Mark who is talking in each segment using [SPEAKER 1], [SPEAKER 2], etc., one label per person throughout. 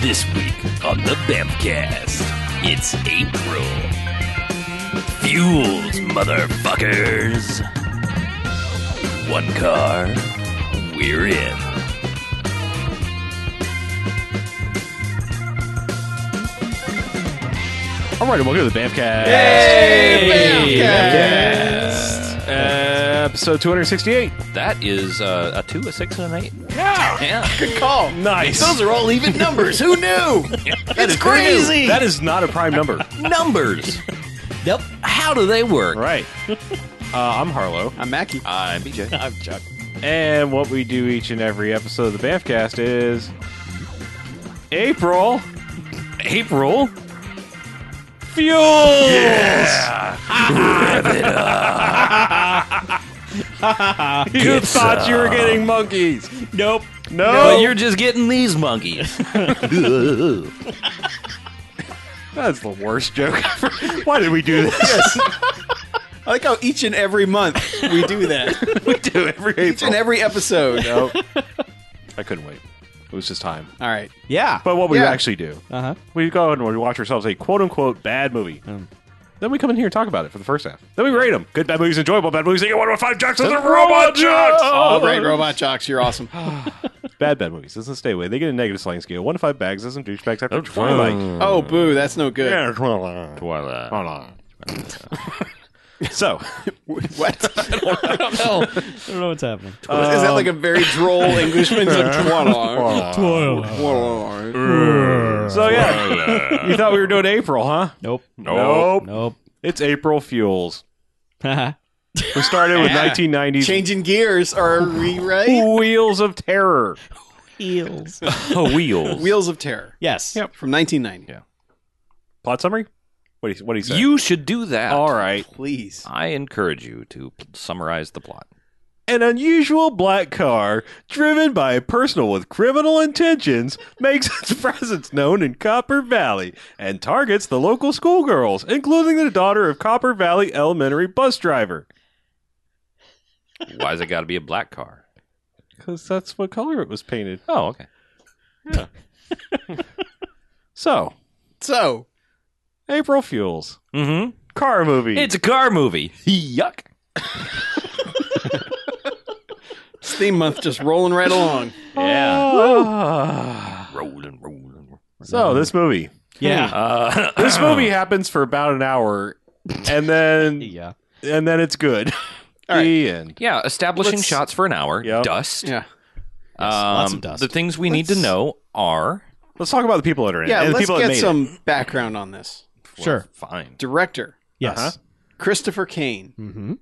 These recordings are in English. [SPEAKER 1] This week on the Bamfcast, it's April. Fuels, motherfuckers. One car, we're in.
[SPEAKER 2] All right, and welcome to the Bamcast.
[SPEAKER 3] Hey,
[SPEAKER 2] Bamcast. Uh, episode 268.
[SPEAKER 1] That is uh, a two, a six, and an eight.
[SPEAKER 3] Yeah, good call.
[SPEAKER 2] Nice.
[SPEAKER 3] Those are all even numbers. Who knew? That's crazy.
[SPEAKER 2] That is not a prime number.
[SPEAKER 1] Numbers.
[SPEAKER 3] Nope.
[SPEAKER 1] How do they work?
[SPEAKER 2] right. Uh, I'm Harlow.
[SPEAKER 3] I'm Mackie.
[SPEAKER 1] I'm
[SPEAKER 3] BJ. I'm Chuck.
[SPEAKER 2] And what we do each and every episode of the Bamfcast is April. April? Fuels! you thought you were getting monkeys. Nope. No.
[SPEAKER 1] But you're just getting these monkeys.
[SPEAKER 2] That's the worst joke ever. Why did we do this?
[SPEAKER 3] I like how each and every month we do that.
[SPEAKER 2] we do every
[SPEAKER 3] each and every episode.
[SPEAKER 2] No. I couldn't wait. It was just time.
[SPEAKER 3] All right. Yeah.
[SPEAKER 2] But what we
[SPEAKER 3] Yeah.
[SPEAKER 2] actually do,
[SPEAKER 3] Uh-huh. Um.
[SPEAKER 2] we go and we watch ourselves a quote unquote bad movie. Then we come in here and talk about it for the first half. Then we rate them. Good bad movies, enjoyable bad movies. They get one out of five jocks. Those are robot jocks.
[SPEAKER 3] All right, Robot Jocks, you're awesome.
[SPEAKER 2] Bad bad movies. Doesn't stay away. They get a negative sliding scale. One to five bags. Doesn't douchebags after twilight.
[SPEAKER 3] oh, boo, that's no good.
[SPEAKER 2] Yeah, Twilight.
[SPEAKER 1] Twilight.
[SPEAKER 2] Twilight. so,
[SPEAKER 3] What?
[SPEAKER 4] I don't know what's happening. Uh,
[SPEAKER 3] Is that like a very droll
[SPEAKER 2] Uh,
[SPEAKER 3] Englishman's Twat-alarm.
[SPEAKER 2] Uh,
[SPEAKER 3] Twat-alarm.
[SPEAKER 2] so yeah, you thought we were doing April, huh?
[SPEAKER 4] Nope.
[SPEAKER 2] Nope.
[SPEAKER 4] Nope.
[SPEAKER 2] It's April fuels.
[SPEAKER 4] Haha.
[SPEAKER 2] We started with
[SPEAKER 3] Yeah.
[SPEAKER 2] 1990s
[SPEAKER 3] Changing gears. Are we right?
[SPEAKER 2] Wheels of Terror.
[SPEAKER 4] Eels.
[SPEAKER 2] Oh, wheels.
[SPEAKER 3] Wheels of Terror
[SPEAKER 4] yes.
[SPEAKER 2] Yep.
[SPEAKER 3] from 1990.
[SPEAKER 2] Yeah. Plot summary? What do you, what do you say?
[SPEAKER 1] You should do that.
[SPEAKER 2] All right.
[SPEAKER 3] Please.
[SPEAKER 1] I encourage you to p- summarize the plot.
[SPEAKER 2] An unusual black car driven by a person with criminal intentions makes its presence known in Copper Valley and targets the local schoolgirls, including the daughter of Copper Valley Elementary bus driver.
[SPEAKER 1] Why's it got to be a black car?
[SPEAKER 2] Because that's what color it was painted.
[SPEAKER 1] Oh, okay.
[SPEAKER 2] So,
[SPEAKER 3] So,
[SPEAKER 2] April Fuels.
[SPEAKER 1] Mm-hmm.
[SPEAKER 2] Car movie.
[SPEAKER 1] It's a car movie. Yuck.
[SPEAKER 3] it's theme month just rolling right along.
[SPEAKER 2] yeah.
[SPEAKER 1] Rolling, rolling.
[SPEAKER 2] so, this movie.
[SPEAKER 4] Yeah.
[SPEAKER 1] Uh,
[SPEAKER 2] This movie happens for about an hour, and then
[SPEAKER 4] Yeah.
[SPEAKER 2] and then it's good.
[SPEAKER 3] All right.
[SPEAKER 2] The end.
[SPEAKER 1] yeah, establishing
[SPEAKER 3] Let's-
[SPEAKER 1] shots for an hour.
[SPEAKER 2] Yep.
[SPEAKER 1] Dust.
[SPEAKER 3] Yeah.
[SPEAKER 1] Um,
[SPEAKER 4] lots of dust.
[SPEAKER 1] The things we need to
[SPEAKER 3] Let's-
[SPEAKER 1] know are
[SPEAKER 2] Let's talk about the people that are in. it
[SPEAKER 3] Yeah,
[SPEAKER 2] and the
[SPEAKER 3] let's
[SPEAKER 2] people that
[SPEAKER 3] get
[SPEAKER 2] made
[SPEAKER 3] some background on this.
[SPEAKER 4] Sure.
[SPEAKER 1] fine.
[SPEAKER 3] Director
[SPEAKER 4] Yes.
[SPEAKER 2] Uh-huh.
[SPEAKER 3] Christopher Kane.
[SPEAKER 4] Mm-hmm.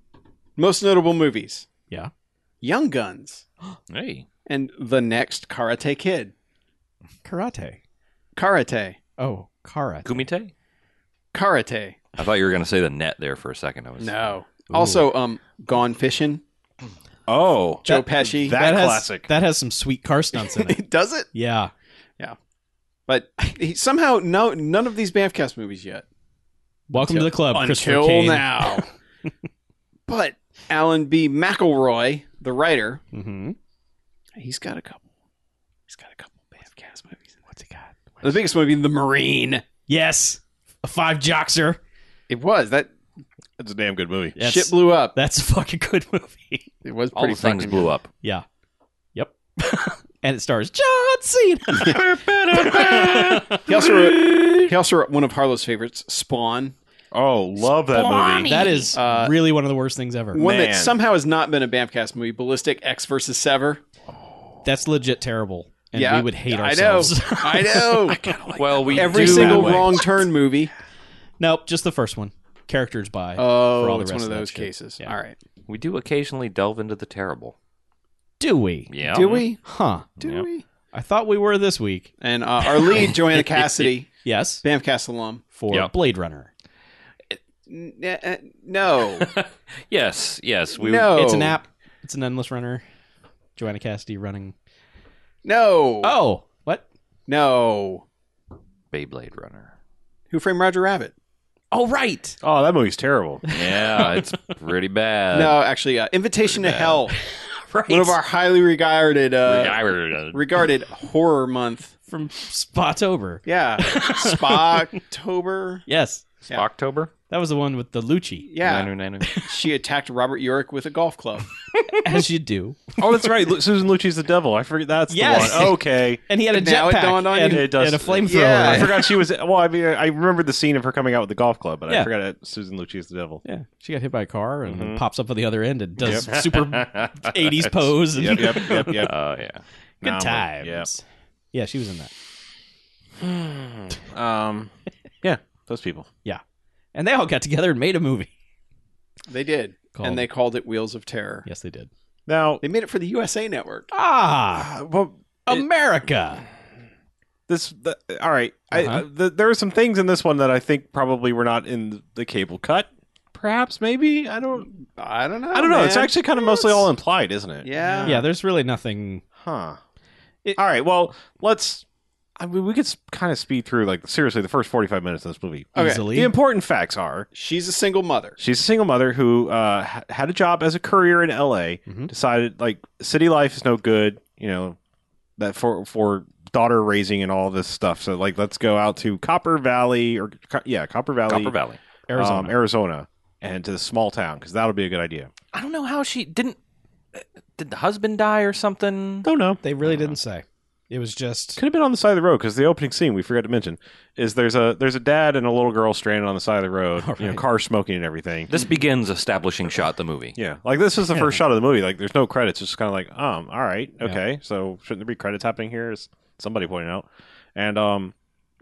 [SPEAKER 3] Most notable movies
[SPEAKER 4] Yeah.
[SPEAKER 3] Young Guns
[SPEAKER 1] Hey,
[SPEAKER 3] and The Next Karate Kid.
[SPEAKER 4] Karate.
[SPEAKER 3] Karate.
[SPEAKER 4] Oh, karate.
[SPEAKER 1] Kumite.
[SPEAKER 3] Karate.
[SPEAKER 1] I thought you were going to say the net there for a second. I was
[SPEAKER 3] No. Also, um, Gone Fishing.
[SPEAKER 2] it. Oh,
[SPEAKER 3] Joe Pesci.
[SPEAKER 2] that-
[SPEAKER 4] has,
[SPEAKER 2] classic.
[SPEAKER 4] That has some sweet car stunts in it.
[SPEAKER 3] does it,
[SPEAKER 4] yeah.
[SPEAKER 3] but he, somehow no, none of these Bamfcast movies yet.
[SPEAKER 4] Welcome to the club, Christopher
[SPEAKER 3] Until
[SPEAKER 4] Kane.
[SPEAKER 3] now. but Alan B. McElroy, the writer,
[SPEAKER 4] Mm-hmm.
[SPEAKER 3] he's got a couple. He's got a couple Bamfcast movies.
[SPEAKER 4] What's he got?
[SPEAKER 3] The biggest movie, The Marine.
[SPEAKER 4] Yes. A five joxer.
[SPEAKER 3] It was that
[SPEAKER 2] that's a damn good movie.
[SPEAKER 4] That's,
[SPEAKER 3] shit blew up.
[SPEAKER 4] That's a fucking good movie.
[SPEAKER 3] It was
[SPEAKER 1] All
[SPEAKER 3] pretty
[SPEAKER 1] the things
[SPEAKER 3] fucking
[SPEAKER 1] blew up.
[SPEAKER 4] Yeah. Yep. and it stars John Cena.
[SPEAKER 3] good. He also wrote, he also wrote one of Harlow's favorites, Spawn,
[SPEAKER 2] Oh, love that movie.
[SPEAKER 4] that is
[SPEAKER 3] Uh,
[SPEAKER 4] really one of the worst things ever.
[SPEAKER 3] one that
[SPEAKER 2] Man.
[SPEAKER 3] somehow has not been a Bamcast movie, Ballistic X versus Sever.
[SPEAKER 4] That's legit terrible. And
[SPEAKER 3] yeah,
[SPEAKER 4] we would hate
[SPEAKER 3] I
[SPEAKER 4] ourselves.
[SPEAKER 3] know. I know.
[SPEAKER 1] well, we
[SPEAKER 3] Every
[SPEAKER 1] do-
[SPEAKER 3] single
[SPEAKER 4] way.
[SPEAKER 3] wrong turn movie.
[SPEAKER 4] Nope, just the first one. Characters by. for all
[SPEAKER 3] Oh,
[SPEAKER 4] the
[SPEAKER 3] it's one
[SPEAKER 4] rest
[SPEAKER 3] of
[SPEAKER 4] of that
[SPEAKER 3] those
[SPEAKER 4] shit.
[SPEAKER 3] cases.
[SPEAKER 4] Yeah.
[SPEAKER 3] All right.
[SPEAKER 1] we do occasionally delve into the terrible.
[SPEAKER 4] do we?
[SPEAKER 1] Yeah.
[SPEAKER 3] Do we?
[SPEAKER 4] Huh.
[SPEAKER 3] Do
[SPEAKER 1] Yeah.
[SPEAKER 3] we?
[SPEAKER 4] I thought we were this week.
[SPEAKER 3] And uh, our lead, Joanna Cassidy,
[SPEAKER 4] Yes.
[SPEAKER 3] Bamcast alum.
[SPEAKER 4] For
[SPEAKER 1] Yep.
[SPEAKER 4] Blade Runner.
[SPEAKER 3] N- uh, no.
[SPEAKER 1] Yes. Yes. We.
[SPEAKER 3] no.
[SPEAKER 4] It's an app. It's an endless runner. Joanna Cassidy running.
[SPEAKER 3] No.
[SPEAKER 4] Oh, what?
[SPEAKER 3] No.
[SPEAKER 1] Beyblade Runner.
[SPEAKER 3] Who framed Roger Rabbit?
[SPEAKER 4] Oh, right.
[SPEAKER 2] Oh, that movie's terrible.
[SPEAKER 1] Yeah, it's pretty bad.
[SPEAKER 3] no, actually, uh, Invitation to
[SPEAKER 1] bad.
[SPEAKER 3] Hell.
[SPEAKER 1] Right.
[SPEAKER 3] One of our highly regarded uh,
[SPEAKER 1] Regarded.
[SPEAKER 3] regarded horror month
[SPEAKER 4] from Spotober.
[SPEAKER 3] Yeah. Spocktober.
[SPEAKER 4] Yes,
[SPEAKER 3] Yeah.
[SPEAKER 5] October.
[SPEAKER 4] that was the one with the Lucci,
[SPEAKER 3] Yeah.
[SPEAKER 1] oh
[SPEAKER 5] Nanu, nanu.
[SPEAKER 3] She attacked Robert Urich with a golf club.
[SPEAKER 4] as you do.
[SPEAKER 2] Oh, that's right. Lu- Susan Lucci's the devil. I forget that's
[SPEAKER 4] Yes.
[SPEAKER 2] the one. Okay.
[SPEAKER 4] And he had a
[SPEAKER 3] Now it dawned on
[SPEAKER 4] jetpack and,
[SPEAKER 2] you. It does-
[SPEAKER 4] and a flamethrower.
[SPEAKER 3] Yeah.
[SPEAKER 2] I forgot she was. Well, I mean, I remember the scene of her coming out with the golf club, but
[SPEAKER 4] Yeah.
[SPEAKER 2] I forgot that Susan Lucci is the devil.
[SPEAKER 4] Yeah, she got hit by a car and
[SPEAKER 2] Mhm.
[SPEAKER 4] pops up on the other end and does super 80s pose. And
[SPEAKER 2] Yep, yep, yep, yep.
[SPEAKER 5] Oh yeah.
[SPEAKER 4] Good
[SPEAKER 2] Nah,
[SPEAKER 4] times.
[SPEAKER 2] yeah.
[SPEAKER 4] Yeah, she was in that.
[SPEAKER 2] Um, yeah, those people.
[SPEAKER 4] And they all got together and made a movie.
[SPEAKER 3] They did.
[SPEAKER 4] Called-
[SPEAKER 3] And they called it Wheels of Terror.
[SPEAKER 4] Yes, they did.
[SPEAKER 2] Now,
[SPEAKER 3] They made it for the USA Network.
[SPEAKER 4] Ah,
[SPEAKER 2] uh, well,
[SPEAKER 4] America.
[SPEAKER 2] this. The, all right, I- uh,
[SPEAKER 4] Uh-huh.
[SPEAKER 2] the, there are some things in this one that I think probably were not in the cable cut. Perhaps, maybe I don't.
[SPEAKER 3] I don't know.
[SPEAKER 2] I don't know.
[SPEAKER 3] Oh, man.
[SPEAKER 2] It's actually kind of mostly all implied, isn't it?
[SPEAKER 3] Yeah.
[SPEAKER 4] yeah, there's really nothing.
[SPEAKER 2] Huh.
[SPEAKER 4] It-
[SPEAKER 2] All right. Well, let's. I mean, we could kind of speed through like seriously the first forty-five minutes of this movie.
[SPEAKER 3] Okay.
[SPEAKER 4] Easily.
[SPEAKER 2] The important facts are
[SPEAKER 3] She's a single mother.
[SPEAKER 2] she's a single mother who uh, ha- had a job as a courier in L.A.
[SPEAKER 4] Mhm.
[SPEAKER 2] Decided like city life is no good, you know, that for for daughter raising and all this stuff. So like, let's go out to Copper Valley or Co- yeah, Copper Valley,
[SPEAKER 5] Copper Valley.
[SPEAKER 4] Arizona.
[SPEAKER 2] um, Arizona, and to the small town because that'll be a good idea.
[SPEAKER 5] I don't know how she didn't. uh, Did the husband die or something?
[SPEAKER 2] Don't know.
[SPEAKER 4] they really didn't say. It was just
[SPEAKER 2] Could have been on the side of the road because the opening scene we forgot to mention is there's a there's a dad and a little girl stranded on the side of the road, you know, car smoking and everything.
[SPEAKER 5] This begins establishing shot the movie.
[SPEAKER 2] Yeah, like this is the first shot of the movie. Like, there's no credits. It's just kind of like, um, all right, okay. So shouldn't there be credits happening here? As somebody pointed out, and um,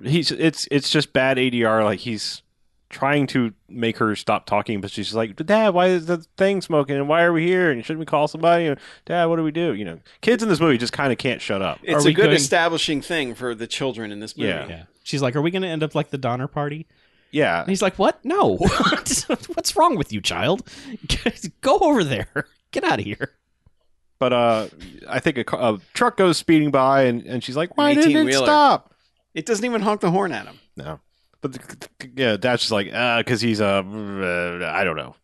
[SPEAKER 2] he's it's it's just bad ADR. Like he's trying to make her stop talking, but she's just like, Dad, why is the thing smoking? And why are we here? And shouldn't we call somebody? And, Dad, what do we do? You know, kids in this movie just kind of can't shut up.
[SPEAKER 3] It's
[SPEAKER 4] we
[SPEAKER 3] a good
[SPEAKER 4] going-
[SPEAKER 3] establishing thing for the children in this movie.
[SPEAKER 2] Yeah.
[SPEAKER 4] yeah. She's like, "Are we going to end up like the Donner Party?"
[SPEAKER 2] Yeah,
[SPEAKER 4] And he's like, "What? No. What's wrong with you, child? Go over there. Get out of here."
[SPEAKER 2] but uh, I think a, ca- a truck goes speeding by, and, and she's like, Why didn't it
[SPEAKER 3] 18-wheeler.
[SPEAKER 2] stop?
[SPEAKER 3] It doesn't even honk the horn at him.
[SPEAKER 2] No. But the, yeah, Dash is like, uh, because he's uh, uh, I don't know.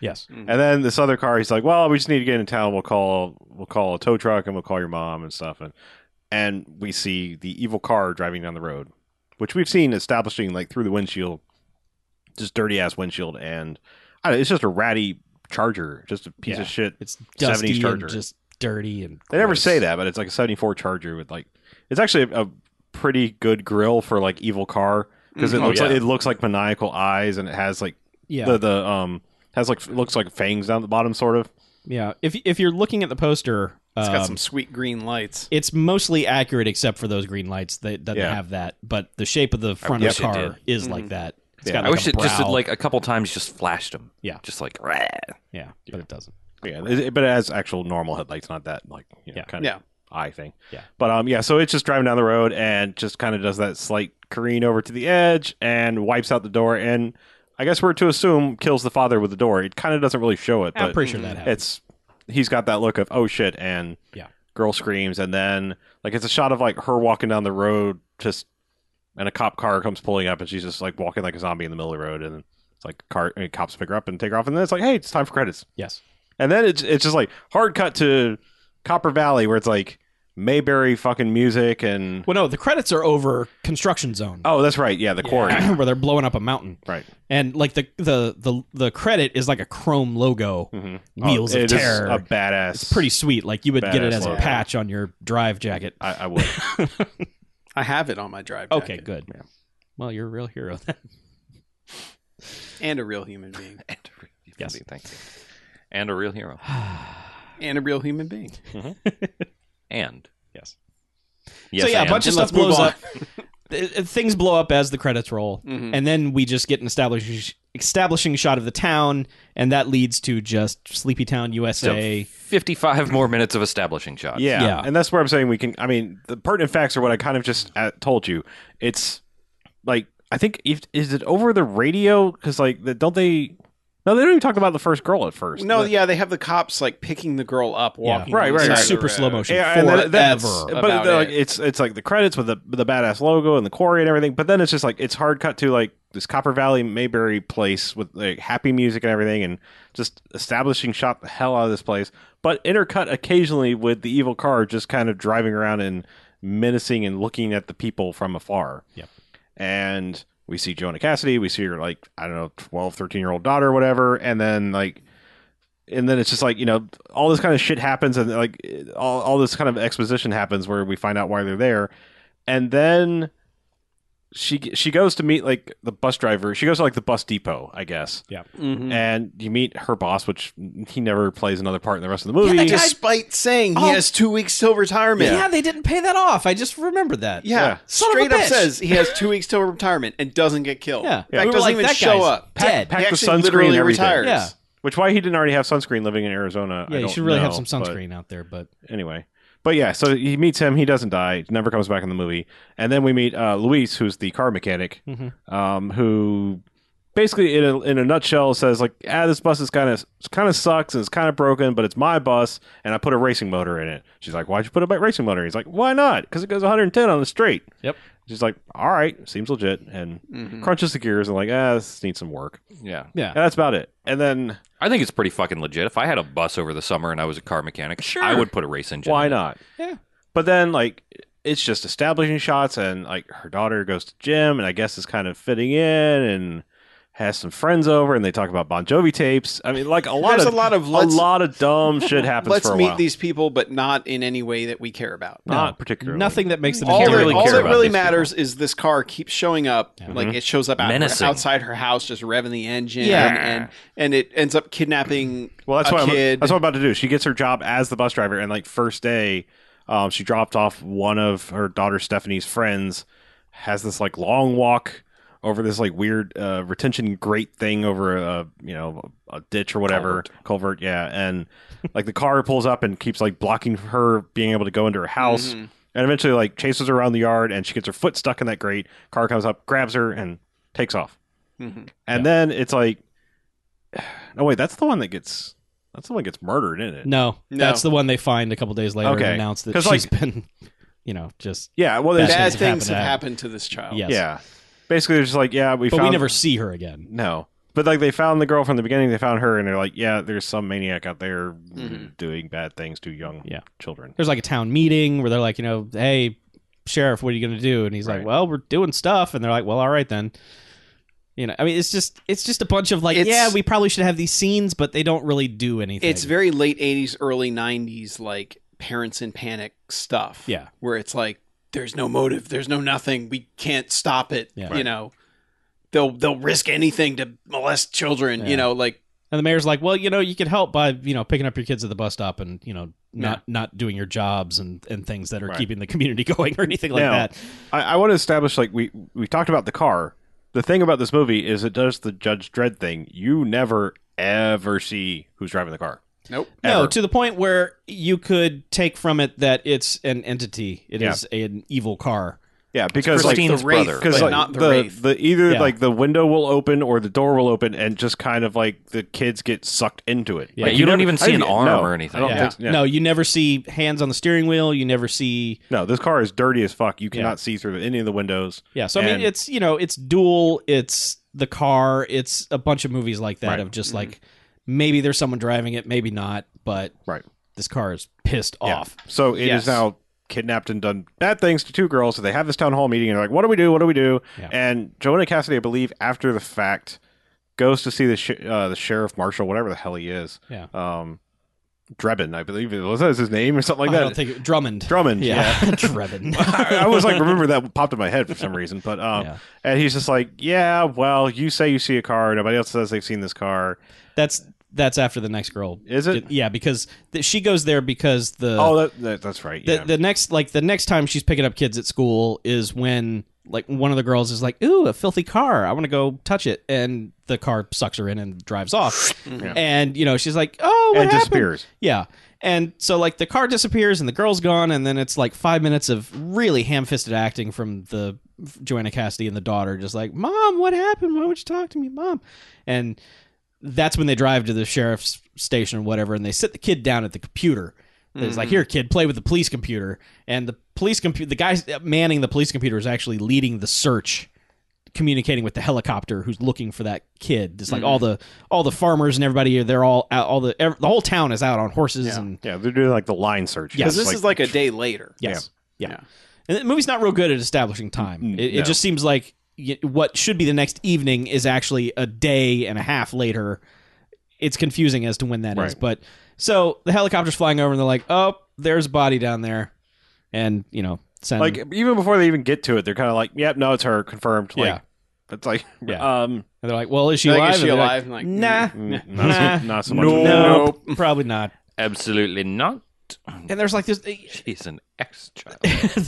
[SPEAKER 4] Yes.
[SPEAKER 2] And then this other car, he's like, well, we just need to get in town. We'll call, we'll call a tow truck and we'll call your mom and stuff. And and we see the evil car driving down the road, which we've seen establishing like through the windshield, just dirty ass windshield, and I don't, it's just a ratty charger, just a piece
[SPEAKER 4] Yeah.
[SPEAKER 2] of shit.
[SPEAKER 4] It's dusty
[SPEAKER 2] 70s
[SPEAKER 4] and
[SPEAKER 2] Charger.
[SPEAKER 4] just dirty and
[SPEAKER 2] They never
[SPEAKER 4] gross.
[SPEAKER 2] say that, but it's like a '74 Charger with like it's actually a, a pretty good grill for like evil car because it
[SPEAKER 3] Mhm. Oh,
[SPEAKER 2] looks like
[SPEAKER 5] yeah.
[SPEAKER 2] it looks like maniacal eyes and it has like
[SPEAKER 4] Mm, Yeah.
[SPEAKER 2] the the um has like looks like fangs down the bottom sort of.
[SPEAKER 4] yeah. If if you're looking at the poster,
[SPEAKER 3] It's got
[SPEAKER 4] um,
[SPEAKER 3] some sweet green lights.
[SPEAKER 4] it's mostly accurate except for those green lights that doesn't
[SPEAKER 2] Yeah.
[SPEAKER 4] have that, but the shape of the front of
[SPEAKER 5] wish
[SPEAKER 4] the
[SPEAKER 5] it
[SPEAKER 4] car
[SPEAKER 5] did.
[SPEAKER 4] is like that. It's
[SPEAKER 2] Yeah.
[SPEAKER 4] got
[SPEAKER 5] Mm-hmm. I
[SPEAKER 4] like
[SPEAKER 5] wish
[SPEAKER 4] a
[SPEAKER 5] it just
[SPEAKER 4] brow.
[SPEAKER 5] had, like a couple times just flashed him.
[SPEAKER 4] Yeah.
[SPEAKER 5] Just like rah.
[SPEAKER 4] yeah, but it doesn't.
[SPEAKER 2] Yeah, it- it- but it has actual normal headlights, not that like you know,
[SPEAKER 4] Yeah.
[SPEAKER 2] kind of
[SPEAKER 3] Yeah.
[SPEAKER 2] eye thing.
[SPEAKER 4] Yeah.
[SPEAKER 2] but um yeah, so it's just driving down the road and just kind of does that slight careen over to the edge and wipes out the door and I guess we're to assume kills the father with the door. It kind of doesn't really show it,
[SPEAKER 4] I'm
[SPEAKER 2] but
[SPEAKER 4] pretty sure that happened.
[SPEAKER 2] it's he's got that look of oh shit and
[SPEAKER 4] Yeah.
[SPEAKER 2] girl screams and then like it's a shot of like her walking down the road just and a cop car comes pulling up and she's just like walking like a zombie in the middle of the road and it's like car and cops pick her up and take her off and then it's like hey it's time for credits
[SPEAKER 4] Yes.
[SPEAKER 2] and then it's it's just like hard cut to Copper Valley where it's like Mayberry fucking music and
[SPEAKER 4] Well, no, the credits are over construction zone
[SPEAKER 2] oh that's right yeah the quarry
[SPEAKER 4] where they're blowing up a mountain,
[SPEAKER 2] right
[SPEAKER 4] and like the the the the credit is like a chrome logo,
[SPEAKER 2] Mhm.
[SPEAKER 4] wheels
[SPEAKER 2] Oh,
[SPEAKER 4] of
[SPEAKER 2] it is
[SPEAKER 4] terror.
[SPEAKER 2] a badass
[SPEAKER 4] it's pretty sweet. Like you would get
[SPEAKER 2] Badass
[SPEAKER 4] it as a
[SPEAKER 2] logo.
[SPEAKER 4] patch on your drive jacket.
[SPEAKER 2] I, I would
[SPEAKER 3] I have it on my drive.
[SPEAKER 4] Okay,
[SPEAKER 3] jacket.
[SPEAKER 4] good. Well, you're a real hero then.
[SPEAKER 3] And a real human being.
[SPEAKER 5] And a real human
[SPEAKER 4] Yes.
[SPEAKER 5] being, Thank you. And a real hero.
[SPEAKER 3] And a real human being.
[SPEAKER 5] And
[SPEAKER 4] Yes.
[SPEAKER 5] yes.
[SPEAKER 4] so yeah,
[SPEAKER 5] and.
[SPEAKER 4] a bunch of
[SPEAKER 3] And let's
[SPEAKER 4] stuff
[SPEAKER 3] move
[SPEAKER 4] blows
[SPEAKER 3] on.
[SPEAKER 4] up. Th- th- Things blow up as the credits roll,
[SPEAKER 3] Mhm.
[SPEAKER 4] and then we just get an establishing establishing shot of the town, and that leads to just Sleepy Town,
[SPEAKER 5] So
[SPEAKER 4] USA.
[SPEAKER 5] fifty-five more minutes of establishing shots.
[SPEAKER 2] Yeah.
[SPEAKER 4] Yeah.
[SPEAKER 2] And that's where I'm saying we can. I mean, the pertinent facts are what I kind of just uh, told you. It's like, I think, if, is it over the radio? Because, like, the, don't they. No, they don't even talk about the first girl at first.
[SPEAKER 3] No,
[SPEAKER 2] The-
[SPEAKER 3] yeah, they have the cops like picking the girl up, walking.
[SPEAKER 2] Right, right,
[SPEAKER 3] inside
[SPEAKER 4] It's
[SPEAKER 2] right.
[SPEAKER 3] the
[SPEAKER 4] super
[SPEAKER 3] road.
[SPEAKER 4] slow motion
[SPEAKER 2] Yeah, and
[SPEAKER 4] forever.
[SPEAKER 2] that- that's-
[SPEAKER 3] about
[SPEAKER 2] but the- like,
[SPEAKER 3] it.
[SPEAKER 2] it's it's like the credits with the the badass logo and the quarry and everything. But then it's just like it's hard cut to like this Copper Valley Mayberry place with like happy music and everything, and just establishing shot the hell out of this place. But intercut occasionally with the evil car just kind of driving around and menacing and looking at the people from afar.
[SPEAKER 4] Yep.
[SPEAKER 2] And we see Jonah Cassidy, we see her like, I don't know, 12, 13 year old daughter or whatever, and then like and then it's just like, you know, all this kind of shit happens and like all all this kind of exposition happens where we find out why they're there. And then she she goes to meet like the bus driver. She goes to like the bus depot, I guess.
[SPEAKER 4] Mm-hmm.
[SPEAKER 3] Mhm.
[SPEAKER 2] And you meet her boss, which he never plays another part in the rest of the movie.
[SPEAKER 4] that guy-
[SPEAKER 3] Despite saying he
[SPEAKER 4] Oh.
[SPEAKER 3] has two weeks till retirement.
[SPEAKER 4] Yeah. they didn't pay that off. I just remember that.
[SPEAKER 3] Yeah.
[SPEAKER 2] Yeah.
[SPEAKER 4] Son of a
[SPEAKER 3] Straight up
[SPEAKER 4] bitch.
[SPEAKER 3] says he has two weeks till retirement and doesn't get killed.
[SPEAKER 4] Yeah.
[SPEAKER 3] In fact, doesn't even show up.
[SPEAKER 4] Dead.
[SPEAKER 2] Pack
[SPEAKER 3] He
[SPEAKER 2] the
[SPEAKER 3] actually
[SPEAKER 2] sunscreen
[SPEAKER 3] literally
[SPEAKER 2] and everything.
[SPEAKER 3] retires.
[SPEAKER 4] Yeah.
[SPEAKER 2] Which why he didn't already have sunscreen living in Arizona. I
[SPEAKER 4] yeah, you
[SPEAKER 2] don't
[SPEAKER 4] should really have
[SPEAKER 2] know,
[SPEAKER 4] some
[SPEAKER 2] but-
[SPEAKER 4] sunscreen out there, but
[SPEAKER 2] anyway but yeah so he meets him he doesn't die never comes back in the movie and then we meet uh, luis who's the car mechanic
[SPEAKER 4] Mhm.
[SPEAKER 2] um, who basically in a, in a nutshell says like ah this bus is kind of kind of sucks and it's kind of broken but it's my bus and i put a racing motor in it she's like why'd you put a bi- racing motor he's like why not because it goes 110 on the street
[SPEAKER 4] Yep.
[SPEAKER 2] she's like all right seems legit and
[SPEAKER 3] Mhm.
[SPEAKER 2] crunches the gears and like ah this needs some work
[SPEAKER 5] Yeah.
[SPEAKER 4] yeah.
[SPEAKER 2] and that's about it and then
[SPEAKER 5] I think it's pretty fucking legit. If I had a bus over the summer and I was a car mechanic,
[SPEAKER 4] Sure.
[SPEAKER 5] I would put a race engine.
[SPEAKER 2] Why
[SPEAKER 5] in it.
[SPEAKER 2] not?
[SPEAKER 4] Yeah.
[SPEAKER 2] But then like it's just establishing shots and like her daughter goes to gym and I guess is kind of fitting in and has some friends over and they talk about Bon Jovi tapes. I mean like a lot
[SPEAKER 3] There's
[SPEAKER 2] of
[SPEAKER 3] a lot of
[SPEAKER 2] a
[SPEAKER 3] let's-
[SPEAKER 2] lot of dumb shit happens
[SPEAKER 3] Let's
[SPEAKER 2] for a
[SPEAKER 3] meet
[SPEAKER 2] while.
[SPEAKER 3] these people, but not in any way that we care about.
[SPEAKER 2] Not
[SPEAKER 4] No.
[SPEAKER 2] particularly.
[SPEAKER 4] Nothing that makes them
[SPEAKER 3] all
[SPEAKER 5] can't
[SPEAKER 3] that,
[SPEAKER 5] really
[SPEAKER 3] all
[SPEAKER 5] care
[SPEAKER 3] that
[SPEAKER 5] about
[SPEAKER 3] really
[SPEAKER 5] these
[SPEAKER 3] matters is this car keeps showing up.
[SPEAKER 4] Yeah.
[SPEAKER 2] Mm-hmm.
[SPEAKER 3] Like it shows up out
[SPEAKER 5] Menacing.
[SPEAKER 3] outside her house, just revving the engine.
[SPEAKER 4] Yeah.
[SPEAKER 3] And, and it ends up kidnapping
[SPEAKER 2] Well, that's
[SPEAKER 3] a
[SPEAKER 2] what I'm,
[SPEAKER 3] kid.
[SPEAKER 2] that's what I'm about to do. She gets her job as the bus driver, and like first day, um, she dropped off one of her daughter Stephanie's friends. Has this like long walk over this like weird uh, retention grate thing over a you know a ditch or whatever culvert, yeah. And like the car pulls up and keeps like blocking her being able to go into her house,
[SPEAKER 3] Mhm.
[SPEAKER 2] and eventually like chases her around the yard, and she gets her foot stuck in that grate. Car comes up, grabs her, and takes off.
[SPEAKER 3] Mhm.
[SPEAKER 2] And then it's like, no wait, that's the one that gets that's the one that gets murdered, isn't it?
[SPEAKER 4] No,
[SPEAKER 3] No.
[SPEAKER 4] that's the one they find a couple days later
[SPEAKER 2] Okay.
[SPEAKER 4] and announce that
[SPEAKER 2] 'Cause,
[SPEAKER 4] she's
[SPEAKER 2] like-
[SPEAKER 4] been, you know, just
[SPEAKER 2] Yeah, well, there's,
[SPEAKER 4] That's-
[SPEAKER 3] Bad
[SPEAKER 4] things
[SPEAKER 3] things
[SPEAKER 4] happen to
[SPEAKER 3] have
[SPEAKER 4] him.
[SPEAKER 3] happened to this child.
[SPEAKER 4] yes.
[SPEAKER 2] yeah, basically, they're just like, yeah, we
[SPEAKER 4] but
[SPEAKER 2] found
[SPEAKER 4] we never see her again.
[SPEAKER 2] no, but like they found the girl from the beginning, they found her, and they're like, yeah, there's some maniac out there
[SPEAKER 3] Mhm.
[SPEAKER 2] doing bad things to young
[SPEAKER 4] Yeah.
[SPEAKER 2] children.
[SPEAKER 4] There's like a town meeting where they're like, you know, hey, sheriff, what are you going to do? And he's
[SPEAKER 2] Right.
[SPEAKER 4] like, well, we're doing stuff, and they're like, well, all right then. You know, I mean, it's just it's just a bunch of like,
[SPEAKER 3] It's-
[SPEAKER 4] yeah, we probably should have these scenes, but they don't really do anything.
[SPEAKER 3] It's very late 80s, early 90s, like parents in panic stuff.
[SPEAKER 4] Yeah.
[SPEAKER 3] Where it's like, there's no motive, there's no nothing, we can't stop it.
[SPEAKER 4] Yeah.
[SPEAKER 3] You
[SPEAKER 4] Right.
[SPEAKER 3] know, they'll they'll risk anything to molest children.
[SPEAKER 4] Yeah.
[SPEAKER 3] You know, like
[SPEAKER 4] And the mayor's like, well, you know, you could help by, you know, picking up your kids at the bus stop and, you know, not not doing your jobs and, and things that are
[SPEAKER 2] Right.
[SPEAKER 4] keeping the community going or anything like
[SPEAKER 2] Now,
[SPEAKER 4] that.
[SPEAKER 2] I, I want to establish like we we talked about the car. The thing about this movie is it does the Judge Dredd thing. You never ever see who's driving the car.
[SPEAKER 3] nope.
[SPEAKER 4] No,
[SPEAKER 2] ever.
[SPEAKER 4] to the point where you could take from it that it's an entity. It
[SPEAKER 2] Yeah.
[SPEAKER 4] is an evil car.
[SPEAKER 2] Yeah, because like
[SPEAKER 5] Christine's
[SPEAKER 3] Wraith,
[SPEAKER 5] brother.
[SPEAKER 2] because
[SPEAKER 3] but
[SPEAKER 2] like
[SPEAKER 3] not the
[SPEAKER 2] the,
[SPEAKER 3] Wraith.
[SPEAKER 2] the either
[SPEAKER 4] Yeah.
[SPEAKER 2] like the window will open or the door will open and just kind of like the kids get sucked into it.
[SPEAKER 4] Yeah,
[SPEAKER 2] Like,
[SPEAKER 5] you don't even
[SPEAKER 2] I
[SPEAKER 5] see an
[SPEAKER 2] didn't-
[SPEAKER 5] arm
[SPEAKER 2] no,
[SPEAKER 5] or anything.
[SPEAKER 2] I don't
[SPEAKER 4] Yeah.
[SPEAKER 2] think- yeah.
[SPEAKER 4] No, you never see hands on the steering wheel. You never see.
[SPEAKER 2] no, this car is dirty as fuck. You
[SPEAKER 4] Yeah.
[SPEAKER 2] cannot see through any of the windows.
[SPEAKER 4] Yeah. So, I
[SPEAKER 2] And-
[SPEAKER 4] mean, it's, you know, it's Duel, it's The Car, it's a bunch of movies like that
[SPEAKER 2] Right. Mm-hmm.
[SPEAKER 4] of just like maybe there's someone driving it, maybe not, but
[SPEAKER 2] Right.
[SPEAKER 4] this car is pissed off.
[SPEAKER 2] Yeah. So it is
[SPEAKER 3] Yes.
[SPEAKER 2] now kidnapped and done bad things to two girls. So they have this town hall meeting and they're like, "What do we do? What do we do?"
[SPEAKER 4] Yeah.
[SPEAKER 2] And Joanna Cassidy, I believe, after the fact, goes to see the sh- uh, the sheriff, marshal, whatever the hell he is.
[SPEAKER 4] Yeah.
[SPEAKER 2] Um, Drebin, I believe, it was that his name or something like
[SPEAKER 4] I
[SPEAKER 2] that?
[SPEAKER 5] Uh,
[SPEAKER 4] don't think it, Drummond.
[SPEAKER 2] Drummond.
[SPEAKER 4] Yeah, Trevin.
[SPEAKER 2] I, I was like, remember that popped in my head for some reason. But um,
[SPEAKER 4] Yeah.
[SPEAKER 2] and he's just like, yeah, well, you say you see a car, nobody else says they've seen this car.
[SPEAKER 4] That's that's after the next girl.
[SPEAKER 2] Is it?
[SPEAKER 4] Yeah, because th- she goes there because the
[SPEAKER 2] oh, that, that, that's right.
[SPEAKER 4] the,
[SPEAKER 2] yeah.
[SPEAKER 4] the next like the next time she's picking up kids at school is when like one of the girls is like, "Ooh, a filthy car! I want to go touch it," and the car sucks her in and drives off.
[SPEAKER 2] Yeah.
[SPEAKER 4] And you know she's like, "Oh, what
[SPEAKER 2] and
[SPEAKER 4] happened?"
[SPEAKER 2] disappears.
[SPEAKER 4] Yeah. And so like the car disappears and the girl's gone and then it's like 5 minutes of really ham-fisted acting from the Joanna Cassidy and the daughter just like, "Mom, what happened? Why would you talk to me, mom?" And that's when they drive to the sheriff's station or whatever and they sit the kid down at the computer. It's like, "Here, kid, play with the police computer." And the police computer the guy uh, manning the police computer is actually leading the search communicating with the helicopter who's looking for that kid. It's like all the all the farmers and everybody they're all out, all the ev the whole town is out on horses and
[SPEAKER 2] Yeah, they're doing like the line search.
[SPEAKER 4] Yeah.
[SPEAKER 2] It's
[SPEAKER 3] Because this is like a day later.
[SPEAKER 4] yes. Yeah.
[SPEAKER 3] Yeah.
[SPEAKER 4] And the movie's not real good at establishing time. It, it
[SPEAKER 2] no.
[SPEAKER 4] just seems like y- what should be the next evening is actually a day and a half later. It's confusing as to when that is.
[SPEAKER 2] Right.
[SPEAKER 4] But so the helicopter's flying over and they're like, oh, there's a body down there. And, you know, send.
[SPEAKER 2] Like even before they even get to it, they're kind of like, "Yep, no, it's her, confirmed." Like,
[SPEAKER 4] Yeah.
[SPEAKER 2] It's like,
[SPEAKER 4] Yeah.
[SPEAKER 2] um,
[SPEAKER 4] and they're like, well, is she
[SPEAKER 3] Like,
[SPEAKER 4] alive?
[SPEAKER 3] is she
[SPEAKER 4] And they're
[SPEAKER 3] alive?
[SPEAKER 4] Like,
[SPEAKER 3] I'm
[SPEAKER 2] mm,
[SPEAKER 3] like,
[SPEAKER 4] nah. nah,
[SPEAKER 2] not, so,
[SPEAKER 4] nah,
[SPEAKER 2] not so much. of a-
[SPEAKER 4] nope, Probably not.
[SPEAKER 5] Absolutely not.
[SPEAKER 4] And there's like this.
[SPEAKER 5] She's an ex child.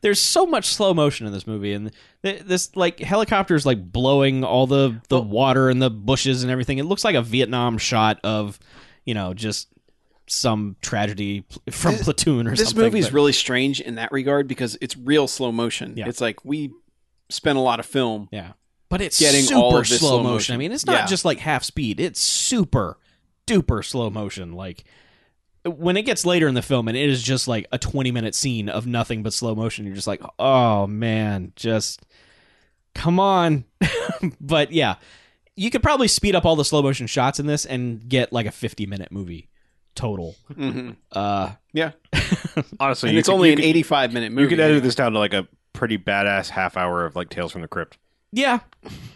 [SPEAKER 4] there's so much slow motion in this movie, and th- this like helicopter is like blowing all the the
[SPEAKER 3] Oh.
[SPEAKER 4] water and the bushes and everything. It looks like a Vietnam shot of, you know, just some tragedy pl- from platoon or
[SPEAKER 3] This
[SPEAKER 4] something.
[SPEAKER 3] movie's
[SPEAKER 4] but-
[SPEAKER 3] really strange in that regard because it's real slow motion.
[SPEAKER 4] Yeah.
[SPEAKER 3] It's like we spent a lot of film.
[SPEAKER 4] yeah, but it's
[SPEAKER 3] getting
[SPEAKER 4] super
[SPEAKER 3] all of this
[SPEAKER 4] slow
[SPEAKER 3] slow
[SPEAKER 4] motion.
[SPEAKER 3] motion.
[SPEAKER 4] I mean, it's not
[SPEAKER 3] Yeah.
[SPEAKER 4] just like half speed; it's super duper slow motion. Like when it gets later in the film, and it is just like a twenty minute scene of nothing but slow motion. You're just like, oh man, just come on. but yeah, you could probably speed up all the slow motion shots in this and get like a fifty minute movie total.
[SPEAKER 3] Mhm.
[SPEAKER 4] Uh,
[SPEAKER 3] Yeah.
[SPEAKER 2] Honestly,
[SPEAKER 3] and
[SPEAKER 2] you
[SPEAKER 3] it's
[SPEAKER 2] could-
[SPEAKER 3] only
[SPEAKER 2] you
[SPEAKER 3] an
[SPEAKER 2] could-
[SPEAKER 3] 85 minute movie.
[SPEAKER 2] You could edit this down to like a pretty badass half hour of like Tales from the Crypt.
[SPEAKER 4] yeah,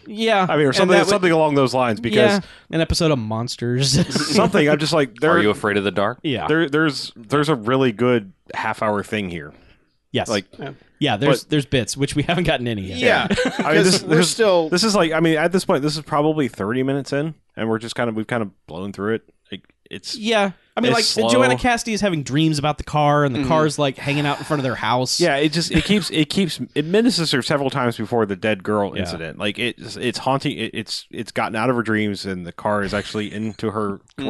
[SPEAKER 4] yeah.
[SPEAKER 2] I mean, or
[SPEAKER 4] And
[SPEAKER 2] something
[SPEAKER 4] that would-
[SPEAKER 2] something along those lines because
[SPEAKER 4] yeah, an episode of Monsters.
[SPEAKER 2] something I'm just like there
[SPEAKER 5] Are you afraid of the dark?
[SPEAKER 4] yeah.
[SPEAKER 2] there there's there's a really good half hour thing here.
[SPEAKER 4] Yes.
[SPEAKER 2] Like
[SPEAKER 4] Yeah, there's there's bits which we haven't gotten any yet.
[SPEAKER 3] Yeah.
[SPEAKER 2] I mean, this,
[SPEAKER 3] Because we're
[SPEAKER 2] this-
[SPEAKER 3] still.
[SPEAKER 2] this is like I mean at this point this is probably 30 minutes in and we're just kind of we've kind of blown through it. Like, it's
[SPEAKER 4] Yeah. Mm-hmm. I mean,
[SPEAKER 2] It's
[SPEAKER 4] like
[SPEAKER 2] slow.
[SPEAKER 4] Joanna Cassidy is having dreams about the car, and the car's like hanging out in front of their house.
[SPEAKER 2] Yeah, it just it keeps it keeps it menaces her several times before the dead girl
[SPEAKER 4] Yeah.
[SPEAKER 2] incident. Like it's it's haunting. It, it's it's gotten out of her dreams, and the car is actually into her
[SPEAKER 3] Mm-hmm.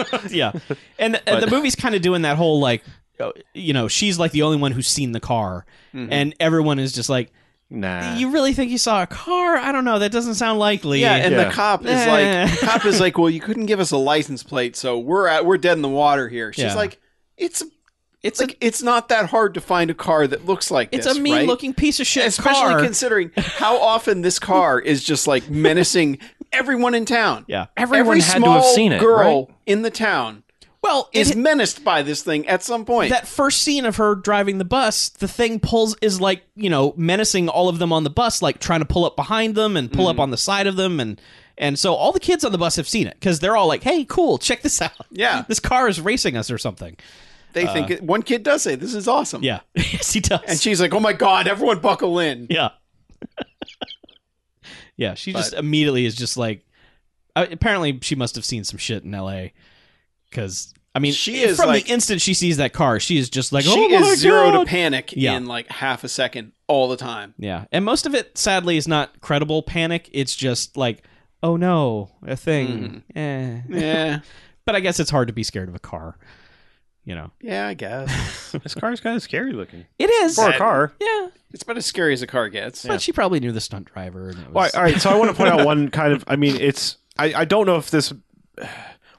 [SPEAKER 2] car. Yeah,
[SPEAKER 4] yeah. And, and the movie's kind of doing that whole like, uh, you know, she's like the only one who's seen the car, and everyone is just like,
[SPEAKER 2] nah.
[SPEAKER 4] "You really think you saw a car? I don't know. That doesn't sound likely."
[SPEAKER 3] yeah, and
[SPEAKER 2] Yeah.
[SPEAKER 3] the cop is
[SPEAKER 4] Yeah.
[SPEAKER 3] like, the cop is like, well, you couldn't give us a license plate, so we're at, we're dead in the water here. She's
[SPEAKER 4] Yeah.
[SPEAKER 3] like, it's
[SPEAKER 4] it's
[SPEAKER 3] like it's not that hard to find a car that looks like
[SPEAKER 4] a it's
[SPEAKER 3] this,
[SPEAKER 4] a
[SPEAKER 3] right?
[SPEAKER 4] mean looking piece of shit
[SPEAKER 3] especially
[SPEAKER 4] car.
[SPEAKER 3] considering how often this car is just like menacing everyone in town.
[SPEAKER 4] yeah.
[SPEAKER 5] Everyone
[SPEAKER 3] Every
[SPEAKER 5] had
[SPEAKER 3] small
[SPEAKER 5] to have seen it.
[SPEAKER 3] girl in the town
[SPEAKER 4] Well, it
[SPEAKER 3] is menaced by this thing at some point.
[SPEAKER 4] that first scene of her driving the bus, the thing pulls is like you know menacing all of them on the bus, like trying to pull up behind them and pull up
[SPEAKER 3] Mm-hmm.
[SPEAKER 4] on the side of them, and and so all the kids on the bus have seen it because they're all like, "Hey, cool, check this out!
[SPEAKER 3] Yeah.
[SPEAKER 4] this car is racing us or something."
[SPEAKER 3] they think it, one kid does say, "This is awesome."
[SPEAKER 4] Uh. Yeah, yes, he does.
[SPEAKER 3] and she's like, "Oh my god, everyone buckle in!"
[SPEAKER 4] yeah, yeah. She just immediately is just like, uh, apparently she must have seen some shit in L.A. because. I mean,
[SPEAKER 3] She is
[SPEAKER 4] from
[SPEAKER 3] like-
[SPEAKER 4] the instant she sees that car, she is just like,
[SPEAKER 3] She
[SPEAKER 4] "Oh my
[SPEAKER 3] is zero
[SPEAKER 4] God."
[SPEAKER 3] to panic
[SPEAKER 4] Yeah.
[SPEAKER 3] in like half a second all the time.
[SPEAKER 4] Yeah. And most of it, sadly, is not credible panic. It's just like, oh no, a thing.
[SPEAKER 3] Mm-hmm.
[SPEAKER 4] Eh.
[SPEAKER 3] Yeah,
[SPEAKER 4] But I guess it's hard to be scared of a car. You know,
[SPEAKER 3] yeah, I guess
[SPEAKER 2] this car's kind of scary looking
[SPEAKER 4] it is.
[SPEAKER 2] for
[SPEAKER 4] Yeah.
[SPEAKER 2] a car.
[SPEAKER 3] it's about as scary as a car gets.
[SPEAKER 4] But she probably knew the stunt driver. And it was,
[SPEAKER 2] All right, all right, so I want to point out one kind of. I mean, it's I I don't know if this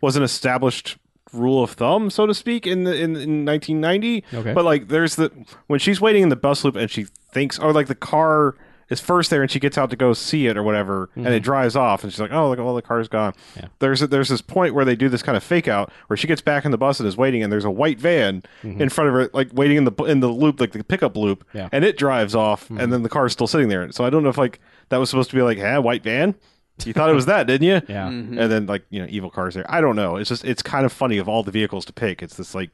[SPEAKER 2] was an established rule of thumb, so to speak, in the in, in 1990.
[SPEAKER 4] Okay.
[SPEAKER 2] But like, there's the when she's waiting in the bus loop and she thinks, oh, like the car is first there and she gets out to go see it or whatever, and
[SPEAKER 4] Mm-hmm.
[SPEAKER 2] it drives off and she's like, oh, like all the car's gone. There's a, there's this point where they do this kind of fake out where she gets back in the bus and is waiting, and there's a white van in front of her, like waiting in the in the loop, like the pickup loop,
[SPEAKER 4] Mm-hmm. Yeah. Mm-hmm.
[SPEAKER 2] and it drives off, and then the car's still sitting there. So I don't know if like that was supposed to be like, eh, white van. You thought it was that, didn't you?
[SPEAKER 4] Yeah.
[SPEAKER 2] and then like you know evil cars there i don't know it's just it's kind of funny of all the vehicles to pick it's this like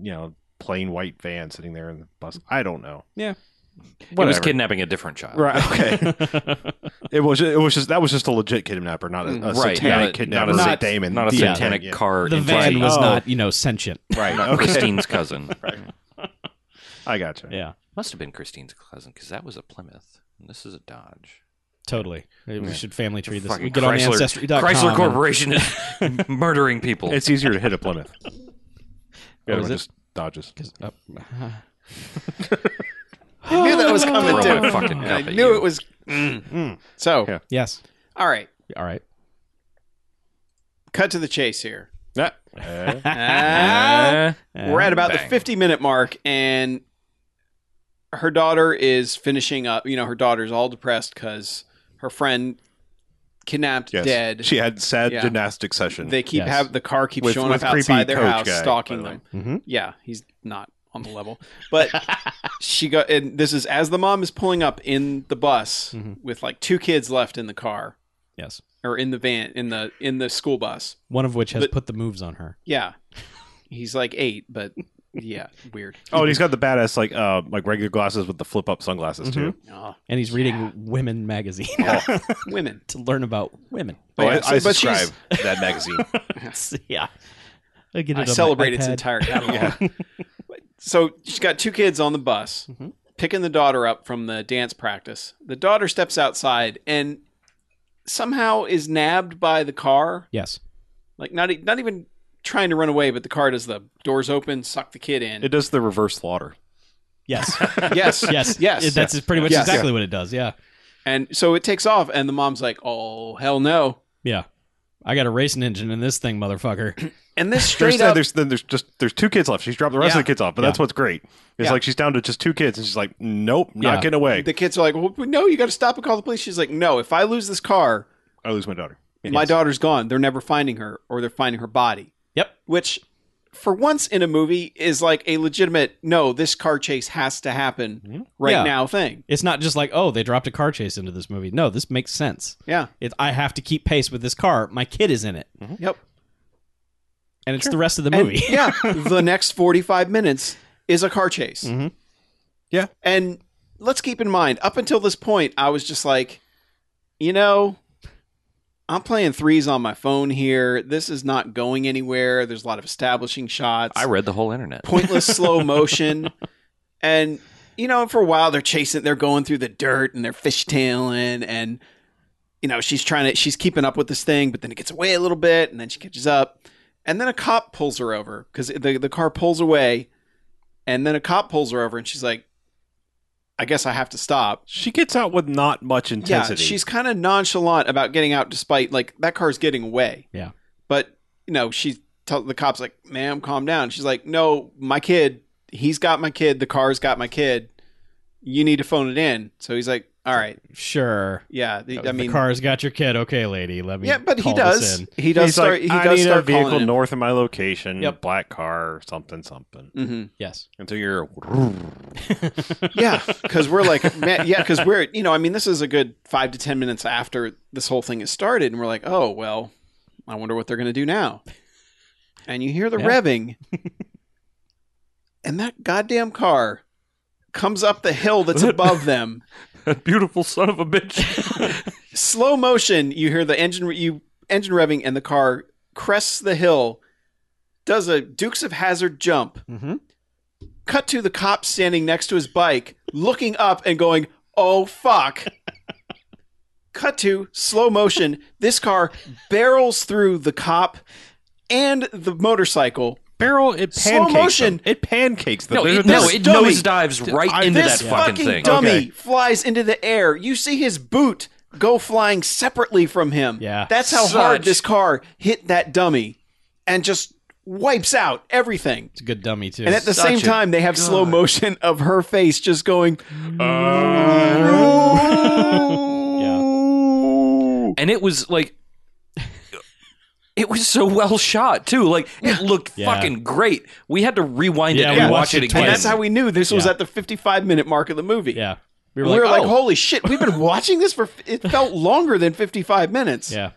[SPEAKER 2] you know plain white van sitting there in the bus i don't know
[SPEAKER 4] Yeah.
[SPEAKER 5] It was
[SPEAKER 2] Whatever.
[SPEAKER 5] kidnapping a different child.
[SPEAKER 2] right okay it was it was just that was just a legit kidnapper not a, a
[SPEAKER 5] Right,
[SPEAKER 2] satanic
[SPEAKER 5] not a-
[SPEAKER 2] kidnapper
[SPEAKER 5] not a
[SPEAKER 2] Nick
[SPEAKER 5] sat-
[SPEAKER 2] Damon
[SPEAKER 5] Not a
[SPEAKER 2] Yeah.
[SPEAKER 5] satanic
[SPEAKER 2] Yeah.
[SPEAKER 5] car.
[SPEAKER 4] The
[SPEAKER 5] entity.
[SPEAKER 4] van was
[SPEAKER 2] Oh.
[SPEAKER 4] not, you know, sentient.
[SPEAKER 2] right
[SPEAKER 5] Not
[SPEAKER 2] okay
[SPEAKER 5] Christine's cousin.
[SPEAKER 2] i gotcha
[SPEAKER 4] Yeah.
[SPEAKER 5] Must have been Christine's cousin because that was a Plymouth. And this is a Dodge.
[SPEAKER 4] Totally. We should family tree this. We
[SPEAKER 5] Fucking
[SPEAKER 4] get on
[SPEAKER 5] Chrysler-
[SPEAKER 4] Ancestry.com.
[SPEAKER 5] Chrysler
[SPEAKER 4] and-
[SPEAKER 5] Corporation is murdering people.
[SPEAKER 2] it's easier to hit a plymouth yeah
[SPEAKER 4] is it?
[SPEAKER 2] just dodges
[SPEAKER 4] Oh,
[SPEAKER 3] I knew that was coming
[SPEAKER 5] Throw my
[SPEAKER 3] too.
[SPEAKER 5] fucking
[SPEAKER 3] And
[SPEAKER 5] cup
[SPEAKER 3] I
[SPEAKER 5] at
[SPEAKER 3] knew
[SPEAKER 5] you.
[SPEAKER 3] it was. Mm. So
[SPEAKER 2] Yeah.
[SPEAKER 4] yes.
[SPEAKER 3] all right,
[SPEAKER 4] All right.
[SPEAKER 3] cut to the chase here.
[SPEAKER 2] Ah. Eh.
[SPEAKER 3] Ah, We're at about the
[SPEAKER 5] Bang.
[SPEAKER 3] 50 minute mark, and her daughter is finishing up. You know, her daughter's all depressed because her friend kidnapped
[SPEAKER 2] yes
[SPEAKER 3] dead.
[SPEAKER 2] she had sad
[SPEAKER 3] Yeah.
[SPEAKER 2] gymnastic session
[SPEAKER 3] they keep
[SPEAKER 4] Yes.
[SPEAKER 3] have the car keeps
[SPEAKER 2] With-
[SPEAKER 3] showing
[SPEAKER 2] with
[SPEAKER 3] up
[SPEAKER 2] creepy
[SPEAKER 3] outside their
[SPEAKER 2] coach
[SPEAKER 3] house,
[SPEAKER 2] guy,
[SPEAKER 3] stalking
[SPEAKER 2] by the
[SPEAKER 3] them.
[SPEAKER 4] Mhm.
[SPEAKER 3] Yeah, he's not on the level. But she got, and this is as the mom is pulling up in the bus
[SPEAKER 2] Mm-hmm.
[SPEAKER 4] Mhm.
[SPEAKER 3] with like two kids left in the car
[SPEAKER 4] Yes.
[SPEAKER 3] or in the van in the in the school bus.
[SPEAKER 4] One of which has
[SPEAKER 3] But-
[SPEAKER 4] put the moves on her.
[SPEAKER 3] Yeah, he's like eight, but yeah, weird.
[SPEAKER 2] Oh, and he's got the badass like uh like regular glasses with the flip up sunglasses too.
[SPEAKER 3] Oh,
[SPEAKER 4] And he's reading Women magazine
[SPEAKER 3] women.
[SPEAKER 4] to learn about women.
[SPEAKER 2] Oh,
[SPEAKER 3] yeah,
[SPEAKER 2] I, I
[SPEAKER 3] so- but she's-
[SPEAKER 2] subscribe that magazine.
[SPEAKER 4] yeah. I, get it
[SPEAKER 3] I
[SPEAKER 4] on my
[SPEAKER 3] celebrate its
[SPEAKER 4] iPad.
[SPEAKER 3] entire catalog. so she's got two kids on the bus,
[SPEAKER 4] Mhm.
[SPEAKER 3] picking the daughter up from the dance practice. The daughter steps outside and somehow is nabbed by the car.
[SPEAKER 4] Yes.
[SPEAKER 3] Like not e- not even trying to run away, but the car does the doors open, suck the kid in.
[SPEAKER 2] It does the reverse slaughter.
[SPEAKER 4] Yes.
[SPEAKER 3] yes,
[SPEAKER 4] Yes.
[SPEAKER 3] yes.
[SPEAKER 4] It- That's pretty much
[SPEAKER 3] Yes.
[SPEAKER 4] exactly what it does. Yeah.
[SPEAKER 3] and so it takes off, and the mom's like, "Oh hell no!"
[SPEAKER 4] Yeah. I got a racing engine in this thing, motherfucker.
[SPEAKER 3] And this
[SPEAKER 2] There's,
[SPEAKER 3] straight
[SPEAKER 2] then
[SPEAKER 3] up,
[SPEAKER 2] there's then there's just there's two kids left. She's dropped the rest
[SPEAKER 3] Yeah.
[SPEAKER 2] of the kids off, but
[SPEAKER 4] Yeah.
[SPEAKER 2] that's what's great. It's
[SPEAKER 3] Yeah.
[SPEAKER 2] like she's down to just two kids, and she's like, "Nope,
[SPEAKER 4] Yeah.
[SPEAKER 2] not getting away.
[SPEAKER 3] the kids are like, "Well, no, you got to stop and call the police." She's like, "No, if I lose this car,
[SPEAKER 2] I lose my daughter."
[SPEAKER 3] my daughter's gone. They're never finding her, or they're finding her body."
[SPEAKER 4] Yep.
[SPEAKER 3] which for once in a movie is like a legitimate no this car chase has to happen right
[SPEAKER 4] Yeah.
[SPEAKER 3] now thing
[SPEAKER 4] It's not just like, oh, they dropped a car chase into this movie. No, this makes sense.
[SPEAKER 3] yeah
[SPEAKER 4] It, I have to keep pace with this car. My kid is in it.
[SPEAKER 3] yep
[SPEAKER 4] And it's the rest of the
[SPEAKER 3] And,
[SPEAKER 4] movie.
[SPEAKER 3] yeah the next 45 minutes is a car chase
[SPEAKER 4] Mhm.
[SPEAKER 2] Yeah.
[SPEAKER 3] and let's keep in mind up until this point i was just like you know i'm playing threes on my phone here this is not going anywhere there's a lot of establishing shots
[SPEAKER 5] I read the whole internet.
[SPEAKER 3] pointless slow motion. And you know, for a while they're chasing, they're going through the dirt and they're fishtailing, and you know she's trying to, she's keeping up with this thing, but then it gets away a little bit, and then she catches up, and then a cop pulls her over because the the car pulls away, and then a cop pulls her over, and she's like, "I guess I have to stop."
[SPEAKER 2] She gets out with not much intensity.
[SPEAKER 3] Yeah, she's kind of nonchalant about getting out, despite like that car's getting away.
[SPEAKER 4] Yeah.
[SPEAKER 3] but you know, she's tell the cops like, "Ma'am, calm down." She's like, "No, my kid. He's got my kid. The car's got my kid. You need to phone it in." So he's like, "All right,
[SPEAKER 4] Sure.
[SPEAKER 3] yeah." the- I
[SPEAKER 4] the
[SPEAKER 3] mean,
[SPEAKER 4] car's got your kid. Okay, lady. Let me.
[SPEAKER 3] yeah, but he
[SPEAKER 4] call this
[SPEAKER 3] does.
[SPEAKER 4] in.
[SPEAKER 3] He
[SPEAKER 2] He's
[SPEAKER 3] does start.
[SPEAKER 2] like,
[SPEAKER 3] he
[SPEAKER 2] I
[SPEAKER 3] does
[SPEAKER 2] need
[SPEAKER 3] start
[SPEAKER 2] a vehicle
[SPEAKER 3] calling him.
[SPEAKER 2] north of my location.
[SPEAKER 4] Yep.
[SPEAKER 2] black car, something, something.
[SPEAKER 3] Mhm.
[SPEAKER 4] Yes.
[SPEAKER 2] Until you're
[SPEAKER 3] yeah because we're like man, yeah because we're you know i mean this is a good five to ten minutes after this whole thing has started and we're like oh well i wonder what they're going to do now and you hear the
[SPEAKER 4] Yeah.
[SPEAKER 3] revving and that goddamn car comes up the hill that's above them
[SPEAKER 2] that beautiful son of a bitch.
[SPEAKER 3] slow motion you hear the engine you engine revving and the car crests the hill does a dukes of hazard jump
[SPEAKER 4] Mm-hmm.
[SPEAKER 3] cut to the cop standing next to his bike, looking up and going, "Oh fuck." cut to slow motion. This car barrels through the cop and the motorcycle.
[SPEAKER 2] Barrel it pancakes.
[SPEAKER 3] Slow motion.
[SPEAKER 2] them. It pancakes them.
[SPEAKER 5] No,
[SPEAKER 2] There's
[SPEAKER 5] it,
[SPEAKER 2] a-
[SPEAKER 5] no,
[SPEAKER 2] this
[SPEAKER 5] it
[SPEAKER 3] dummy-
[SPEAKER 5] nosedives right
[SPEAKER 2] I-
[SPEAKER 5] into
[SPEAKER 3] this
[SPEAKER 5] that fucking, thing.
[SPEAKER 3] dummy
[SPEAKER 2] Okay.
[SPEAKER 3] flies into the air. You see his boot go flying separately from him.
[SPEAKER 4] Yeah.
[SPEAKER 3] That's how
[SPEAKER 5] Such-
[SPEAKER 3] hard this car hit that dummy and just wipes out everything.
[SPEAKER 4] It's a good dummy too.
[SPEAKER 3] And at the
[SPEAKER 5] Such
[SPEAKER 3] same
[SPEAKER 5] a-
[SPEAKER 3] time, they have slow motion of her face just going,
[SPEAKER 4] yeah.
[SPEAKER 5] and it was like it was so well shot too like it looked
[SPEAKER 4] Yeah.
[SPEAKER 5] fucking great we had to rewind
[SPEAKER 4] Yeah,
[SPEAKER 5] it
[SPEAKER 4] we
[SPEAKER 5] and
[SPEAKER 4] watched
[SPEAKER 5] watch it
[SPEAKER 4] it
[SPEAKER 5] again
[SPEAKER 4] twice.
[SPEAKER 3] And that's how we knew this was
[SPEAKER 4] Yeah.
[SPEAKER 3] at the 55 minute mark of the movie.
[SPEAKER 4] Yeah.
[SPEAKER 3] We were, like,
[SPEAKER 4] oh.
[SPEAKER 3] holy shit, we've been watching this for, f- it felt longer than 55 minutes.
[SPEAKER 4] Yeah.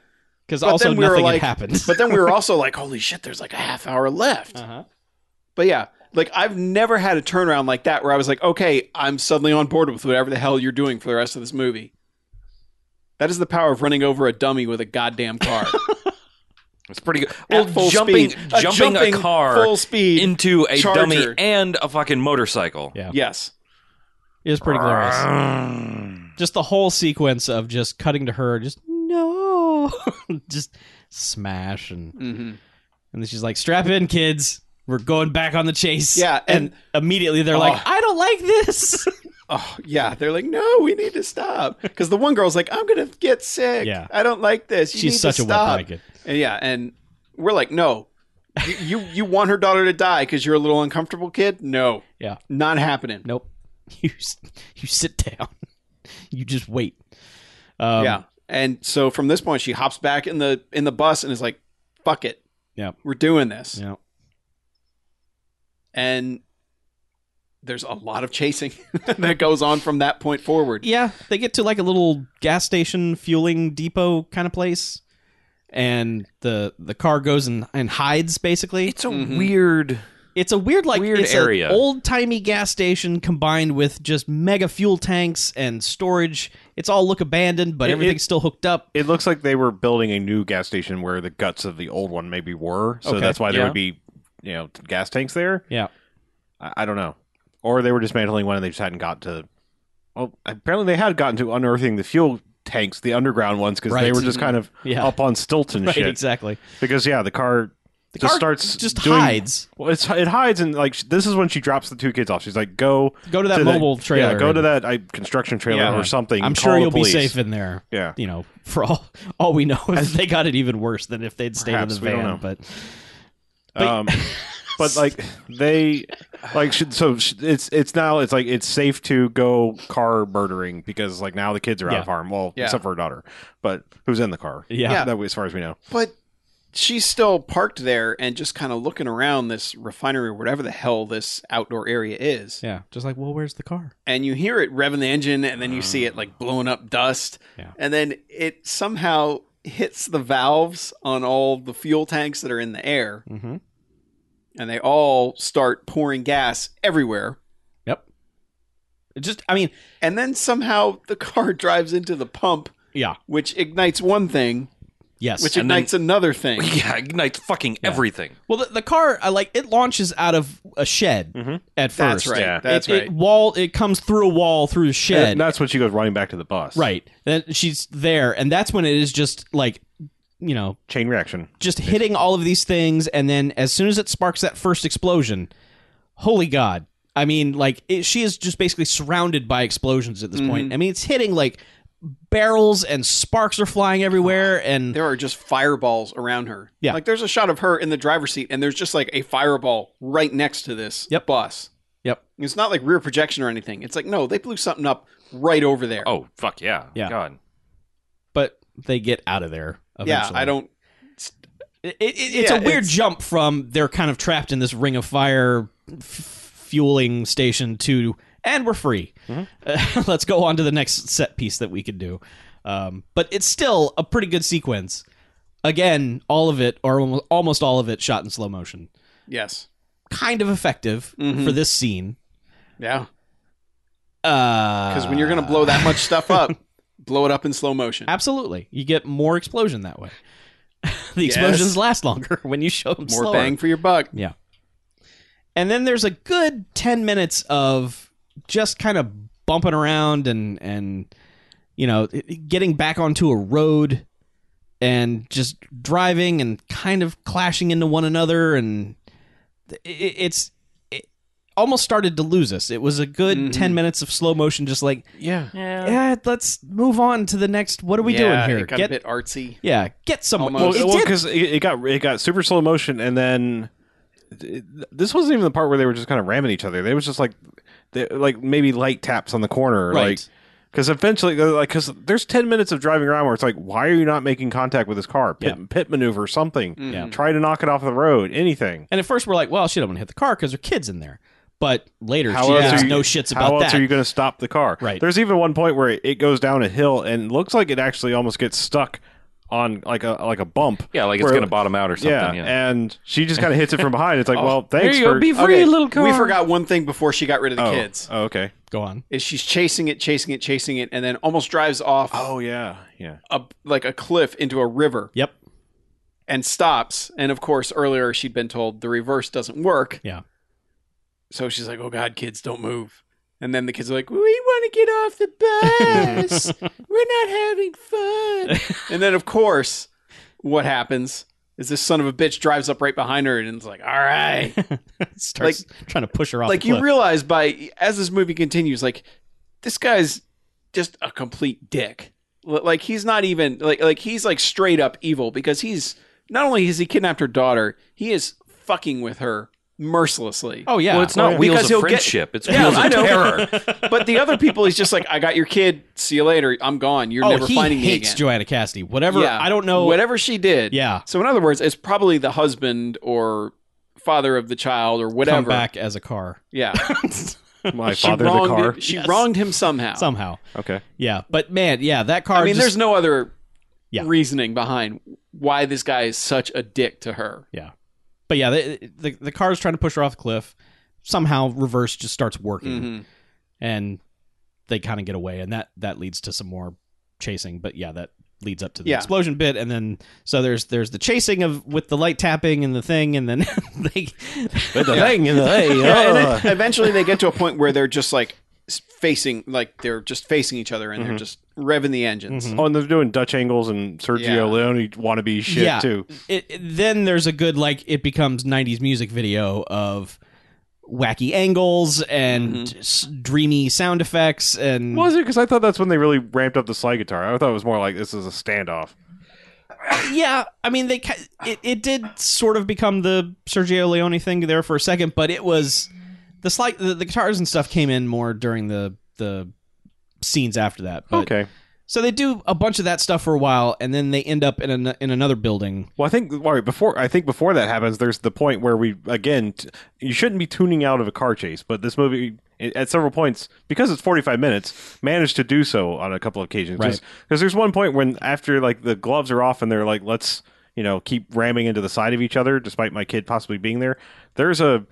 [SPEAKER 4] Because
[SPEAKER 3] But
[SPEAKER 4] also
[SPEAKER 3] then we were
[SPEAKER 4] nothing
[SPEAKER 3] like,
[SPEAKER 4] had happened.
[SPEAKER 3] but then we were also like, holy shit, there's like a half hour left.
[SPEAKER 4] uh-huh.
[SPEAKER 3] But yeah, like I've never had a turnaround like that where I was like, okay, I'm suddenly on board with whatever the hell you're doing for the rest of this movie. That is the power of running over a dummy with a goddamn car.
[SPEAKER 5] it's pretty good
[SPEAKER 3] At
[SPEAKER 5] well
[SPEAKER 3] full
[SPEAKER 5] jumping,
[SPEAKER 3] speed.
[SPEAKER 5] jumping a car
[SPEAKER 3] full speed
[SPEAKER 5] into a
[SPEAKER 3] charger.
[SPEAKER 5] dummy and a fucking motorcycle
[SPEAKER 4] Yeah.
[SPEAKER 3] Yes.
[SPEAKER 4] It was pretty glorious. Just the whole sequence of just cutting to her, just no, just smash and
[SPEAKER 3] Mm-hmm.
[SPEAKER 4] and then she's like, "Strap in, kids, we're going back on the chase."
[SPEAKER 3] Yeah,
[SPEAKER 4] and,
[SPEAKER 3] and-
[SPEAKER 4] immediately they're
[SPEAKER 3] Oh.
[SPEAKER 4] like, "I don't like this."
[SPEAKER 3] Oh yeah, they're like, no, we need to stop because the one girl's like, I'm gonna get sick.
[SPEAKER 4] Yeah.
[SPEAKER 3] I don't like this. You need
[SPEAKER 4] She's such
[SPEAKER 3] to
[SPEAKER 4] a wet
[SPEAKER 3] stop.
[SPEAKER 4] blanket.
[SPEAKER 3] And yeah, and we're like, no, you you, you want her daughter to die because you're a little uncomfortable kid? No,
[SPEAKER 4] Yeah,
[SPEAKER 3] not happening.
[SPEAKER 4] nope. You s- you sit down. You just wait. Um,
[SPEAKER 3] yeah, and so from this point, she hops back in the in the bus and is like, fuck it.
[SPEAKER 4] Yeah.
[SPEAKER 3] we're doing this.
[SPEAKER 4] yeah.
[SPEAKER 3] And there's a lot of chasing that goes on from that point forward.
[SPEAKER 4] Yeah, they get to like a little gas station fueling depot kind of place, and the the car goes and, and hides. Basically,
[SPEAKER 5] It's a weird.
[SPEAKER 4] it's a weird like
[SPEAKER 5] weird area.
[SPEAKER 4] old timey gas station combined with just mega fuel tanks and storage. It's all look abandoned, but
[SPEAKER 2] It-
[SPEAKER 4] everything's
[SPEAKER 2] it-
[SPEAKER 4] still hooked up.
[SPEAKER 2] It looks like they were building a new gas station where the guts of the old one maybe were. So
[SPEAKER 4] Okay.
[SPEAKER 2] that's why there
[SPEAKER 5] Yeah.
[SPEAKER 2] would be, you know, gas tanks there.
[SPEAKER 4] Yeah,
[SPEAKER 2] I, I don't know. Or they were dismantling one and they just hadn't got to. Well, apparently they had gotten to unearthing the fuel tanks, the underground ones, because they
[SPEAKER 4] Right.
[SPEAKER 2] were just kind of
[SPEAKER 4] Yeah.
[SPEAKER 2] up on stilts and
[SPEAKER 4] right,
[SPEAKER 2] shit.
[SPEAKER 4] exactly.
[SPEAKER 2] Because yeah, the car
[SPEAKER 4] The
[SPEAKER 2] just
[SPEAKER 4] car
[SPEAKER 2] starts
[SPEAKER 4] just
[SPEAKER 2] doing,
[SPEAKER 4] hides.
[SPEAKER 2] Well, it's, it hides and like sh- this is when she drops the two kids off. She's like, "Go
[SPEAKER 4] Go to that
[SPEAKER 2] to the-
[SPEAKER 4] mobile trailer.
[SPEAKER 2] Yeah, go to that I, construction trailer
[SPEAKER 4] Yeah.
[SPEAKER 2] or something.
[SPEAKER 4] I'm
[SPEAKER 2] Call
[SPEAKER 4] sure
[SPEAKER 2] the
[SPEAKER 4] you'll be
[SPEAKER 2] police.
[SPEAKER 4] safe in there.
[SPEAKER 2] Yeah.
[SPEAKER 4] you know, for all all we know, if they got it even worse than if they'd stayed
[SPEAKER 2] Perhaps,
[SPEAKER 4] in
[SPEAKER 2] we
[SPEAKER 4] the
[SPEAKER 2] don't
[SPEAKER 4] van.
[SPEAKER 2] know.
[SPEAKER 4] But
[SPEAKER 2] Um, but like they like should, so sh- it's it's now it's like it's safe to go car murdering because like now the kids are out
[SPEAKER 4] Yeah.
[SPEAKER 2] of harm. Well,
[SPEAKER 3] Yeah.
[SPEAKER 2] except for her daughter, but who's in the car?
[SPEAKER 4] yeah,
[SPEAKER 3] Yeah.
[SPEAKER 2] that way, as far as we know.
[SPEAKER 3] But she's still parked there and just kind of looking around this refinery or whatever the hell this outdoor area is.
[SPEAKER 4] yeah, just like, well, where's the car?
[SPEAKER 3] And you hear it revving the engine and then you see it like blowing up dust.
[SPEAKER 4] Yeah.
[SPEAKER 3] And then it somehow hits the valves on all the fuel tanks that are in the air
[SPEAKER 4] Mm-hmm.
[SPEAKER 3] and they all start pouring gas everywhere.
[SPEAKER 4] Yep. It just, I mean,
[SPEAKER 3] And then somehow the car drives into the pump,
[SPEAKER 4] yeah,
[SPEAKER 3] which ignites one thing,
[SPEAKER 4] yes.
[SPEAKER 3] which
[SPEAKER 5] And then-
[SPEAKER 3] ignites another thing.
[SPEAKER 5] Yeah, ignites fucking everything.
[SPEAKER 4] well, the, the car, I like it launches out of a shed
[SPEAKER 2] Mhm.
[SPEAKER 4] at first.
[SPEAKER 3] Mm-hmm. That's right.
[SPEAKER 2] yeah.
[SPEAKER 3] That's
[SPEAKER 4] it,
[SPEAKER 3] right. Uh,
[SPEAKER 4] It wall, it comes through a wall through the shed.
[SPEAKER 2] And that's when she goes running back to the bus.
[SPEAKER 4] right. Then she's there, and that's when it is just like, you know,
[SPEAKER 2] chain reaction.
[SPEAKER 4] just hitting all of these things and then as soon as it sparks that first explosion holy god i mean like it, she is just basically surrounded by explosions at this
[SPEAKER 3] Mm-hmm.
[SPEAKER 4] point i mean it's hitting like barrels and sparks are flying everywhere and
[SPEAKER 3] there are just fireballs around her.
[SPEAKER 4] Yeah.
[SPEAKER 3] Like there's a shot of her in the driver's seat and there's just like a fireball right next to this
[SPEAKER 4] Yep.
[SPEAKER 3] bus.
[SPEAKER 4] yep
[SPEAKER 3] It's not like rear projection or anything. It's like no, they blew something up right over there.
[SPEAKER 5] Oh fuck yeah.
[SPEAKER 4] Yeah.
[SPEAKER 5] God.
[SPEAKER 4] but they get out of there
[SPEAKER 3] yeah,
[SPEAKER 4] eventually.
[SPEAKER 3] I don't
[SPEAKER 4] it, it, it's
[SPEAKER 3] Yeah,
[SPEAKER 4] a weird
[SPEAKER 3] it's-
[SPEAKER 4] jump from they're kind of trapped in this ring of fire f- fueling station to and we're free Uh,
[SPEAKER 3] Mm-hmm.
[SPEAKER 4] let's go on to the next set piece that we could do um, but it's still a pretty good sequence again all of it or almo- almost all of it shot in slow motion
[SPEAKER 3] yes.
[SPEAKER 4] kind of effective
[SPEAKER 3] Mhm.
[SPEAKER 4] for this scene Uh,
[SPEAKER 3] Yeah.
[SPEAKER 4] because
[SPEAKER 3] Cuz when you're going to blow that
[SPEAKER 4] Uh.
[SPEAKER 3] much stuff up, blow it up in slow motion.
[SPEAKER 4] absolutely you get more explosion that way the
[SPEAKER 3] Yes.
[SPEAKER 4] explosions last longer when you show them
[SPEAKER 3] More
[SPEAKER 4] slower.
[SPEAKER 3] bang for your buck.
[SPEAKER 4] Yeah. And then there's a good 10 minutes of just kind of bumping around and and you know, getting back onto a road and just driving and kind of clashing into one another and it- it- it's it almost started to lose us. It was a good 10 minutes of slow motion just like,
[SPEAKER 3] Mm-hmm. Yeah.
[SPEAKER 4] yeah, let's move on to the next. What are we
[SPEAKER 3] Yeah,
[SPEAKER 4] doing here?
[SPEAKER 3] It got
[SPEAKER 4] Get-
[SPEAKER 3] a bit artsy.
[SPEAKER 4] yeah, get someone.
[SPEAKER 3] Almost.
[SPEAKER 4] It
[SPEAKER 2] Well,
[SPEAKER 4] did-
[SPEAKER 2] because it, it got it got super slow motion, and then it- this wasn't even the part where they were just kind of ramming each other. They was just like, they, like maybe light taps on the corner,
[SPEAKER 4] Right.
[SPEAKER 2] like. Because eventually, like, because there's ten minutes of driving around where it's like, why are you not making contact with this car? Pit, pit maneuver, something.
[SPEAKER 4] Yeah.
[SPEAKER 2] Try to knock it off the road, anything.
[SPEAKER 4] And at first we're like, well, she don't want to hit the car because her kid's in there. But later
[SPEAKER 2] How
[SPEAKER 4] she
[SPEAKER 2] else
[SPEAKER 4] has
[SPEAKER 2] are you,
[SPEAKER 4] no shits
[SPEAKER 2] How
[SPEAKER 4] about
[SPEAKER 2] else
[SPEAKER 4] that.
[SPEAKER 2] are you going to stop the car?
[SPEAKER 4] Right.
[SPEAKER 2] There's even one point where it, it goes down a hill and looks like it actually almost gets stuck on like a like a bump.
[SPEAKER 5] Yeah, like it's
[SPEAKER 2] Where-
[SPEAKER 5] gonna bottom out or something.
[SPEAKER 2] Yeah,
[SPEAKER 5] Yeah. Oh,
[SPEAKER 2] and she just kind of hits it from behind. It's like, well, thanks
[SPEAKER 5] there you go,
[SPEAKER 2] for
[SPEAKER 5] be free,
[SPEAKER 3] Okay,
[SPEAKER 5] little car.
[SPEAKER 3] We forgot one thing before she got rid of the
[SPEAKER 2] oh.
[SPEAKER 3] kids.
[SPEAKER 2] Oh, okay.
[SPEAKER 4] Go on.
[SPEAKER 3] Is she's chasing it, chasing it, chasing it, and then almost drives off
[SPEAKER 2] Oh yeah, yeah.
[SPEAKER 3] a, like a cliff into a river
[SPEAKER 4] Yep.
[SPEAKER 3] and stops. And of course, earlier she'd been told the reverse doesn't work.
[SPEAKER 4] Yeah.
[SPEAKER 3] So she's like, "Oh God, kids, don't move." And then the kids are like, "We want to get off the bus. We're not having fun." and then, of course, what happens is this son of a bitch drives up right behind her and is like, "All right."
[SPEAKER 4] Starts trying to push her off.
[SPEAKER 3] like
[SPEAKER 4] the
[SPEAKER 3] you
[SPEAKER 4] cliff.
[SPEAKER 3] realize by as this movie continues, like this guy's just a complete dick. L- Like he's not even like like he's like straight up evil because he's not only has he kidnapped her daughter, he is fucking with her mercilessly.
[SPEAKER 4] Oh yeah.
[SPEAKER 5] Well, it's not wheels
[SPEAKER 3] Because
[SPEAKER 5] of
[SPEAKER 3] he'll get-
[SPEAKER 5] friendship. It's
[SPEAKER 3] Yeah,
[SPEAKER 5] wheels
[SPEAKER 3] I
[SPEAKER 5] of
[SPEAKER 3] know.
[SPEAKER 5] terror.
[SPEAKER 3] But the other people, he's just like, I got your kid. See you later. I'm gone. You're
[SPEAKER 4] Oh,
[SPEAKER 3] never
[SPEAKER 4] he
[SPEAKER 3] finding me
[SPEAKER 4] hates
[SPEAKER 3] again.
[SPEAKER 4] Joanna Cassidy. Whatever. I don't know.
[SPEAKER 3] Whatever she did.
[SPEAKER 4] Yeah.
[SPEAKER 3] So in other words, it's probably the husband or father of the child or
[SPEAKER 4] Come
[SPEAKER 3] whatever.
[SPEAKER 4] back as a car.
[SPEAKER 3] Yeah.
[SPEAKER 2] My
[SPEAKER 3] She
[SPEAKER 2] father, the
[SPEAKER 3] wronged
[SPEAKER 2] car.
[SPEAKER 3] She
[SPEAKER 4] Yes.
[SPEAKER 3] wronged him somehow.
[SPEAKER 4] somehow.
[SPEAKER 2] Okay.
[SPEAKER 4] Yeah, but man, yeah, that car.
[SPEAKER 3] I mean,
[SPEAKER 4] just-
[SPEAKER 3] there's no other
[SPEAKER 4] Yeah.
[SPEAKER 3] reasoning behind why this guy is such a dick to her.
[SPEAKER 4] But yeah, the, the the car's trying to push her off the cliff. Somehow, reverse just starts working,
[SPEAKER 3] Mhm.
[SPEAKER 4] and they kind of get away, and that that leads to some more chasing. But yeah, that leads up to the
[SPEAKER 3] Yeah.
[SPEAKER 4] explosion bit, and then so there's there's the chasing of with the light tapping and the thing, and then they
[SPEAKER 3] Yeah, and then eventually they get to a point where they're just like s- facing, like they're just facing each other and they're
[SPEAKER 4] Mm-hmm.
[SPEAKER 3] just revving the engines.
[SPEAKER 4] Mhm.
[SPEAKER 2] Oh, and they're doing Dutch angles and Sergio
[SPEAKER 3] Yeah.
[SPEAKER 2] Leone wannabe shit
[SPEAKER 4] Yeah. Mm-hmm.
[SPEAKER 2] too.
[SPEAKER 4] it, it- then there's a good like it becomes 90s music video of wacky angles and s- dreamy sound effects and
[SPEAKER 2] Was it? Because I thought that's when they really ramped up the slide guitar. I thought it was more like this is a standoff.
[SPEAKER 4] yeah i mean they ca- it, it did sort of become the sergio leone thing there for a second but it was the slight the, the guitars and stuff came in more during the the scenes after that but
[SPEAKER 2] okay.
[SPEAKER 4] so they do a bunch of that stuff for a while and then they end up in an, in another building
[SPEAKER 2] Well, I think all right, before I think before that happens, there's the point where we again t- you shouldn't be tuning out of a car chase, but this movie i- at several points because it's 45 minutes managed to do so on a couple of occasions
[SPEAKER 4] Right.
[SPEAKER 2] because there's one point when after like the gloves are off and they're like let's you know keep ramming into the side of each other despite my kid possibly being there there's a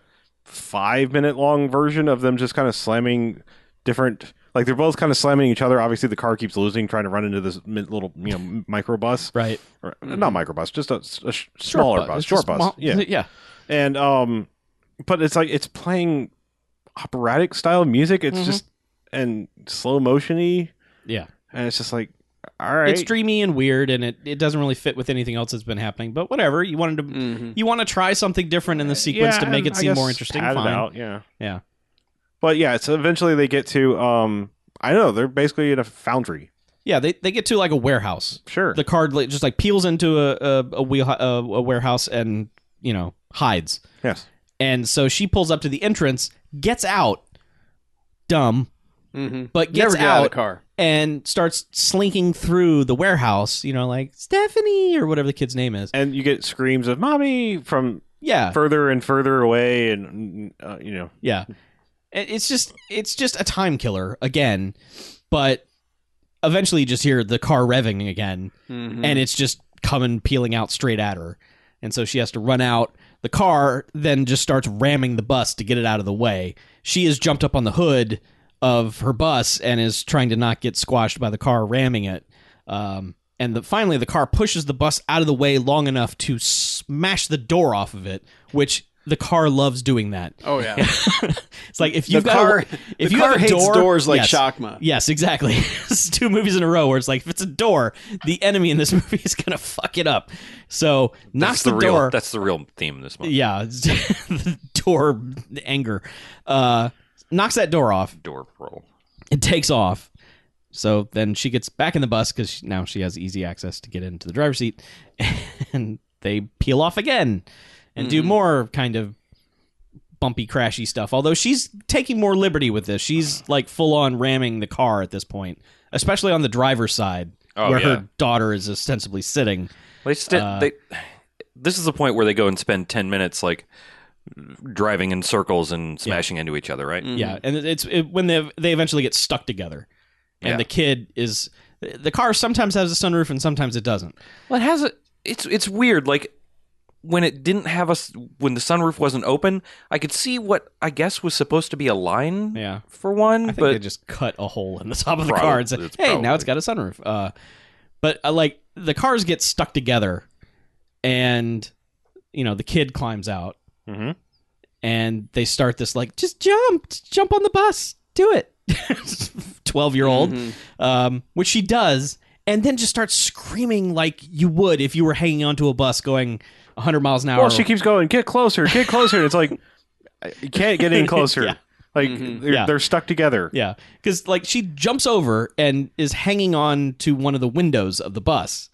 [SPEAKER 2] five minute long version of them just kind of slamming different like they're both kind of slamming each other obviously the car keeps losing trying to run into this mi- little you know microbus
[SPEAKER 4] right
[SPEAKER 2] or uh,
[SPEAKER 4] Mm-hmm.
[SPEAKER 2] not microbus, just a, a sh- smaller bus, short bus. yeah,
[SPEAKER 4] yeah
[SPEAKER 2] and um, but it's like it's playing operatic style music.
[SPEAKER 4] Mm-hmm.
[SPEAKER 2] It's just and slow motiony,
[SPEAKER 4] yeah
[SPEAKER 2] and it's just like all right,
[SPEAKER 4] it's dreamy and weird and it, it doesn't really fit with anything else that's been happening but whatever you wanted to
[SPEAKER 3] Mhm.
[SPEAKER 4] you want to try something different in the sequence
[SPEAKER 2] Yeah,
[SPEAKER 4] to make
[SPEAKER 2] and
[SPEAKER 4] it
[SPEAKER 2] I
[SPEAKER 4] seem
[SPEAKER 2] guess
[SPEAKER 4] more interesting
[SPEAKER 2] pad it
[SPEAKER 4] fine
[SPEAKER 2] out, yeah,
[SPEAKER 4] Yeah.
[SPEAKER 2] But yeah, so eventually they get to um, I don't know, they're basically in a foundry.
[SPEAKER 4] yeah they, they get to like a warehouse
[SPEAKER 2] Sure,
[SPEAKER 4] the card like, just like peels into a a, a, wheel, a a warehouse and you know hides
[SPEAKER 2] yes,
[SPEAKER 4] and so she pulls up to the entrance gets out dumb
[SPEAKER 3] Mhm.
[SPEAKER 4] but gets
[SPEAKER 3] Never get out of the
[SPEAKER 4] out
[SPEAKER 3] car.
[SPEAKER 4] and starts slinking through the warehouse you know like stephanie or whatever the kid's name is
[SPEAKER 2] and you get screams of mommy from
[SPEAKER 4] yeah
[SPEAKER 2] further and further away, and uh, you know,
[SPEAKER 4] Yeah. It- It's just it's just a time killer again, but eventually you just hear the car revving again
[SPEAKER 3] Mhm.
[SPEAKER 4] and it's just coming peeling out straight at her. And so she has to run out. The car then just starts ramming the bus to get it out of the way. She has jumped up on the hood of her bus and is trying to not get squashed by the car ramming it. Um, and the, finally, the car pushes the bus out of the way long enough to smash the door off of it, which the car loves doing that.
[SPEAKER 3] oh yeah,
[SPEAKER 4] It's like if
[SPEAKER 3] the
[SPEAKER 4] you've got
[SPEAKER 3] car.
[SPEAKER 4] a, if
[SPEAKER 3] the
[SPEAKER 4] you
[SPEAKER 3] car
[SPEAKER 4] have a
[SPEAKER 3] hates
[SPEAKER 4] door,
[SPEAKER 3] doors like
[SPEAKER 4] yes,
[SPEAKER 3] Shockma.
[SPEAKER 4] Yes, exactly. it's two movies in a row where it's like if it's a door, the enemy in this movie is gonna fuck it up. So knocks
[SPEAKER 5] that's the, real.
[SPEAKER 4] door.
[SPEAKER 5] That's the real theme this month.
[SPEAKER 4] yeah, it's- the door anger uh, knocks that door off.
[SPEAKER 5] Door roll.
[SPEAKER 4] It takes off. So then she gets back in the bus because now she has easy access to get into the driver's seat, and they peel off again and do
[SPEAKER 5] Mm-hmm.
[SPEAKER 4] more kind of bumpy, crashy stuff. Although she's taking more liberty with this, she's like full on ramming the car at this point, especially on the driver's side
[SPEAKER 5] Oh,
[SPEAKER 4] where
[SPEAKER 5] yeah.
[SPEAKER 4] her daughter is ostensibly sitting.
[SPEAKER 5] They st- they this is the point where they go and spend 10 minutes like driving in circles and smashing into each other, right?
[SPEAKER 4] Yeah, and it- it's it, when they they eventually get stuck together, and
[SPEAKER 5] Yeah.
[SPEAKER 4] the kid is the car sometimes has a sunroof and sometimes it doesn't.
[SPEAKER 5] Well, it has a it's it's weird like when it didn't have us when the sunroof wasn't open, I could see what I guess was supposed to be a line
[SPEAKER 4] Yeah.
[SPEAKER 5] for one,
[SPEAKER 4] I think they
[SPEAKER 5] but
[SPEAKER 4] just cut a hole in the top of the
[SPEAKER 5] Probably-
[SPEAKER 4] car and said,
[SPEAKER 5] it's
[SPEAKER 4] "Hey, now it's got a sunroof." Uh, but uh, like the cars get stuck together, and you know the kid climbs out,
[SPEAKER 5] Mm-hmm.
[SPEAKER 2] Mhm.
[SPEAKER 4] and they start this like, "Just jump, Just jump on the bus, do it." Twelve year old,
[SPEAKER 5] Mm-hmm.
[SPEAKER 4] um, which she does, and then just starts screaming like you would if you were hanging onto a bus going 100 miles an hour.
[SPEAKER 2] Well, she keeps going, get closer, get closer. and it's like, you can't get any closer.
[SPEAKER 4] Yeah. Mm-hmm.
[SPEAKER 2] Like, they're,
[SPEAKER 4] Yeah.
[SPEAKER 2] they're stuck together.
[SPEAKER 4] Yeah, because like she jumps over and is hanging on to one of the windows of the bus,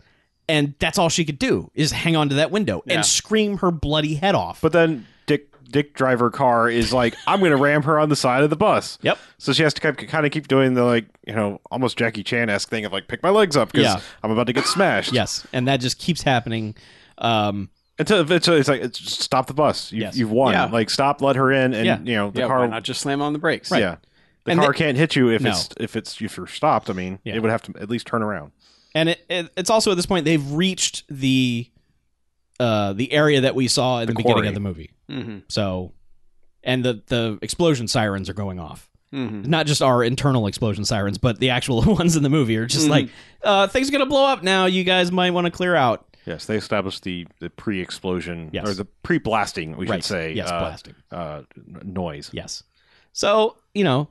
[SPEAKER 4] and that's all she could do is hang on to that window
[SPEAKER 3] Yeah.
[SPEAKER 4] and scream her bloody head off.
[SPEAKER 2] But then Dick Dick driver car is like, I'm going to ram her on the side of the bus.
[SPEAKER 4] Yep.
[SPEAKER 2] So she has to kind of keep doing the, like, you know, almost Jackie Chan esque thing of like, pick my legs up because
[SPEAKER 4] Yeah.
[SPEAKER 2] I'm about to get smashed.
[SPEAKER 4] yes, and that just keeps happening. Um,
[SPEAKER 2] It's, a, it's, a, it's like it's just stop the bus. You,
[SPEAKER 4] Yes.
[SPEAKER 2] You've won.
[SPEAKER 3] Yeah.
[SPEAKER 2] Like stop, let her in, and
[SPEAKER 4] Yeah.
[SPEAKER 2] you know the
[SPEAKER 3] yeah, why
[SPEAKER 2] car.
[SPEAKER 3] not just slam on the brakes?
[SPEAKER 2] Yeah, the
[SPEAKER 4] And
[SPEAKER 2] car
[SPEAKER 4] the-
[SPEAKER 2] can't hit you if
[SPEAKER 4] No.
[SPEAKER 2] it's if it's if you're stopped. I mean,
[SPEAKER 4] Yeah.
[SPEAKER 2] it would have to at least turn around.
[SPEAKER 4] and it, it, it's also at this point they've reached the uh the area that we saw in the,
[SPEAKER 2] The
[SPEAKER 4] beginning
[SPEAKER 2] quarry.
[SPEAKER 4] of the movie
[SPEAKER 3] hmm
[SPEAKER 4] so and the the explosion sirens are going off
[SPEAKER 3] hmm
[SPEAKER 4] not just our internal explosion sirens but the actual ones in the movie are just
[SPEAKER 3] Mhm.
[SPEAKER 4] like uh things are gonna blow up now you guys might want to clear out
[SPEAKER 2] Yes, they established the the pre-explosion
[SPEAKER 4] Yes.
[SPEAKER 2] or the pre-blasting. We should say
[SPEAKER 4] yes
[SPEAKER 2] uh,
[SPEAKER 4] blasting
[SPEAKER 2] uh, n- noise.
[SPEAKER 4] yes so you know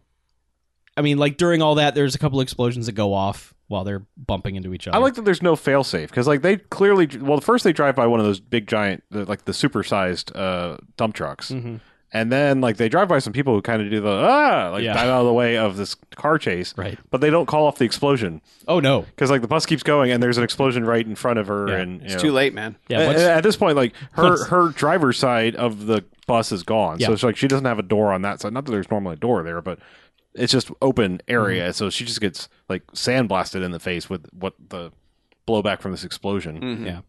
[SPEAKER 4] i mean like during all that there's a couple explosions that go off while they're bumping into each other
[SPEAKER 2] I like that there's no failsafe because like they clearly well first they drive by one of those big giant the- like the supersized uh, dump trucks
[SPEAKER 4] Mhm.
[SPEAKER 2] and then like they drive by some people who kind of do the ah like
[SPEAKER 4] Yeah.
[SPEAKER 2] dive out of the way of this car chase
[SPEAKER 4] Right.
[SPEAKER 2] but they don't call off the explosion
[SPEAKER 4] oh no
[SPEAKER 2] because like the bus keeps going and there's an explosion right in front of her
[SPEAKER 4] Yeah.
[SPEAKER 2] and you
[SPEAKER 3] It's
[SPEAKER 2] know.
[SPEAKER 3] too late, man.
[SPEAKER 4] yeah
[SPEAKER 2] A-
[SPEAKER 4] once-
[SPEAKER 2] a- at this point like her
[SPEAKER 4] once-
[SPEAKER 2] her driver's side of the bus is gone
[SPEAKER 4] Yeah.
[SPEAKER 2] so it's like she doesn't have a door on that side not that there's normally a door there but it's just open area
[SPEAKER 4] Mm-hmm.
[SPEAKER 2] so she just gets like sandblasted in the face with what the blowback from this explosion
[SPEAKER 3] Mhm.
[SPEAKER 4] Yeah.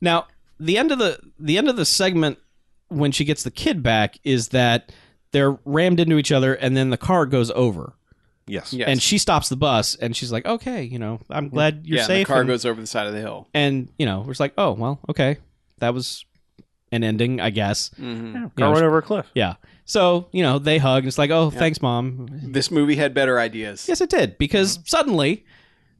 [SPEAKER 4] Now, the end of the the end of the segment when she gets the kid back is that they're rammed into each other and then the car goes over.
[SPEAKER 2] Yes. Mm.
[SPEAKER 3] Yes.
[SPEAKER 4] And she stops the bus and she's like, "Okay, you know, I'm glad you're
[SPEAKER 3] yeah, and
[SPEAKER 4] safe."
[SPEAKER 3] The car
[SPEAKER 4] and,
[SPEAKER 3] goes over the side of the hill.
[SPEAKER 4] and, you know, it's like, "Oh, well, okay. That was an ending, I guess."
[SPEAKER 3] Mhm.
[SPEAKER 4] You know,
[SPEAKER 2] Car went over a cliff.
[SPEAKER 4] yeah. So, you know, they hug and it's like, "Oh, thanks, mom."
[SPEAKER 3] This movie had better ideas.
[SPEAKER 4] Yes, it did because suddenly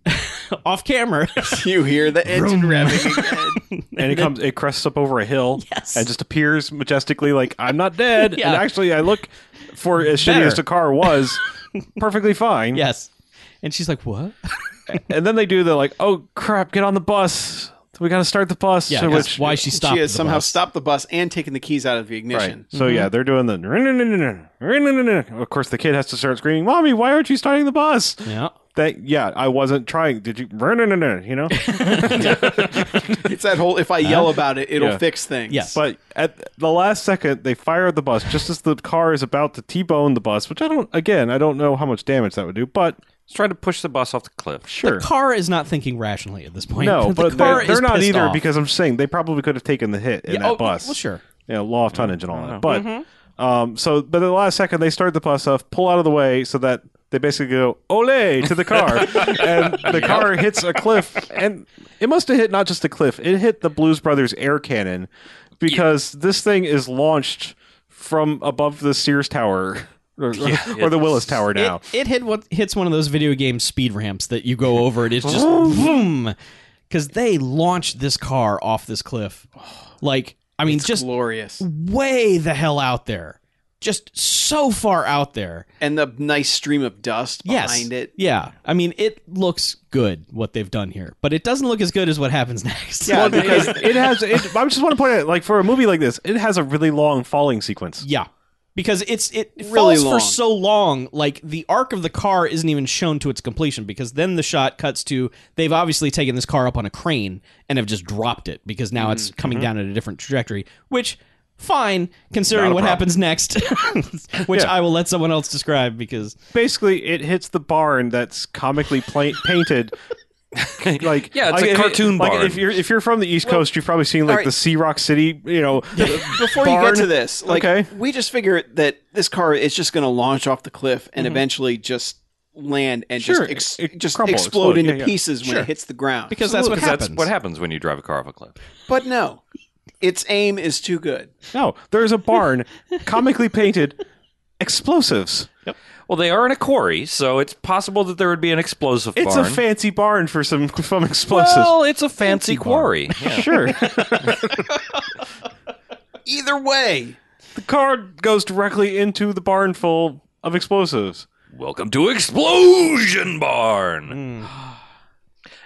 [SPEAKER 4] off camera
[SPEAKER 3] You hear the engine revving again.
[SPEAKER 2] And it comes it crests up over a hill yes. and just appears majestically like I'm not dead.
[SPEAKER 4] Yeah.
[SPEAKER 2] And actually I look for as shitty
[SPEAKER 4] Better.
[SPEAKER 2] as the car was, perfectly fine.
[SPEAKER 4] yes. And she's like, "What?"
[SPEAKER 2] And then they do the like, oh crap, get on the bus. We gotta start the bus.
[SPEAKER 4] Yeah,
[SPEAKER 2] So
[SPEAKER 4] that's
[SPEAKER 2] which-
[SPEAKER 4] why she stopped.
[SPEAKER 3] she has
[SPEAKER 4] the
[SPEAKER 3] somehow
[SPEAKER 4] bus.
[SPEAKER 3] stopped the bus and taken the keys out of the
[SPEAKER 2] Right.
[SPEAKER 3] ignition.
[SPEAKER 2] So yeah, they're doing the of course the kid has to start screaming, Mommy, why aren't you starting the bus?
[SPEAKER 4] Yeah.
[SPEAKER 2] That yeah, I wasn't trying. Did you you know?
[SPEAKER 3] It's that whole if I yell about it, it'll
[SPEAKER 2] Yeah.
[SPEAKER 3] fix things.
[SPEAKER 4] Yes.
[SPEAKER 2] But at the last second, they fire the bus just as the car is about to T-bone the bus, which I don't. Again, I don't know how much damage that would do, but
[SPEAKER 5] Let's try to push the bus off the cliff.
[SPEAKER 2] sure.
[SPEAKER 4] car is not thinking rationally at this point.
[SPEAKER 2] No,
[SPEAKER 4] The
[SPEAKER 2] but
[SPEAKER 4] car
[SPEAKER 2] they're, they're
[SPEAKER 4] is
[SPEAKER 2] not
[SPEAKER 4] pissed
[SPEAKER 2] either
[SPEAKER 4] off.
[SPEAKER 2] because I'm saying they probably could have taken the hit in
[SPEAKER 4] Yeah,
[SPEAKER 2] that
[SPEAKER 4] oh,
[SPEAKER 2] bus.
[SPEAKER 4] Well, sure. Mm-hmm.
[SPEAKER 2] You know, law of tonnage and all that. But um, so, but at the last second, they start the bus off, pull out of the way, so that they basically go ole to the car, and the car hits a cliff, and it must have hit not just a cliff, it hit the Blues Brothers air cannon, because this thing is launched from above the Sears Tower. Or, or the Willis Tower now.
[SPEAKER 4] It, it hit what hits one of those video game speed ramps that you go over and it's just boom. Because they launched this car off this cliff, like I mean, just
[SPEAKER 3] Glorious.
[SPEAKER 4] way the hell out there, just so far out there.
[SPEAKER 3] And the nice stream of dust
[SPEAKER 4] Yes.
[SPEAKER 3] behind it.
[SPEAKER 4] Yeah. I mean, it looks good what they've done here, but it doesn't look as good as what happens next.
[SPEAKER 3] Yeah,
[SPEAKER 2] Well, because it has. It, I just want to point out, like for a movie like this, it has a really long falling sequence.
[SPEAKER 4] Yeah. Because it's it
[SPEAKER 3] Really
[SPEAKER 4] falls
[SPEAKER 3] long.
[SPEAKER 4] for so long, like the arc of the car isn't even shown to its completion because then the shot cuts to they've obviously taken this car up on a crane and have just dropped it because now it's coming down at a different trajectory, which fine considering what happens next, which
[SPEAKER 2] Yeah.
[SPEAKER 4] I will let someone else describe because
[SPEAKER 2] Basically, it hits the barn that's comically pla- painted. Like
[SPEAKER 5] Yeah, it's a
[SPEAKER 2] if-
[SPEAKER 5] cartoon
[SPEAKER 2] like,
[SPEAKER 5] barn.
[SPEAKER 2] if you're if you're from the East Coast, you've probably seen like
[SPEAKER 3] alright.
[SPEAKER 2] the Sea Rock City, you know,
[SPEAKER 3] Before you
[SPEAKER 2] barn.
[SPEAKER 3] get to this, like
[SPEAKER 2] Okay.
[SPEAKER 3] we just figure that this car is just going to launch off the cliff and eventually just land and
[SPEAKER 2] Mm-hmm. Sure,
[SPEAKER 3] just ex-
[SPEAKER 2] it- it
[SPEAKER 3] just
[SPEAKER 2] crumble,
[SPEAKER 3] explode
[SPEAKER 2] explode,
[SPEAKER 3] into
[SPEAKER 2] yeah, yeah.
[SPEAKER 3] pieces when it hits the ground.
[SPEAKER 4] because that's what
[SPEAKER 5] Because
[SPEAKER 4] happens.
[SPEAKER 5] that's what happens when you drive a car off a cliff.
[SPEAKER 3] but no, its aim is too good.
[SPEAKER 2] no, there's a barn comically painted explosives.
[SPEAKER 5] Well, they are in a quarry, so it's possible that there would be an explosive
[SPEAKER 2] It's
[SPEAKER 5] barn.
[SPEAKER 2] a fancy barn for some some explosives.
[SPEAKER 5] well, it's a fancy, quarry. Yeah.
[SPEAKER 2] sure.
[SPEAKER 3] Either way,
[SPEAKER 2] the car goes directly into the barn full of explosives.
[SPEAKER 5] Welcome to Explosion Barn.
[SPEAKER 3] Hmm.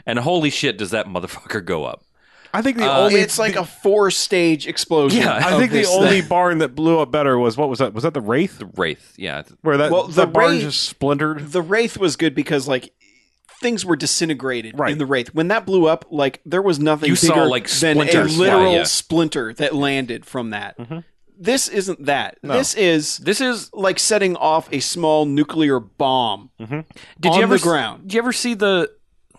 [SPEAKER 5] And holy shit, does that motherfucker go up?
[SPEAKER 2] I think the
[SPEAKER 5] Uh,
[SPEAKER 2] only
[SPEAKER 3] it's like a four-stage explosion.
[SPEAKER 5] Yeah,
[SPEAKER 2] I
[SPEAKER 3] of
[SPEAKER 2] think the
[SPEAKER 3] this
[SPEAKER 2] only
[SPEAKER 3] thing.
[SPEAKER 2] barn that blew up better was what was that? Was that the Wraith?
[SPEAKER 5] Wraith, yeah.
[SPEAKER 2] Where that
[SPEAKER 3] Well,
[SPEAKER 2] the
[SPEAKER 3] the
[SPEAKER 2] barn
[SPEAKER 3] Wraith-
[SPEAKER 2] just splintered.
[SPEAKER 3] the wraith was good because like things were disintegrated
[SPEAKER 2] Right.
[SPEAKER 3] in the wraith when that blew up like there was nothing
[SPEAKER 5] You saw,
[SPEAKER 3] bigger
[SPEAKER 5] like,
[SPEAKER 3] than a
[SPEAKER 5] splinters fly,
[SPEAKER 3] literal
[SPEAKER 5] yeah.
[SPEAKER 3] splinter that landed from that
[SPEAKER 5] Mm-hmm.
[SPEAKER 3] this isn't that this is
[SPEAKER 5] This is.
[SPEAKER 3] like setting off a small nuclear bomb
[SPEAKER 5] Did
[SPEAKER 3] on
[SPEAKER 5] you ever
[SPEAKER 3] the ground
[SPEAKER 5] Did you ever see the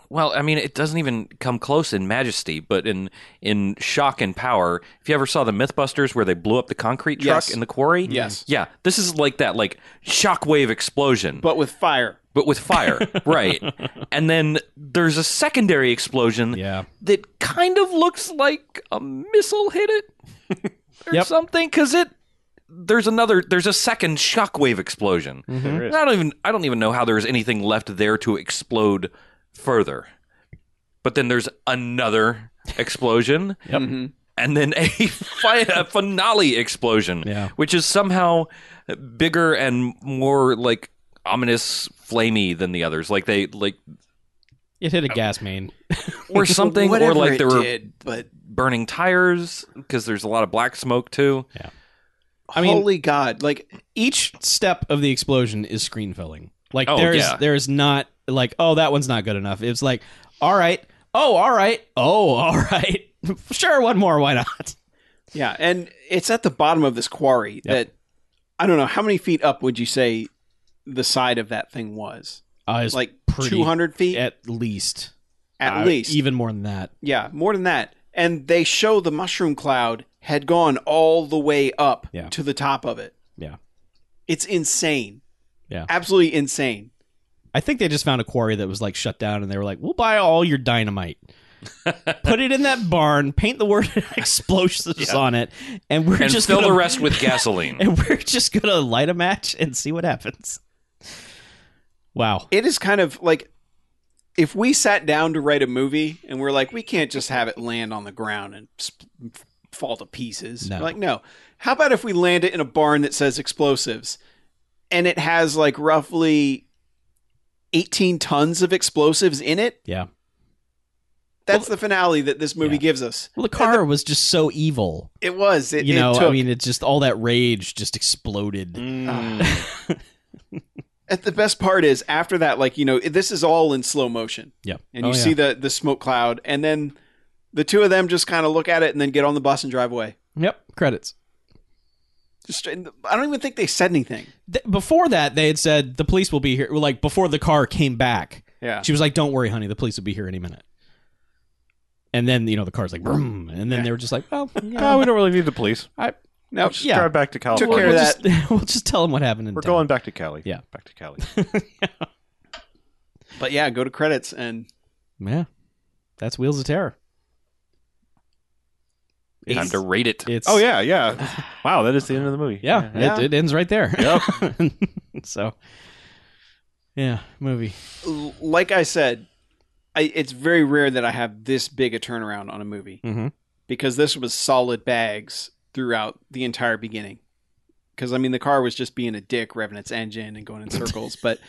[SPEAKER 5] Well, I mean, it doesn't even come close in majesty, but in in shock and power. If you ever saw the MythBusters where they blew up the concrete truck
[SPEAKER 3] Yes.
[SPEAKER 5] in the quarry, Mm-hmm.
[SPEAKER 3] Yes.
[SPEAKER 5] yeah, this is like that, like shockwave explosion, but,
[SPEAKER 3] but with fire.
[SPEAKER 5] with fire, right? And then there's a secondary explosion,
[SPEAKER 4] Yeah.
[SPEAKER 5] that kind of looks like a missile hit it or
[SPEAKER 4] Yep.
[SPEAKER 5] something, because it there's another there's a second shockwave explosion.
[SPEAKER 4] Mm-hmm.
[SPEAKER 2] There is.
[SPEAKER 5] And I don't even I don't even know how there's anything left there to explode further. But then there's another explosion.
[SPEAKER 4] Yep.
[SPEAKER 3] Mm-hmm.
[SPEAKER 5] And then a, fi- a finale explosion,
[SPEAKER 4] Yeah.
[SPEAKER 5] which is somehow bigger and more like ominous, flamey than the others. Like they like
[SPEAKER 4] It hit a gas main.
[SPEAKER 5] or something, or
[SPEAKER 3] Whatever
[SPEAKER 5] like
[SPEAKER 3] it
[SPEAKER 5] there were
[SPEAKER 3] did, but
[SPEAKER 5] burning tires because there's a lot of black smoke too.
[SPEAKER 4] I mean-
[SPEAKER 3] holy God! Like
[SPEAKER 4] Each step of the explosion is screen filling. Like
[SPEAKER 5] Oh,
[SPEAKER 4] there's
[SPEAKER 5] yeah.
[SPEAKER 4] there's not like oh that one's not good enough. It's like all right, oh all right, oh all right, sure one more why not?
[SPEAKER 3] Yeah, and it's at the bottom of this quarry that I don't know how many feet up would you say the side of that thing was?
[SPEAKER 4] Uh, it's
[SPEAKER 3] like
[SPEAKER 4] pretty-
[SPEAKER 3] two hundred feet at,
[SPEAKER 4] at least Uh,
[SPEAKER 3] least.
[SPEAKER 4] even more than that.
[SPEAKER 3] yeah, more than that. And they show the mushroom cloud had gone all the way up
[SPEAKER 4] Yeah.
[SPEAKER 3] to the top of it.
[SPEAKER 4] Yeah.
[SPEAKER 3] It's insane.
[SPEAKER 4] Yeah.
[SPEAKER 3] Absolutely insane.
[SPEAKER 4] I think they just found a quarry that was like shut down, and they were like, "We'll buy all your dynamite, put it in that barn, paint the word explosives on it, and we're
[SPEAKER 5] And
[SPEAKER 4] just
[SPEAKER 5] fill
[SPEAKER 4] gonna,
[SPEAKER 5] the rest with gasoline.
[SPEAKER 4] and we're just gonna light a match and see what happens." Wow.
[SPEAKER 3] It is kind of like if we sat down to write a movie and we're like, we can't just have it land on the ground and sp- fall to pieces.
[SPEAKER 4] No.
[SPEAKER 3] We're Like, no. How about if we land it in a barn that says explosives and it has like roughly 18 tons of explosives in it?
[SPEAKER 4] Yeah.
[SPEAKER 3] That's the finale that this movie
[SPEAKER 4] Yeah.
[SPEAKER 3] gives us.
[SPEAKER 4] Well, the car was just so evil.
[SPEAKER 3] It was. It,
[SPEAKER 4] You
[SPEAKER 3] it
[SPEAKER 4] know,
[SPEAKER 3] took. Mm.
[SPEAKER 4] I mean, it's just all that rage just exploded.
[SPEAKER 3] And the best part is after that, like you know, this is all in slow motion,
[SPEAKER 4] Yeah.
[SPEAKER 3] and
[SPEAKER 4] Oh,
[SPEAKER 3] you
[SPEAKER 4] yeah.
[SPEAKER 3] see the the smoke cloud, and then the two of them just kind of look at it and then get on the bus and drive away.
[SPEAKER 4] Yep. Credits.
[SPEAKER 3] Just straight, I don't even think they said anything.
[SPEAKER 4] Th- before that, they had said the police will be here. well, Like before the car came back,
[SPEAKER 3] Yeah,
[SPEAKER 4] She was like, "Don't worry, honey. The police will be here any minute." And then you know the car's like, "Vroom," and then they were just like, "Well,
[SPEAKER 2] Ah, we don't really need the police.
[SPEAKER 3] no,
[SPEAKER 2] Just
[SPEAKER 4] yeah.
[SPEAKER 2] drive back to
[SPEAKER 3] Took
[SPEAKER 2] California.
[SPEAKER 3] care of
[SPEAKER 4] we'll
[SPEAKER 3] that.
[SPEAKER 4] just, we'll just tell them what happened." In
[SPEAKER 2] We're
[SPEAKER 4] town.
[SPEAKER 2] going back to Cali.
[SPEAKER 4] Yeah.
[SPEAKER 2] back to Cali.
[SPEAKER 3] but yeah, go to credits and
[SPEAKER 4] Yeah, that's Wheels of Terror.
[SPEAKER 5] Time to rate it.
[SPEAKER 4] It's
[SPEAKER 2] Oh yeah, yeah. Wow, that is the end of the movie.
[SPEAKER 4] yeah.
[SPEAKER 3] Yeah.
[SPEAKER 4] It, it ends right there. so yeah, movie.
[SPEAKER 3] l- like I said, I, it's very rare that I have this big a turnaround on a movie
[SPEAKER 4] Mhm.
[SPEAKER 3] because this was solid bags throughout the entire beginning. Because I mean, the car was just being a dick, revving its engine and going in circles, but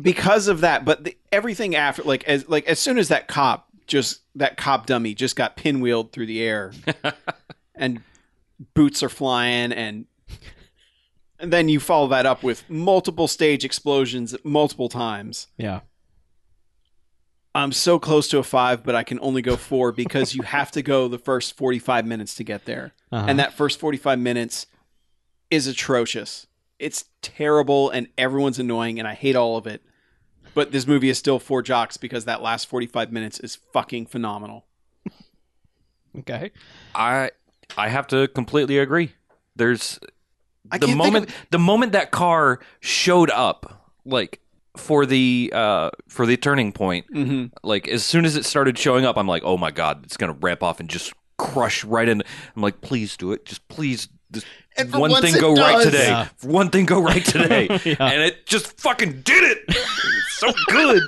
[SPEAKER 3] because of that, but the, everything after, like as like as soon as that cop just that cop dummy just got pinwheeled through the air, and boots are flying and. And then you follow that up with multiple stage explosions multiple times.
[SPEAKER 4] Yeah,
[SPEAKER 3] I'm so close to a five, but I can only go four because you have to go the first 45 minutes to get there.
[SPEAKER 4] Uh-huh.
[SPEAKER 3] And that first 45 minutes is atrocious. It's terrible and everyone's annoying and I hate all of it. But this movie is still four jocks because that last 45 minutes is fucking phenomenal.
[SPEAKER 4] okay.
[SPEAKER 5] I I have to completely agree. There's
[SPEAKER 3] I
[SPEAKER 5] the
[SPEAKER 3] can't think
[SPEAKER 5] moment the moment that car showed up, like for the uh for the turning point,
[SPEAKER 3] Mm-hmm.
[SPEAKER 5] like as soon as it started showing up, I'm like, oh my god, it's gonna ramp off and just crush right in. I'm like, please do it, just please. This
[SPEAKER 3] And for
[SPEAKER 5] one
[SPEAKER 3] once
[SPEAKER 5] thing
[SPEAKER 3] it
[SPEAKER 5] go right
[SPEAKER 3] does.
[SPEAKER 5] today.
[SPEAKER 4] Yeah.
[SPEAKER 5] For One thing go right today, and it just fucking did it. It's so good.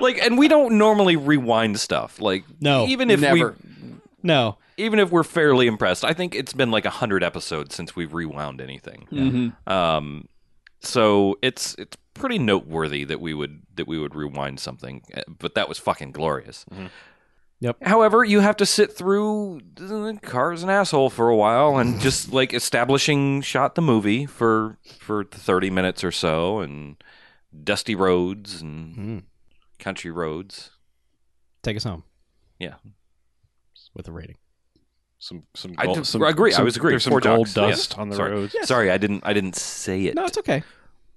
[SPEAKER 5] like, and we don't normally rewind stuff. Like,
[SPEAKER 4] No,
[SPEAKER 5] even if
[SPEAKER 3] never.
[SPEAKER 5] we
[SPEAKER 4] No,
[SPEAKER 5] even if we're fairly impressed, I think it's been like hundred episodes since we've rewound anything. Um, so it's it's pretty noteworthy that we would that we would rewind something, eh, but that was fucking glorious.
[SPEAKER 2] Mm-hmm.
[SPEAKER 4] Yep.
[SPEAKER 5] However, you have to sit through uh, "Car's an Asshole" for a while and just like establishing shot the movie for for thirty minutes or so, and dusty roads and
[SPEAKER 4] Mm.
[SPEAKER 5] country roads.
[SPEAKER 4] take us home.
[SPEAKER 5] Yeah.
[SPEAKER 4] with a rating.
[SPEAKER 2] Some some
[SPEAKER 5] I
[SPEAKER 2] gold,
[SPEAKER 5] do-
[SPEAKER 2] some,
[SPEAKER 5] I agree. I
[SPEAKER 2] some-
[SPEAKER 5] was agree.
[SPEAKER 2] There's some
[SPEAKER 5] Four
[SPEAKER 2] gold
[SPEAKER 5] docs. Yeah.
[SPEAKER 2] dust on the
[SPEAKER 5] Sorry.
[SPEAKER 2] roads.
[SPEAKER 5] Sorry, I didn't I didn't say it.
[SPEAKER 4] No, it's okay.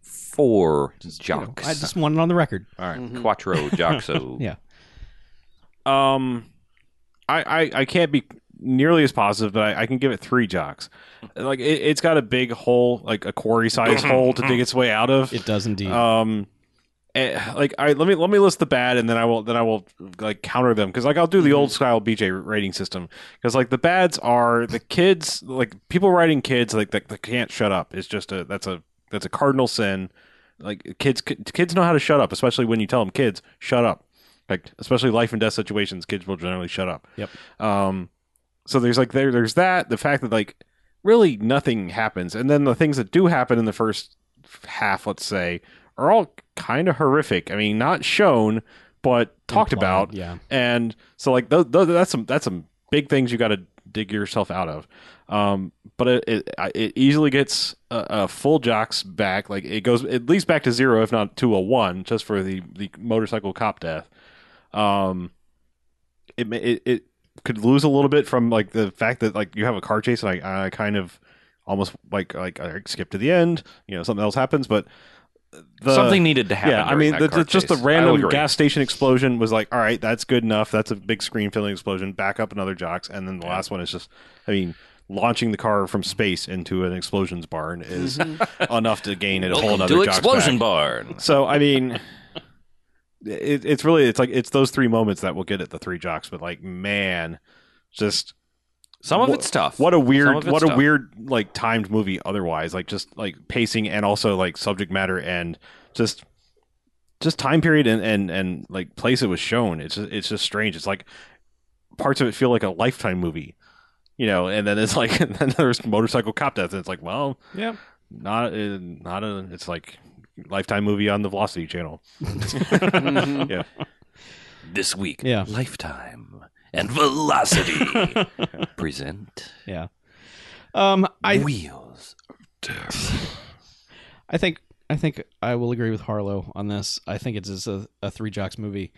[SPEAKER 5] four
[SPEAKER 4] You know,
[SPEAKER 5] jocks.
[SPEAKER 4] I just want it on the record.
[SPEAKER 2] All right.
[SPEAKER 5] Quattro Joxo.
[SPEAKER 4] Yeah.
[SPEAKER 2] Um, I, I I can't be nearly as positive, but I, I can give it three jocks. Like it, it's got a big hole, like a quarry size hole to dig its way out of.
[SPEAKER 4] It does indeed.
[SPEAKER 2] Um, eh, like I let me let me list the bad, and then I will then I will like counter them because like I'll do the old style BJ rating system because like the bads are the kids like people writing kids like that, that can't shut up. It's just a that's a that's a cardinal sin. Like kids kids know how to shut up, especially when you tell them kids shut up. Like especially life and death situations, kids will generally shut up.
[SPEAKER 4] Yep.
[SPEAKER 2] Um, so there's like there there's that the fact that like really nothing happens, and then the things that do happen in the first half, let's say, are all kind of horrific. I mean, not shown, but talked
[SPEAKER 4] Implied,
[SPEAKER 2] about.
[SPEAKER 4] Yeah.
[SPEAKER 2] And so like th- th- that's some that's some big things you got to dig yourself out of. Um, but it it, I- it easily gets a, a full jocks back. Like it goes at least back to zero, if not to a one, just for the the motorcycle cop death. Um, it ma- it, it could lose a little bit from like the fact that like you have a car chase and I, I kind of almost like like I skip to the end. You know, something else happens, but the,
[SPEAKER 5] Something needed to happen.
[SPEAKER 2] yeah, I
[SPEAKER 5] during
[SPEAKER 2] mean,
[SPEAKER 5] that
[SPEAKER 2] the,
[SPEAKER 5] car
[SPEAKER 2] the- just the
[SPEAKER 5] chase. I will
[SPEAKER 2] random
[SPEAKER 5] agree.
[SPEAKER 2] gas station explosion was like, all right, that's good enough. That's a big screen filling explosion. Back up another jocks, and then the last one is just, I mean, launching the car from space into an explosions barn is
[SPEAKER 3] Mm-hmm.
[SPEAKER 2] enough to gain it a whole
[SPEAKER 5] Welcome
[SPEAKER 2] another
[SPEAKER 5] to
[SPEAKER 2] jocks
[SPEAKER 5] explosion
[SPEAKER 2] back.
[SPEAKER 5] barn.
[SPEAKER 2] So I mean, it, it's really it's like it's those three moments that will get at the three jocks. But like, man, just
[SPEAKER 5] Some of
[SPEAKER 2] Wha-
[SPEAKER 5] it's tough.
[SPEAKER 2] what a
[SPEAKER 5] Some
[SPEAKER 2] weird,
[SPEAKER 5] of it's
[SPEAKER 2] what a
[SPEAKER 5] tough.
[SPEAKER 2] weird like timed movie. Otherwise, like just like pacing and also like subject matter and just just time period and and and like place it was shown. It's just, it's just strange. It's like parts of it feel like a lifetime movie, you know. And then it's like and then there's motorcycle cop death, and it's like well,
[SPEAKER 4] Yeah.
[SPEAKER 2] not uh, not a. It's like lifetime movie on the Velocity Channel. yeah,
[SPEAKER 5] this week.
[SPEAKER 4] Yeah.
[SPEAKER 5] Lifetime and Velocity present
[SPEAKER 4] Yeah. Um, I
[SPEAKER 5] Wheels.
[SPEAKER 4] I think I think I will agree with Harlow on this. I think it's just a, a three jocks movie.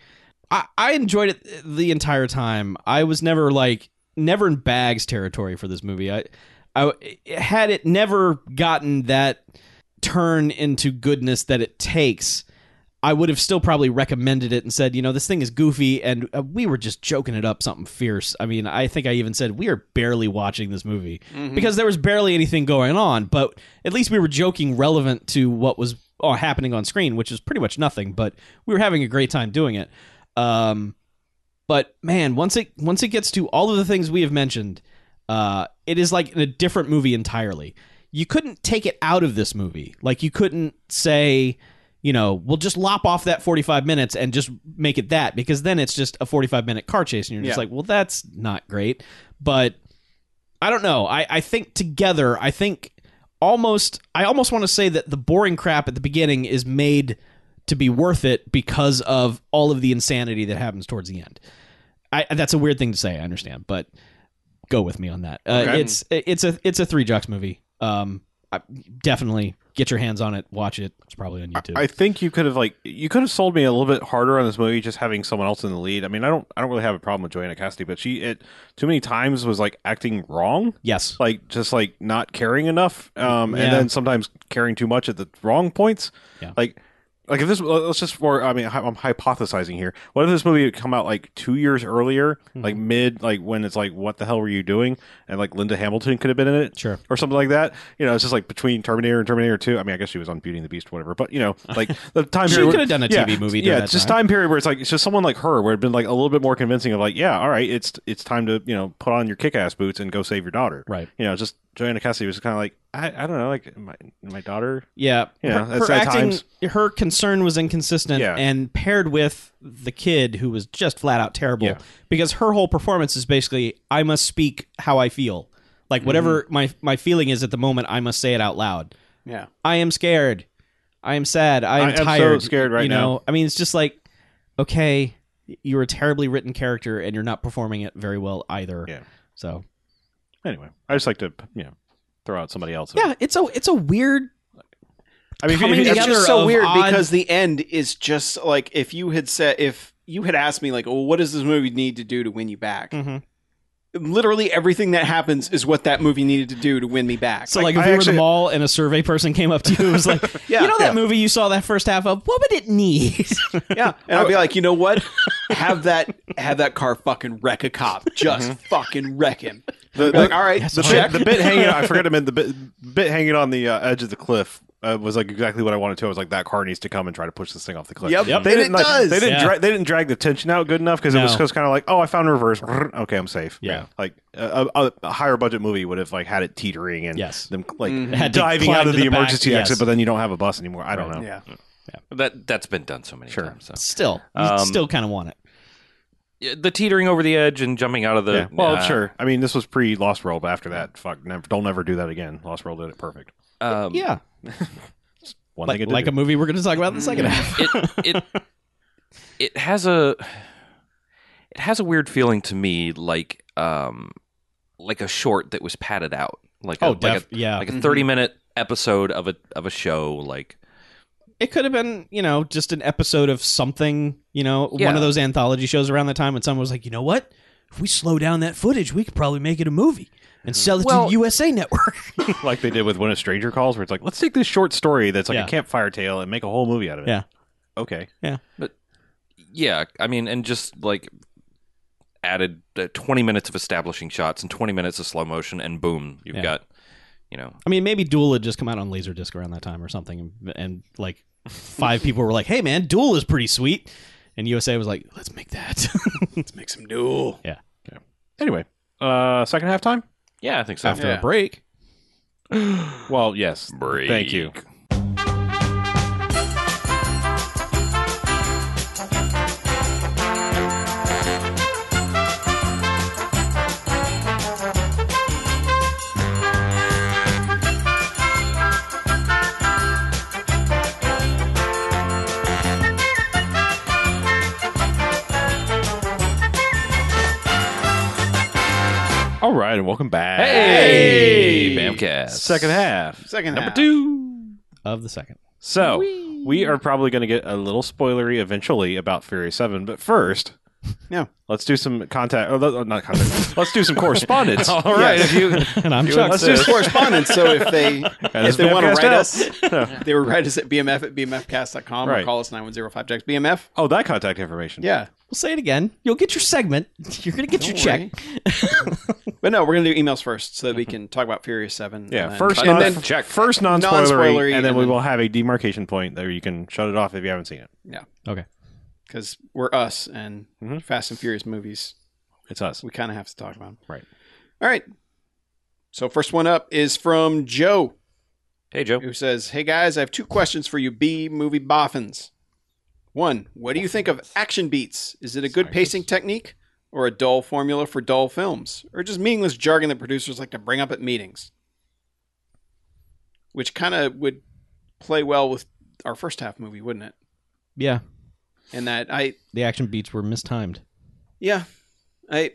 [SPEAKER 4] I, I enjoyed it the entire time. I was never like never in bags territory for this movie. I I had it never gotten that turn into goodness that it takes. I would have still probably recommended it and said, you know, this thing is goofy, and uh, we were just joking it up something fierce. I mean, I think I even said we are barely watching this movie because there was barely anything going on, but at least we were joking relevant to what was uh, happening on screen, which is pretty much nothing. But we were having a great time doing it. Um, but man, once it once it gets to all of the things we have mentioned, uh, it is like in a different movie entirely. You couldn't take it out of this movie. Like you couldn't say, you know, we'll just lop off that forty five minutes and just make it that because then it's just a forty five minute car chase and you're just
[SPEAKER 3] Yeah.
[SPEAKER 4] like, well, that's not great. But I don't know. I, I think together, I think almost I almost want to say that the boring crap at the beginning is made to be worth it because of all of the insanity that happens towards the end. I that's a weird thing to say, I understand, but go with me on that. Uh,
[SPEAKER 2] Okay.
[SPEAKER 4] it's it's a it's a three jocks movie. Um I, definitely get your hands on it, watch it. It's probably on YouTube.
[SPEAKER 2] I think you could have like you could have sold me a little bit harder on this movie just having someone else in the lead. I mean, I don't I don't really have a problem with Joanna Cassidy, but she it too many times was like acting wrong,
[SPEAKER 4] yes.
[SPEAKER 2] like just like not caring enough, um,
[SPEAKER 4] Yeah.
[SPEAKER 2] and then sometimes caring too much at the wrong points.
[SPEAKER 4] Yeah.
[SPEAKER 2] Like like if this let's just for I mean hy- I'm hypothesizing here. What if this movie had come out like two years earlier,
[SPEAKER 4] Hmm.
[SPEAKER 2] like mid like when it's like what the hell were you doing, and like Linda Hamilton could have been in it,
[SPEAKER 4] Sure.
[SPEAKER 2] or something like that. You know, it's just like between Terminator and Terminator Two. I mean, I guess she was on Beauty and the Beast, or whatever. But you know, like the time
[SPEAKER 4] She
[SPEAKER 2] period
[SPEAKER 4] could have done a TV movie during
[SPEAKER 2] Yeah,
[SPEAKER 4] that
[SPEAKER 2] it's just
[SPEAKER 4] time.
[SPEAKER 2] time period where it's like it's just someone like her, where it'd been like a little bit more convincing of like, yeah, all right, it's it's time to you know put on your kick ass boots and go save your daughter.
[SPEAKER 4] Right.
[SPEAKER 2] You know, just Joanna Cassidy was kind of like, I, I don't know, like my my daughter.
[SPEAKER 4] Yeah,
[SPEAKER 2] Yeah,
[SPEAKER 4] her,
[SPEAKER 2] that's
[SPEAKER 4] her
[SPEAKER 2] at
[SPEAKER 4] acting,
[SPEAKER 2] times.
[SPEAKER 4] her concern was inconsistent,
[SPEAKER 2] Yeah.
[SPEAKER 4] and paired with the kid who was just flat out terrible.
[SPEAKER 2] Yeah.
[SPEAKER 4] Because her whole performance is basically, I must speak how I feel, like whatever
[SPEAKER 2] Mm-hmm.
[SPEAKER 4] my my feeling is at the moment, I must say it out loud.
[SPEAKER 3] Yeah.
[SPEAKER 4] I am scared. I am sad. I am
[SPEAKER 2] I am so
[SPEAKER 4] tired.
[SPEAKER 2] scared right
[SPEAKER 4] you know? I mean, it's just like, okay, you're a terribly written character, and you're not performing it very well either.
[SPEAKER 2] Yeah.
[SPEAKER 4] So
[SPEAKER 2] Anyway, I just like to you know throw out somebody else.
[SPEAKER 4] yeah, it's a it's a weird.
[SPEAKER 2] I mean, if you-
[SPEAKER 4] Coming
[SPEAKER 2] if you-
[SPEAKER 3] It's
[SPEAKER 4] together
[SPEAKER 3] just so
[SPEAKER 4] of
[SPEAKER 3] weird
[SPEAKER 4] odd-
[SPEAKER 3] because the end is just like
[SPEAKER 4] Mm-hmm.
[SPEAKER 3] if you had said if you had asked me like, well, what does this movie need to do to win you back? literally everything that happens is what that movie needed to do to win me back.
[SPEAKER 4] So
[SPEAKER 3] Like,
[SPEAKER 4] like, if
[SPEAKER 2] I
[SPEAKER 4] you were at
[SPEAKER 2] actually-
[SPEAKER 4] the mall and a survey person came up to you and was like,
[SPEAKER 3] Yeah,
[SPEAKER 4] you know that
[SPEAKER 3] yeah.
[SPEAKER 4] movie you saw that first half of, what would it need?
[SPEAKER 3] yeah, and I'd
[SPEAKER 2] Oh.
[SPEAKER 3] be like, you know what? have that have that car fucking wreck a cop. Just
[SPEAKER 2] Mm-hmm.
[SPEAKER 3] fucking wreck him.
[SPEAKER 2] The,
[SPEAKER 3] Be like, all right,
[SPEAKER 2] the
[SPEAKER 3] check.
[SPEAKER 2] bit, the bit hanging. I forgot to mention the bit, bit hanging on the uh, edge of the cliff. Uh, was like exactly what I wanted to. I was like, that car needs to come and try to push this thing off the cliff.
[SPEAKER 3] Yep. Yep.
[SPEAKER 2] They
[SPEAKER 3] And it
[SPEAKER 2] didn't, like,
[SPEAKER 3] does.
[SPEAKER 2] They didn't.
[SPEAKER 4] Yeah.
[SPEAKER 2] Dra- they didn't drag the tension out good enough because it was
[SPEAKER 4] No.
[SPEAKER 2] just kind of like, oh, I found reverse. Okay, I'm safe.
[SPEAKER 4] Yeah.
[SPEAKER 2] Like a, a, a higher budget movie would have like had it teetering and
[SPEAKER 4] Yes.
[SPEAKER 2] them like
[SPEAKER 3] Mm.
[SPEAKER 4] Had to
[SPEAKER 2] diving
[SPEAKER 4] climb
[SPEAKER 2] out of
[SPEAKER 4] to
[SPEAKER 2] the,
[SPEAKER 4] the back,
[SPEAKER 2] emergency
[SPEAKER 4] yes.
[SPEAKER 2] exit, but then you don't have a bus anymore. I don't know.
[SPEAKER 3] yeah.
[SPEAKER 5] That that's been done so many times. So.
[SPEAKER 4] still, you
[SPEAKER 5] Um,
[SPEAKER 4] still kind of want it.
[SPEAKER 5] Yeah, The teetering over the edge and jumping out of the
[SPEAKER 2] Yeah. Well,
[SPEAKER 5] uh,
[SPEAKER 2] sure. I mean, this was pre Lost World. But after that, fuck, never, don't ever do that again. Lost World did it perfect.
[SPEAKER 5] Um,
[SPEAKER 4] Yeah,
[SPEAKER 2] One
[SPEAKER 4] like,
[SPEAKER 2] thing it did
[SPEAKER 4] like
[SPEAKER 2] do.
[SPEAKER 4] a movie we're going to talk about in the second half.
[SPEAKER 5] it it it has a it has a weird feeling to me like um like a short that was padded out like
[SPEAKER 4] Oh,
[SPEAKER 5] a, like a,
[SPEAKER 4] def- yeah.
[SPEAKER 2] Mm-hmm.
[SPEAKER 5] like a 30 minute episode of a of a show like
[SPEAKER 4] it could have been, you know, just an episode of something, you know,
[SPEAKER 5] Yeah.
[SPEAKER 4] one of those anthology shows around the time when someone was like, you know what? If we slow down that footage, we could probably make it a movie and sell it to
[SPEAKER 5] Well-
[SPEAKER 4] the USA Network.
[SPEAKER 2] like they did with When a Stranger Calls, where it's like, let's take this short story that's like
[SPEAKER 4] Yeah.
[SPEAKER 2] a campfire tale and make a whole movie out of it.
[SPEAKER 4] Yeah.
[SPEAKER 2] Okay.
[SPEAKER 5] yeah i mean and just like added uh, 20 minutes of establishing shots and 20 minutes of slow motion and boom you've
[SPEAKER 4] Yeah.
[SPEAKER 5] got you know
[SPEAKER 4] I mean, maybe Duel had just come out on Laserdisc around that time or something, and, and like five people were like, "Hey, man, Duel is pretty sweet," and USA was like, "Let's make that."
[SPEAKER 3] Let's make some duel.
[SPEAKER 2] Anyway, uh, second half time.
[SPEAKER 5] yeah i think so
[SPEAKER 3] After- Yeah.
[SPEAKER 4] break.
[SPEAKER 2] Well, yes. Thank you. All right, and welcome back.
[SPEAKER 5] hey, bamcast
[SPEAKER 2] Second half.
[SPEAKER 3] Second
[SPEAKER 2] Number
[SPEAKER 3] half.
[SPEAKER 2] two.
[SPEAKER 4] Of the second,
[SPEAKER 2] So we are probably going to get a little spoilery eventually about Fury Seven, but first,
[SPEAKER 3] Yeah.
[SPEAKER 2] let's do some contact. Or th- not contact. let's do some correspondence. All
[SPEAKER 3] right,
[SPEAKER 2] if you
[SPEAKER 4] and I'm
[SPEAKER 2] Dude,
[SPEAKER 4] Chuck.
[SPEAKER 2] let's
[SPEAKER 3] So it's correspondence. So if they if
[SPEAKER 2] this
[SPEAKER 3] they want to
[SPEAKER 2] Bamcast out.
[SPEAKER 3] write us, they would write us at bmf at bmfcast.com or
[SPEAKER 2] Right.
[SPEAKER 3] call us 9105 bmf.
[SPEAKER 2] oh that contact information.
[SPEAKER 3] Yeah.
[SPEAKER 4] We'll say it again. You'll get your segment. You're gonna get your
[SPEAKER 3] worry.
[SPEAKER 4] check.
[SPEAKER 3] But no, we're going to do emails first so that we can talk about Furious 7.
[SPEAKER 2] Mm-hmm. Yeah,
[SPEAKER 3] and then-
[SPEAKER 2] first
[SPEAKER 3] and
[SPEAKER 2] non
[SPEAKER 3] then-
[SPEAKER 2] check first non spoilery,
[SPEAKER 3] Non-spoilery,
[SPEAKER 2] and then
[SPEAKER 3] and
[SPEAKER 2] we
[SPEAKER 3] then-
[SPEAKER 2] will have a demarcation point there you can shut it off if you haven't seen it.
[SPEAKER 3] Yeah.
[SPEAKER 4] Okay.
[SPEAKER 3] Because we're us and
[SPEAKER 2] Mhm.
[SPEAKER 3] Fast and Furious movies.
[SPEAKER 2] It's us.
[SPEAKER 3] We kind of have to talk about them.
[SPEAKER 2] Right.
[SPEAKER 3] All right. So, first one up is from Joe,
[SPEAKER 5] hey joe
[SPEAKER 3] who says, Hey guys, I have two questions for you B movie boffins. One, what do you think of action beats? Is it a good pacing technique or a dull formula for dull films? Or just meaningless jargon that producers like to bring up at meetings? Which kind of would play well with our first half movie, wouldn't it?
[SPEAKER 4] Yeah,
[SPEAKER 3] And that I,
[SPEAKER 4] the action beats were mistimed.
[SPEAKER 3] Yeah, I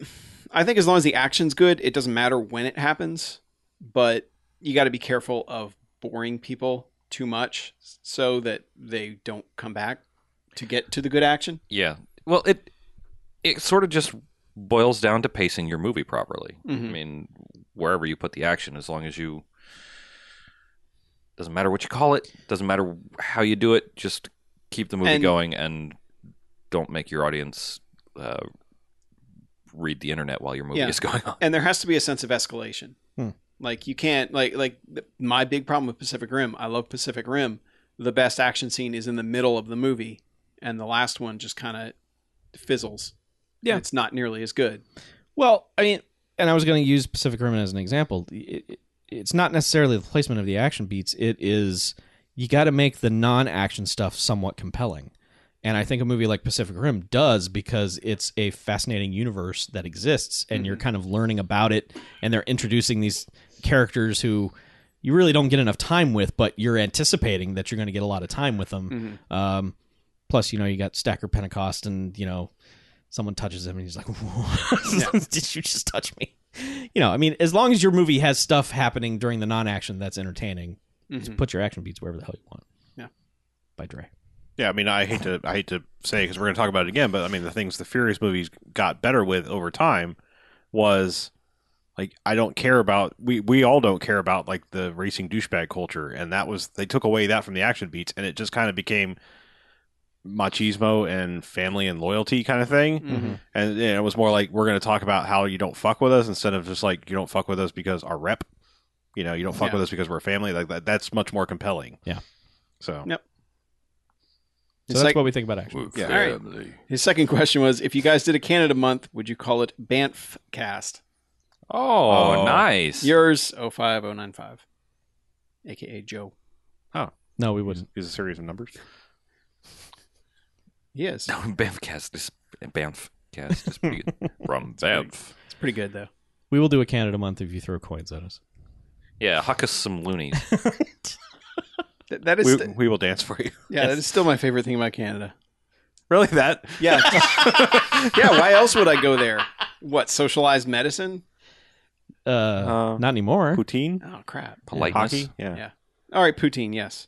[SPEAKER 3] I think as long as the action's good, it doesn't matter when it happens. But you got to be careful of boring people too much so that they don't come back to get to the good action.
[SPEAKER 5] Yeah. Well, it it sort of just boils down to pacing your movie properly. I
[SPEAKER 3] Mm-hmm.
[SPEAKER 4] Mm-hmm.
[SPEAKER 5] mean, wherever you put the action, as long as you doesn't matter what you call it, doesn't matter how you do it, just keep the movie
[SPEAKER 3] And-
[SPEAKER 5] going and don't make your audience uh, read the internet while your movie
[SPEAKER 3] Yeah.
[SPEAKER 5] is going on.
[SPEAKER 3] And there has to be a sense of escalation.
[SPEAKER 4] Hmm.
[SPEAKER 3] Like you can't like like th- my big problem with Pacific Rim. I love Pacific Rim. The best action scene is in the middle of the movie, and the last one just kind of fizzles.
[SPEAKER 4] Yeah.
[SPEAKER 3] it's not nearly as good.
[SPEAKER 4] Well, I mean, and I was going to use Pacific Rim as an example. It, it- it's not necessarily the placement of the action beats. It is you got to make the non-action stuff somewhat compelling. And I think a movie like Pacific Rim does because it's a fascinating universe that exists and you're kind of learning about it and they're introducing these characters who you really don't get enough time with, but you're anticipating that you're going to get a lot of time with them. Um, plus, you know, you got Stacker Pentecost and, you know, someone touches him and he's like, "Whoa, "Did you just touch me?" You know, I mean, as long as your movie has stuff happening during the non-action that's entertaining,
[SPEAKER 3] Mm-hmm.
[SPEAKER 4] just put your action beats wherever the hell you want.
[SPEAKER 3] Yeah.
[SPEAKER 4] by Dre.
[SPEAKER 2] Yeah, I mean, I hate to I hate to say because we're going to talk about it again, but I mean, the things the Furious movies got better with over time was like I don't care about we we all don't care about like the racing douchebag culture, and that was they took away that from the action beats, and it just kind of became machismo and family and loyalty kind of thing
[SPEAKER 4] mm-hmm.
[SPEAKER 3] Mhm.
[SPEAKER 2] and, and it was more like we're going to talk about how you don't fuck with us instead of just like you don't fuck with us because our rep you know you don't fuck
[SPEAKER 3] Yeah.
[SPEAKER 2] with us because we're family like that, that's much more compelling
[SPEAKER 4] Yeah.
[SPEAKER 2] so
[SPEAKER 3] Yeah.
[SPEAKER 4] So
[SPEAKER 3] It's
[SPEAKER 4] that's
[SPEAKER 3] like-
[SPEAKER 4] what we think about action.
[SPEAKER 3] Yeah. His second question was if you guys did a Canada month, would you call it Banff Cast?
[SPEAKER 5] Oh,
[SPEAKER 2] Oh.
[SPEAKER 5] nice.
[SPEAKER 3] Yours 05095, aka Joe.
[SPEAKER 4] No, we wouldn't.
[SPEAKER 2] is a series of numbers
[SPEAKER 3] Yes.
[SPEAKER 5] No, Banffcast is Banffcast is pretty good. from Banff.
[SPEAKER 3] It's pretty good though.
[SPEAKER 4] We will do a Canada month if you throw coins at us.
[SPEAKER 5] Yeah, huck us some loonies.
[SPEAKER 3] Th- that is
[SPEAKER 2] we,
[SPEAKER 3] st-
[SPEAKER 2] we will dance for you
[SPEAKER 3] yeah, that is still my favorite thing about Canada.
[SPEAKER 2] really that
[SPEAKER 3] Yeah. yeah, why else would I go there? What, socialized medicine?
[SPEAKER 4] Uh,
[SPEAKER 2] Uh,
[SPEAKER 4] not anymore.
[SPEAKER 2] poutine
[SPEAKER 3] Oh crap.
[SPEAKER 5] Politeness.
[SPEAKER 2] hockey yeah,
[SPEAKER 3] Yeah. All right, poutine, yes.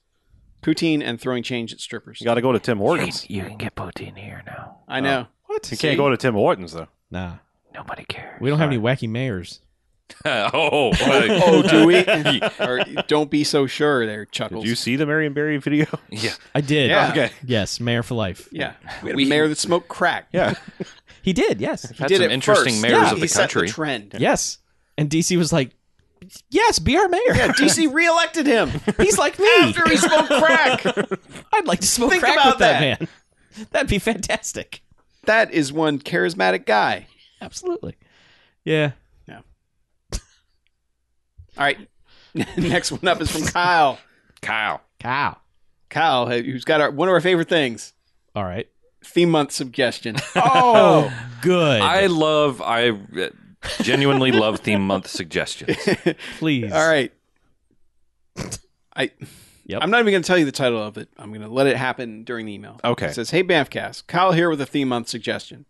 [SPEAKER 3] Poutine and throwing change at strippers.
[SPEAKER 2] you got to go to tim hortons you
[SPEAKER 3] I know.
[SPEAKER 4] What?
[SPEAKER 2] can't go to tim hortons though
[SPEAKER 4] Nah. Nobody cares. We don't have any wacky mayors.
[SPEAKER 5] oh,
[SPEAKER 3] oh, do we? or, don't be so sure there,
[SPEAKER 2] did
[SPEAKER 3] Chuckles.
[SPEAKER 2] you see the Marion Barry video?
[SPEAKER 5] yeah.
[SPEAKER 4] I did.
[SPEAKER 3] Yeah.
[SPEAKER 2] okay.
[SPEAKER 4] Yes, mayor for life.
[SPEAKER 3] Yeah. We had a mayor that smoked crack.
[SPEAKER 2] Yeah.
[SPEAKER 4] He did. Yes.
[SPEAKER 3] He
[SPEAKER 5] Had
[SPEAKER 3] did
[SPEAKER 5] some
[SPEAKER 3] it
[SPEAKER 5] interesting
[SPEAKER 3] first.
[SPEAKER 5] mayors
[SPEAKER 3] Yeah.
[SPEAKER 5] of
[SPEAKER 3] he
[SPEAKER 5] the country.
[SPEAKER 3] Set the trend.
[SPEAKER 4] Yes. And DC was like, yes, be our mayor.
[SPEAKER 3] Yeah, DC reelected him
[SPEAKER 4] He's like me.
[SPEAKER 3] after he smoked crack.
[SPEAKER 4] I'd like to smoke
[SPEAKER 3] Think
[SPEAKER 4] crack
[SPEAKER 3] about
[SPEAKER 4] with that. man. That'd be fantastic.
[SPEAKER 3] That is one charismatic guy.
[SPEAKER 4] Absolutely. Yeah.
[SPEAKER 3] All right. Next one up is from Kyle.
[SPEAKER 5] Kyle.
[SPEAKER 4] Cow.
[SPEAKER 3] Kyle, who's got our, one of our favorite things
[SPEAKER 4] All right.
[SPEAKER 3] theme month suggestion.
[SPEAKER 4] Oh, good.
[SPEAKER 5] I love, I uh, genuinely love theme month suggestions.
[SPEAKER 4] Please.
[SPEAKER 3] All right. I
[SPEAKER 4] Yep.
[SPEAKER 3] I'm not even going to tell you the title of it. I'm going to let it happen during the email.
[SPEAKER 2] Okay.
[SPEAKER 3] It says, "Hey Banffcast, Kyle here with a theme month suggestion.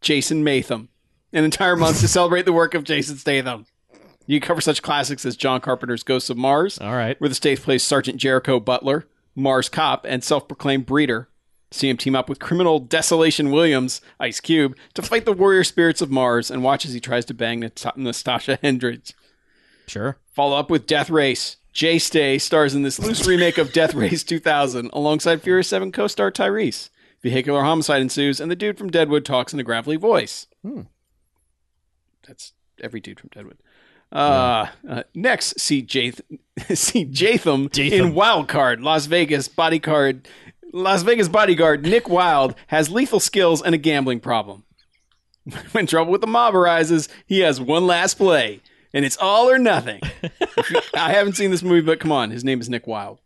[SPEAKER 3] Jason Matham, an entire month to celebrate the work of Jason Statham. You cover such classics as John Carpenter's Ghosts of Mars,
[SPEAKER 4] All right.
[SPEAKER 3] where the stage plays Sergeant Jericho Butler, Mars Cop, and self-proclaimed breeder." See him team up with criminal Desolation Williams, Ice Cube, to fight the warrior spirits of Mars and watch as he tries to bang Nat- Nastasha Hendricks.
[SPEAKER 4] Sure.
[SPEAKER 3] Follow up with Death Race. Jay Stay stars in this loose remake of Death Race 2000 alongside Furious 7 co star Tyrese. Vehicular homicide ensues, and the dude from Deadwood talks in a gravelly voice. That's every dude from Deadwood. Uh, uh, next, see, Jath- see Jatham in Wild Card, Las Vegas bodyguard. Las Vegas bodyguard Nick Wilde has lethal skills and a gambling problem. When trouble with the mob arises, he has one last play, and it's all or nothing. I haven't seen this movie, but come on, his name is Nick Wilde.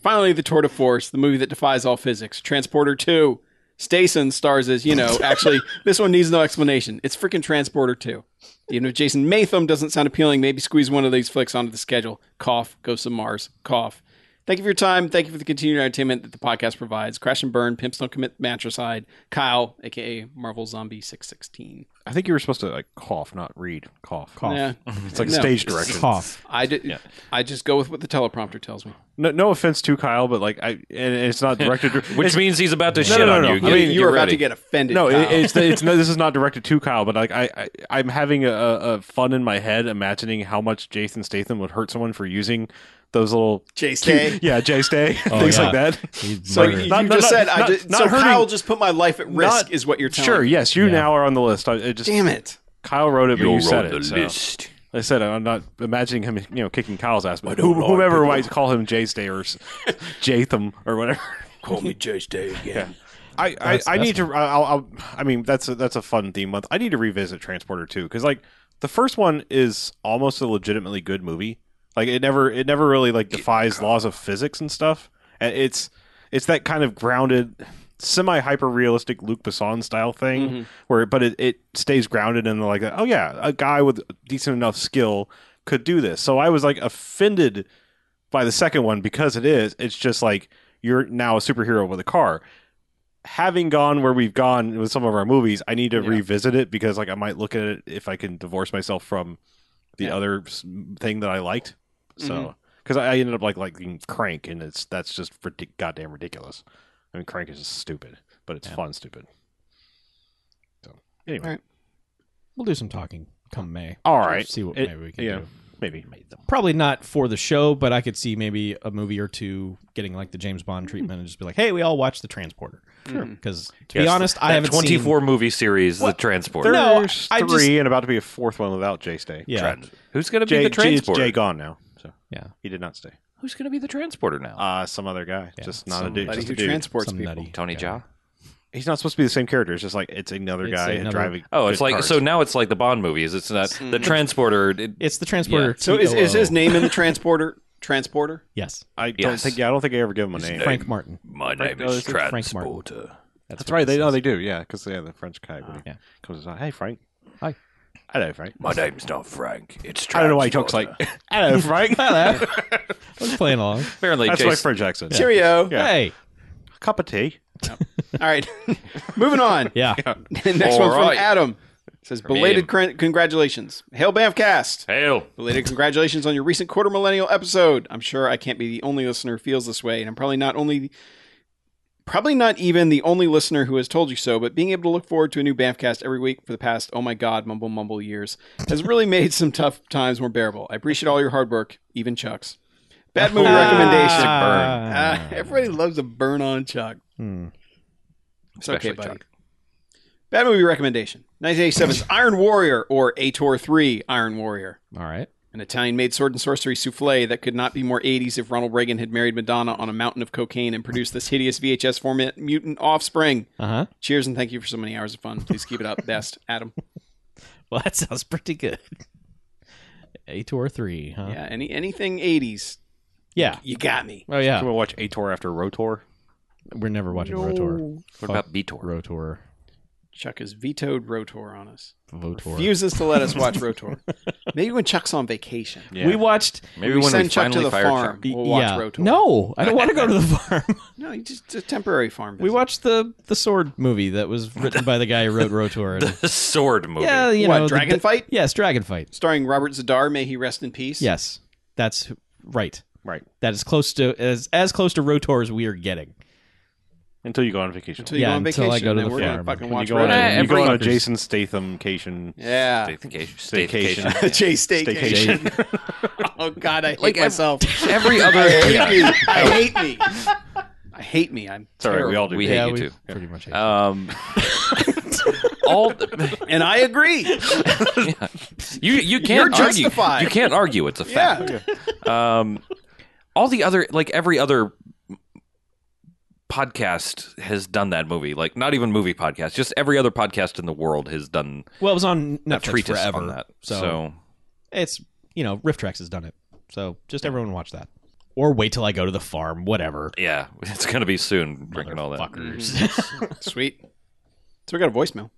[SPEAKER 3] Finally, The Tour de Force, the movie that defies all physics. Transporter 2. Stason stars as, you know, actually, this one needs no explanation. It's freaking Transporter 2. Even if Jason Matham doesn't sound appealing, maybe squeeze one of these flicks onto the schedule. Cough, Ghosts of Mars, cough. Thank you for your time. Thank you for the continued entertainment that the podcast provides. Crash and burn, pimps don't commit matricide. Kyle, aka Marvel Zombie six sixteen.
[SPEAKER 2] I think you were supposed to like cough, not read. Cough.
[SPEAKER 4] Cough.
[SPEAKER 3] Yeah,
[SPEAKER 2] It's like
[SPEAKER 3] No.
[SPEAKER 2] stage direction.
[SPEAKER 4] Cough.
[SPEAKER 3] I ju- I just go with what the teleprompter tells me.
[SPEAKER 2] No, no offense to Kyle, but like I, and it's not directed.
[SPEAKER 5] Which
[SPEAKER 2] it's-
[SPEAKER 5] means he's about to
[SPEAKER 2] No,
[SPEAKER 5] shit
[SPEAKER 2] no, no,
[SPEAKER 5] on
[SPEAKER 2] no.
[SPEAKER 5] you.
[SPEAKER 2] I mean,
[SPEAKER 5] Get-
[SPEAKER 3] you were about
[SPEAKER 5] ready.
[SPEAKER 3] to get offended.
[SPEAKER 2] no, it,
[SPEAKER 3] Kyle.
[SPEAKER 2] it's it's no. This is not directed to Kyle, but like I, I I'm having a, a fun in my head imagining how much Jason Statham would hurt someone for using those little
[SPEAKER 3] Jay
[SPEAKER 2] cute, yeah, Jay stay things
[SPEAKER 4] yeah.
[SPEAKER 2] like that.
[SPEAKER 3] So
[SPEAKER 2] murdered.
[SPEAKER 3] you,
[SPEAKER 2] Not-
[SPEAKER 3] you
[SPEAKER 2] not-
[SPEAKER 3] just
[SPEAKER 2] not-
[SPEAKER 3] said I
[SPEAKER 2] not-
[SPEAKER 3] just,
[SPEAKER 2] not
[SPEAKER 3] so
[SPEAKER 2] hurting-
[SPEAKER 3] Kyle just put my life at risk
[SPEAKER 2] Not-
[SPEAKER 3] is what you're telling.
[SPEAKER 2] Sure,
[SPEAKER 3] me.
[SPEAKER 2] yes, you
[SPEAKER 4] Yeah.
[SPEAKER 2] now are on the list. I it just
[SPEAKER 3] Damn it.
[SPEAKER 2] Kyle wrote it, but you,
[SPEAKER 5] You're
[SPEAKER 2] said
[SPEAKER 5] on
[SPEAKER 2] it.
[SPEAKER 5] the
[SPEAKER 2] so.
[SPEAKER 5] list.
[SPEAKER 2] I said I'm not imagining him, you know, kicking Kyle's ass, but who, whomever might call him Jay Stay or s- Jatham or whatever.
[SPEAKER 6] Call me Jay Stay again.
[SPEAKER 2] I, I,
[SPEAKER 4] That's-
[SPEAKER 2] I
[SPEAKER 4] that's
[SPEAKER 2] need to. I'll, I'll, I mean, that's a, that's a fun theme month. I need to revisit Transporter too, because like the first one is almost a legitimately good movie. Like it never it never really like defies laws of physics and stuff. And it's it's that kind of grounded, semi hyper realistic Luc Besson style thing
[SPEAKER 4] Mm-hmm.
[SPEAKER 2] where, but it, it stays grounded in the like, oh yeah, a guy with decent enough skill could do this. So I was like offended by the second one because it is. It's just like you're now a superhero with a car. Having gone where we've gone with some of our movies, I need to revisit it because like I might look at it if I can divorce myself from the
[SPEAKER 3] Yeah.
[SPEAKER 2] other s- thing that I liked. So because I I ended up like liking Crank, and it's that's just ridic- goddamn ridiculous. I mean, Crank is just stupid, but it's fun stupid. So anyway,
[SPEAKER 3] Alright.
[SPEAKER 4] We'll do some talking come May.
[SPEAKER 2] All right.
[SPEAKER 4] See what
[SPEAKER 2] It-
[SPEAKER 4] maybe we can
[SPEAKER 2] yeah,
[SPEAKER 4] do.
[SPEAKER 2] Maybe.
[SPEAKER 4] Probably not for the show, but I could see maybe a movie or two getting like the James Bond treatment and just be like, "Hey, we all watch The Transporter." Sure. Because to be
[SPEAKER 5] Yes,
[SPEAKER 4] honest, I
[SPEAKER 5] that
[SPEAKER 4] haven't seen-
[SPEAKER 5] 24 movie series, The Transport.
[SPEAKER 2] There's
[SPEAKER 4] No, I
[SPEAKER 2] three
[SPEAKER 4] just-
[SPEAKER 2] and about to be a fourth one without Jay Stay.
[SPEAKER 4] Yeah.
[SPEAKER 5] Who's going to be
[SPEAKER 2] Jay,
[SPEAKER 5] the
[SPEAKER 2] Jay, it's
[SPEAKER 5] transporter?
[SPEAKER 2] Jay gone now. So
[SPEAKER 4] Yeah.
[SPEAKER 2] he did not stay.
[SPEAKER 5] Who's going to be the transporter now?
[SPEAKER 2] Uh, some other guy,
[SPEAKER 4] Yeah,
[SPEAKER 2] just not a
[SPEAKER 4] some
[SPEAKER 2] dude.
[SPEAKER 3] Buddy
[SPEAKER 2] Just a
[SPEAKER 3] who
[SPEAKER 2] dude.
[SPEAKER 3] transports
[SPEAKER 4] Some
[SPEAKER 3] people.
[SPEAKER 4] nutty
[SPEAKER 5] Tony
[SPEAKER 4] guy.
[SPEAKER 5] Jha?
[SPEAKER 2] He's not supposed to be the same character. It's just like it's another
[SPEAKER 4] It's
[SPEAKER 2] guy
[SPEAKER 4] another-
[SPEAKER 2] driving.
[SPEAKER 5] Oh, it's
[SPEAKER 2] good
[SPEAKER 5] like
[SPEAKER 2] cars.
[SPEAKER 5] so now it's like the Bond movies. It's not
[SPEAKER 3] Hmm.
[SPEAKER 5] the transporter. It,
[SPEAKER 4] It's the Transporter.
[SPEAKER 5] Yeah.
[SPEAKER 3] So is, is
[SPEAKER 4] TOO.
[SPEAKER 2] E
[SPEAKER 3] his name in the transporter? Transporter.
[SPEAKER 4] Yes,
[SPEAKER 2] I don't
[SPEAKER 5] Yes.
[SPEAKER 2] think. Yeah, I don't think I ever give him a name.
[SPEAKER 4] Frank Martin.
[SPEAKER 5] my
[SPEAKER 2] Frank-
[SPEAKER 5] name
[SPEAKER 2] oh, is
[SPEAKER 5] is
[SPEAKER 2] it Frank
[SPEAKER 4] Martin?
[SPEAKER 5] transporter.
[SPEAKER 4] That's,
[SPEAKER 2] That's
[SPEAKER 4] what
[SPEAKER 2] right.
[SPEAKER 4] this
[SPEAKER 2] They know
[SPEAKER 4] is.
[SPEAKER 2] they do. Yeah, because they have the French guy. when he
[SPEAKER 4] Yeah.
[SPEAKER 2] comes out. Hey, Frank.
[SPEAKER 4] Hi.
[SPEAKER 2] Hello, Frank.
[SPEAKER 6] My name's not Frank. It's
[SPEAKER 2] I don't know why he talks like hello, Frank.
[SPEAKER 4] Hello. I was playing along.
[SPEAKER 5] Apparently,
[SPEAKER 2] That's
[SPEAKER 5] Jason,
[SPEAKER 2] my French accent.
[SPEAKER 3] Cheerio.
[SPEAKER 2] Yeah.
[SPEAKER 4] Hey.
[SPEAKER 2] Cup of tea.
[SPEAKER 3] All right, moving on.
[SPEAKER 4] Yeah.
[SPEAKER 3] Next
[SPEAKER 5] All
[SPEAKER 3] one from
[SPEAKER 5] right.
[SPEAKER 3] Adam says belated
[SPEAKER 5] him.
[SPEAKER 3] cr- congratulations, Hail Bamfcast.
[SPEAKER 5] Hail.
[SPEAKER 3] Belated congratulations on your recent quarter millennial episode. I'm sure I can't be the only listener who feels this way, and I'm probably not only probably not even the only listener who has told you so, but being able to look forward to a new Bamfcast every week for the past oh my god, mumble mumble years has really made some tough times more bearable. I appreciate all your hard work, even Chuck's. Bad movie recommendation.
[SPEAKER 4] Ah.
[SPEAKER 3] Ah, everybody loves a burn on Chuck.
[SPEAKER 4] Hmm.
[SPEAKER 3] It's okay,
[SPEAKER 5] Especially
[SPEAKER 3] buddy.
[SPEAKER 5] Chuck.
[SPEAKER 3] Bad movie recommendation. 1987's Iron Warrior or Ator 3 Iron Warrior.
[SPEAKER 4] Hmm. All right.
[SPEAKER 3] An Italian made sword and sorcery souffle that could not be more 80s if Ronald Reagan had married Madonna on a mountain of cocaine and produced this hideous VHS format mutant offspring.
[SPEAKER 4] Uh huh.
[SPEAKER 3] Cheers and thank you for so many hours of fun. Please keep it up. Best, Adam.
[SPEAKER 4] Well, that sounds pretty good. A two or three, huh?
[SPEAKER 3] Yeah, any anything 80s,
[SPEAKER 4] Yeah.
[SPEAKER 3] you got me.
[SPEAKER 4] Oh
[SPEAKER 2] Can
[SPEAKER 4] yeah.
[SPEAKER 2] we watch Ator after Rotor?
[SPEAKER 4] We're never watching Rotor.
[SPEAKER 5] What about Vitor?
[SPEAKER 4] Rotor.
[SPEAKER 3] Chuck has vetoed Rotor on us.
[SPEAKER 4] Votor.
[SPEAKER 3] Refuses to let us watch Rotor. Maybe when Chuck's on vacation.
[SPEAKER 2] Yeah.
[SPEAKER 4] We watched.
[SPEAKER 5] Maybe
[SPEAKER 3] we
[SPEAKER 5] when
[SPEAKER 3] send
[SPEAKER 5] we
[SPEAKER 3] Chuck to
[SPEAKER 5] finally
[SPEAKER 3] the
[SPEAKER 5] fire
[SPEAKER 3] farm.
[SPEAKER 5] Chuck.
[SPEAKER 3] We'll watch
[SPEAKER 4] yeah.
[SPEAKER 3] Rotor.
[SPEAKER 4] No, I don't want to go to the farm.
[SPEAKER 3] No, you just a temporary farm.
[SPEAKER 4] we
[SPEAKER 3] visit.
[SPEAKER 4] watched the the sword movie that was written by the guy who wrote Rotor. and-
[SPEAKER 5] The sword movie.
[SPEAKER 4] yeah, you
[SPEAKER 3] what
[SPEAKER 4] know, the
[SPEAKER 3] Dragon
[SPEAKER 4] d-
[SPEAKER 3] Fight?
[SPEAKER 4] Yes, Dragon Fight.
[SPEAKER 3] starring Robert Zadar. May he rest in peace.
[SPEAKER 4] Yes, that's who- right.
[SPEAKER 2] Right.
[SPEAKER 4] That is close to as as close to Rotor as we are getting.
[SPEAKER 2] Until you go on vacation.
[SPEAKER 3] Until you
[SPEAKER 4] Yeah,
[SPEAKER 3] go on
[SPEAKER 4] until I
[SPEAKER 3] vacation,
[SPEAKER 4] go to
[SPEAKER 3] then
[SPEAKER 4] the
[SPEAKER 3] we're
[SPEAKER 4] farm.
[SPEAKER 3] gonna fucking
[SPEAKER 2] When you
[SPEAKER 3] watch
[SPEAKER 2] go on,
[SPEAKER 5] Rotor.
[SPEAKER 2] you go on a
[SPEAKER 5] Everyone-
[SPEAKER 2] Jason Stathamcation.
[SPEAKER 3] Yeah.
[SPEAKER 5] Staycation. Staycation.
[SPEAKER 2] Staycation.
[SPEAKER 3] Jay Staycation. oh God, I hate myself.
[SPEAKER 5] Every other.
[SPEAKER 3] I hate
[SPEAKER 5] yeah.
[SPEAKER 3] me. I hate me. I hate me. I'm
[SPEAKER 2] Sorry, we all do.
[SPEAKER 5] We
[SPEAKER 2] that.
[SPEAKER 5] hate
[SPEAKER 4] yeah,
[SPEAKER 5] you
[SPEAKER 4] we
[SPEAKER 5] too.
[SPEAKER 4] pretty much. hate you.
[SPEAKER 5] Um, all
[SPEAKER 3] and I agree.
[SPEAKER 5] you you can't
[SPEAKER 3] You're
[SPEAKER 5] argue.
[SPEAKER 3] justified.
[SPEAKER 5] You can't argue. It's a fact.
[SPEAKER 3] Yeah.
[SPEAKER 5] Um, all the other like every other podcast has done that movie. Like not even movie podcast. Just every other podcast in the world has done
[SPEAKER 4] well, it was on
[SPEAKER 5] a
[SPEAKER 4] Netflix
[SPEAKER 5] treatise
[SPEAKER 4] forever.
[SPEAKER 5] on that. So,
[SPEAKER 4] it's you know riff Trax has done it so just everyone watch that or wait till i go to the farm whatever
[SPEAKER 5] yeah, it's gonna be soon. Drinking all that.
[SPEAKER 4] Fuckers.
[SPEAKER 3] Sweet. So we got a voicemail.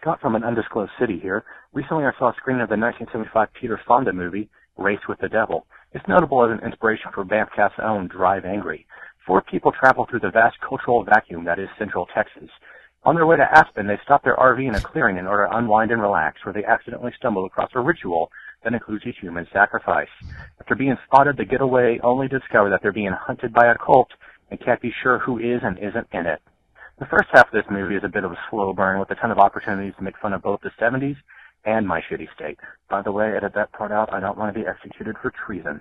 [SPEAKER 7] Scott from an undisclosed city here. Recently, I saw a screening of the 1975 Peter Fonda movie, Race with the Devil. It's notable as an inspiration for Bamfcast's own Drive Angry. Four people travel through the vast cultural vacuum that is Central Texas. On their way to Aspen, they stop their RV in a clearing in order to unwind and relax, where they accidentally stumble across a ritual that includes a human sacrifice. After being spotted, they get away only to discover that they're being hunted by a cult and can't be sure who is and isn't in it. The first half of this movie is a bit of a slow burn with a ton of opportunities to make fun of both the 70s and my shitty state. By the way, edit that part out. I don't want to be executed for treason.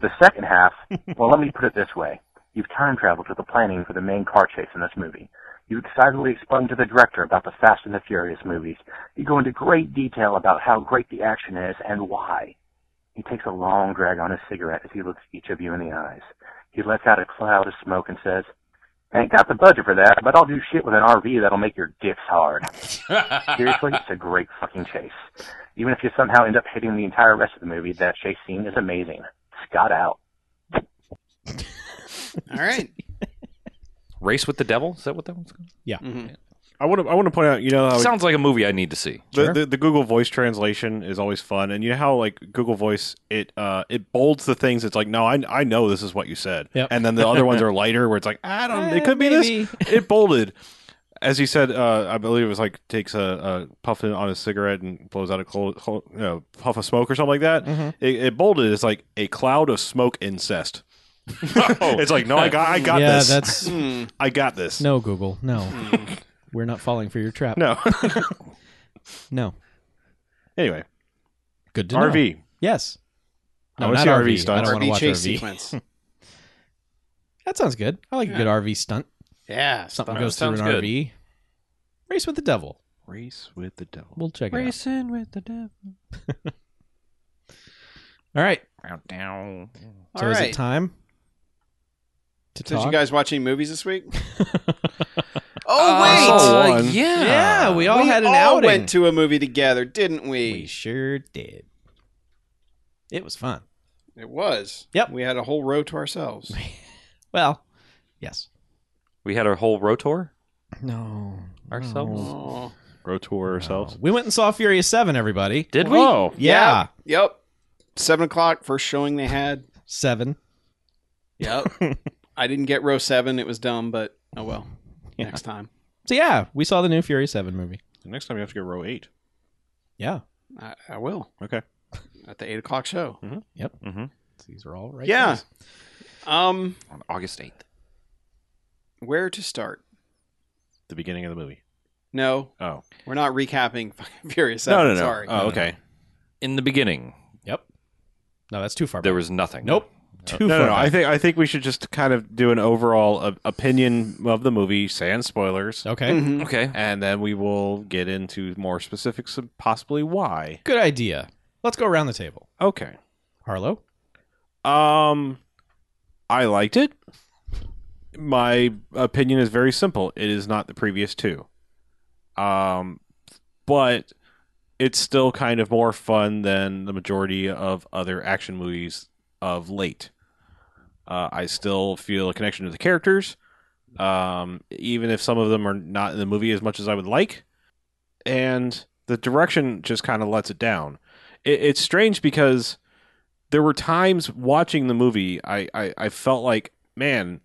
[SPEAKER 7] The second half, well, let me put it this way. You've time traveled to the planning for the main car chase in this movie. You excitedly explain to the director about the Fast and the Furious movies. You go into great detail about how great the action is and why. He takes a long drag on his cigarette as he looks each of you in the eyes. He lets out a cloud of smoke and says, Ain't got the budget for that, but I'll do shit with an RV that'll make your dicks hard. Seriously, it's a great fucking chase. Even if you somehow end up hating the entire rest of the movie, that chase scene is amazing. Scott out.
[SPEAKER 3] All right.
[SPEAKER 5] Race with the devil. Is that what that one's called?
[SPEAKER 3] Mm-hmm.
[SPEAKER 2] I want to. I want to point out. You
[SPEAKER 4] Oh,
[SPEAKER 2] know how
[SPEAKER 5] Sounds like a movie I need to see.
[SPEAKER 2] the,
[SPEAKER 4] Sure.
[SPEAKER 2] the, the Google Voice translation is always fun, and you know how like Google Voice it uh it bolds the things. It's like no, I I know this is what you said,
[SPEAKER 4] Yep.
[SPEAKER 2] and then the other ones are lighter where it's like I don't.
[SPEAKER 4] Eh,
[SPEAKER 2] Um, it could be
[SPEAKER 4] maybe.
[SPEAKER 2] this. It bolded. As he said, uh, I believe it was like takes a, a puff in- on a cigarette and blows out a clo- clo- you know, puff of smoke or something like
[SPEAKER 4] Mm-hmm.
[SPEAKER 2] that. It, it bolded. It's like a cloud of smoke incest. It's like no, I got I got
[SPEAKER 4] yeah
[SPEAKER 2] this. Hmm.
[SPEAKER 4] that's
[SPEAKER 3] Mm.
[SPEAKER 2] I got this.
[SPEAKER 4] no google no we're not falling for your trap
[SPEAKER 2] no.
[SPEAKER 4] no
[SPEAKER 2] Anyway,
[SPEAKER 4] Good to know.
[SPEAKER 2] RV.
[SPEAKER 4] Yes.
[SPEAKER 2] I wanna see RV
[SPEAKER 4] I
[SPEAKER 2] stunts.
[SPEAKER 4] don't want
[SPEAKER 3] RV
[SPEAKER 4] to watch
[SPEAKER 3] chase
[SPEAKER 4] RV.
[SPEAKER 3] sequence.
[SPEAKER 4] That sounds good. I like a good RV stunt.
[SPEAKER 3] yeah.
[SPEAKER 4] Something
[SPEAKER 5] That
[SPEAKER 4] goes through an
[SPEAKER 5] sounds good.
[SPEAKER 4] RV. Race with the devil.
[SPEAKER 2] Race with the devil.
[SPEAKER 4] We'll check it out. Racing with the devil. All right. So
[SPEAKER 3] All
[SPEAKER 4] is
[SPEAKER 3] right.
[SPEAKER 4] it time to
[SPEAKER 3] Did
[SPEAKER 4] talk?
[SPEAKER 3] you guys watch any movies this week? Ah,
[SPEAKER 2] Oh, wait. one.
[SPEAKER 5] yeah.
[SPEAKER 4] yeah, Ah, we all
[SPEAKER 3] Uh, we
[SPEAKER 4] had an
[SPEAKER 3] all
[SPEAKER 4] outing.
[SPEAKER 3] went to a movie together, didn't
[SPEAKER 4] we
[SPEAKER 3] we?
[SPEAKER 4] sure did. It was fun.
[SPEAKER 3] It was.
[SPEAKER 4] Yep.
[SPEAKER 3] We had a whole row to ourselves.
[SPEAKER 4] Well, yes.
[SPEAKER 5] We had a whole rotor.
[SPEAKER 4] No.
[SPEAKER 5] Ourselves?
[SPEAKER 4] no.
[SPEAKER 3] Oh.
[SPEAKER 2] Rotor ourselves.
[SPEAKER 4] We went and saw Furious 7, everybody.
[SPEAKER 5] Did we?
[SPEAKER 2] Whoa.
[SPEAKER 4] Yeah.
[SPEAKER 3] Yep. Seven o'clock, first showing they had.
[SPEAKER 4] Seven.
[SPEAKER 3] Yep. I didn't get row seven. It was dumb, but oh well.
[SPEAKER 4] Yeah.
[SPEAKER 3] Next time.
[SPEAKER 4] So, yeah, we saw the new Furious 7 movie.
[SPEAKER 2] The next time you have to get row eight.
[SPEAKER 4] Yeah.
[SPEAKER 3] I, I will.
[SPEAKER 2] Okay.
[SPEAKER 3] At the eight o'clock show.
[SPEAKER 4] These are all right.
[SPEAKER 3] yeah.
[SPEAKER 4] choices.
[SPEAKER 3] Um,
[SPEAKER 5] On August 8th.
[SPEAKER 3] where to start?
[SPEAKER 2] The beginning of the movie.
[SPEAKER 3] No,
[SPEAKER 2] Oh.
[SPEAKER 3] we're not recapping fucking Furious
[SPEAKER 2] No,
[SPEAKER 3] Seven.
[SPEAKER 2] no, no.
[SPEAKER 3] Sorry.
[SPEAKER 2] Oh, okay.
[SPEAKER 5] In the beginning,
[SPEAKER 4] Yep. No, that's too far.
[SPEAKER 5] there
[SPEAKER 4] back.
[SPEAKER 5] was nothing.
[SPEAKER 4] Nope. Too
[SPEAKER 2] No,
[SPEAKER 4] far.
[SPEAKER 2] no, no. I
[SPEAKER 4] back.
[SPEAKER 2] think I think we should just kind of do an overall uh, opinion of the movie, sans spoilers,
[SPEAKER 4] okay.
[SPEAKER 3] Mhm.
[SPEAKER 5] Okay.
[SPEAKER 2] and then we will get into more specifics of possibly why.
[SPEAKER 4] Good idea. Let's go around the table.
[SPEAKER 2] Okay.
[SPEAKER 4] Harlow.
[SPEAKER 2] Um, I liked it. My opinion is very simple. It is not the previous two. Um, but it's still kind of more fun than the majority of other action movies of late. Uh, I still feel a connection to the characters, um, even if some of them are not in the movie as much as I would like. And the direction just kind of lets it down. It, it's strange because there were times watching the movie I, I, I felt like man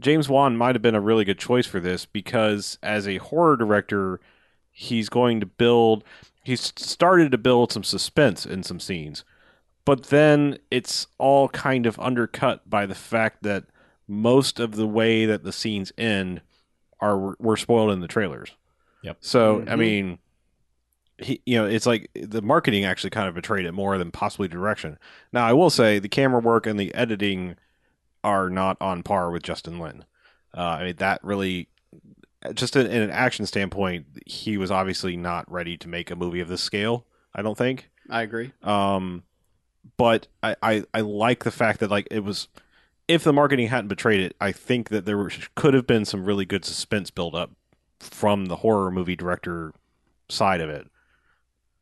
[SPEAKER 2] james wan might have been a really good choice for this because as a horror director he's going to build he's started to build some suspense in some scenes but then it's all kind of undercut by the fact that most of the way that the scenes end are were spoiled in the trailers
[SPEAKER 4] Yep.
[SPEAKER 2] so i
[SPEAKER 3] Mhm.
[SPEAKER 2] mean he, you know it's like the marketing actually kind of betrayed it more than possibly direction now, I will say the camera work and the editing are not on par with Justin Lin. Uh, I mean, that really, just in, in an action standpoint, he was obviously not ready to make a movie of this scale. I don't think.
[SPEAKER 3] I agree.
[SPEAKER 2] Um, but I, I, I like the fact that like it was, if the marketing hadn't betrayed it, I think that there were, could have been some really good suspense build up from the horror movie director side of it.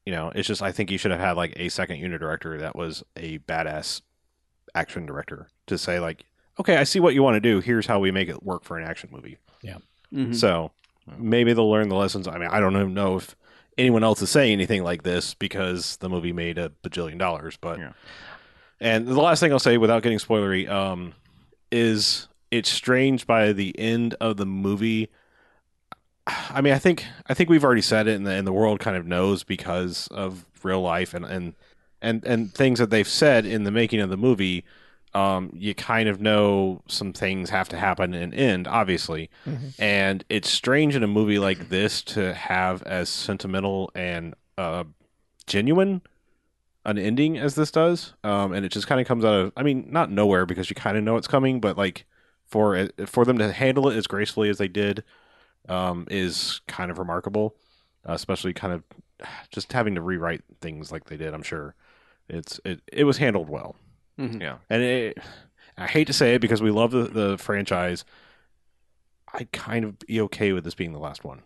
[SPEAKER 2] You know, it's just I think you should have had like a second unit director that was a badass action director to say like, okay, I see what you want to do. Here's how we make it work for an action movie.
[SPEAKER 3] Mhm.
[SPEAKER 2] So maybe they'll learn the lessons. I mean, I don't even know if anyone else is saying anything like this because the movie made a bajillion dollars. But
[SPEAKER 5] Yeah.
[SPEAKER 2] and the last thing I'll say without getting spoilery um, is it's strange by the end of the movie. I mean, I think I think we've already said it, and the, and the world kind of knows because of real life and and and and things that they've said in the making of the movie. Um, you kind of know some things have to happen and end, obviously, and it's strange in a movie like this to have as sentimental and uh, genuine an ending as this does um, and it just kind of comes out of i mean not nowhere because you kind of know it's coming but like for it, for them to handle it as gracefully as they did um, is kind of remarkable uh, especially kind of just having to rewrite things like they did i'm sure it's it, it was handled well
[SPEAKER 3] Mhm.
[SPEAKER 5] Yeah.
[SPEAKER 2] and it, i hate to say it because we love the, the franchise i'd kind of be okay with this being the last one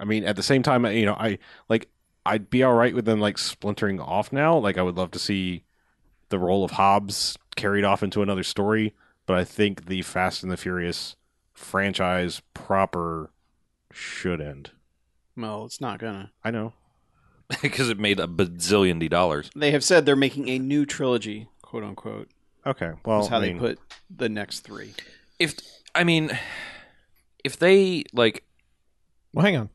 [SPEAKER 2] i mean at the same time you know i like I'd be all right with them like splintering off now. Like I would love to see the role of Hobbs carried off into another story, but I think the Fast and the Furious franchise proper should end.
[SPEAKER 3] Well, it's not gonna.
[SPEAKER 2] I know.
[SPEAKER 5] Because it made a bazillion dollars.
[SPEAKER 3] They have said they're making a new trilogy, quote unquote.
[SPEAKER 2] Okay. Well,
[SPEAKER 3] is how
[SPEAKER 2] I
[SPEAKER 3] they
[SPEAKER 2] mean,
[SPEAKER 3] put the next three.
[SPEAKER 5] If, I mean, if they, like,
[SPEAKER 4] Well, hang on.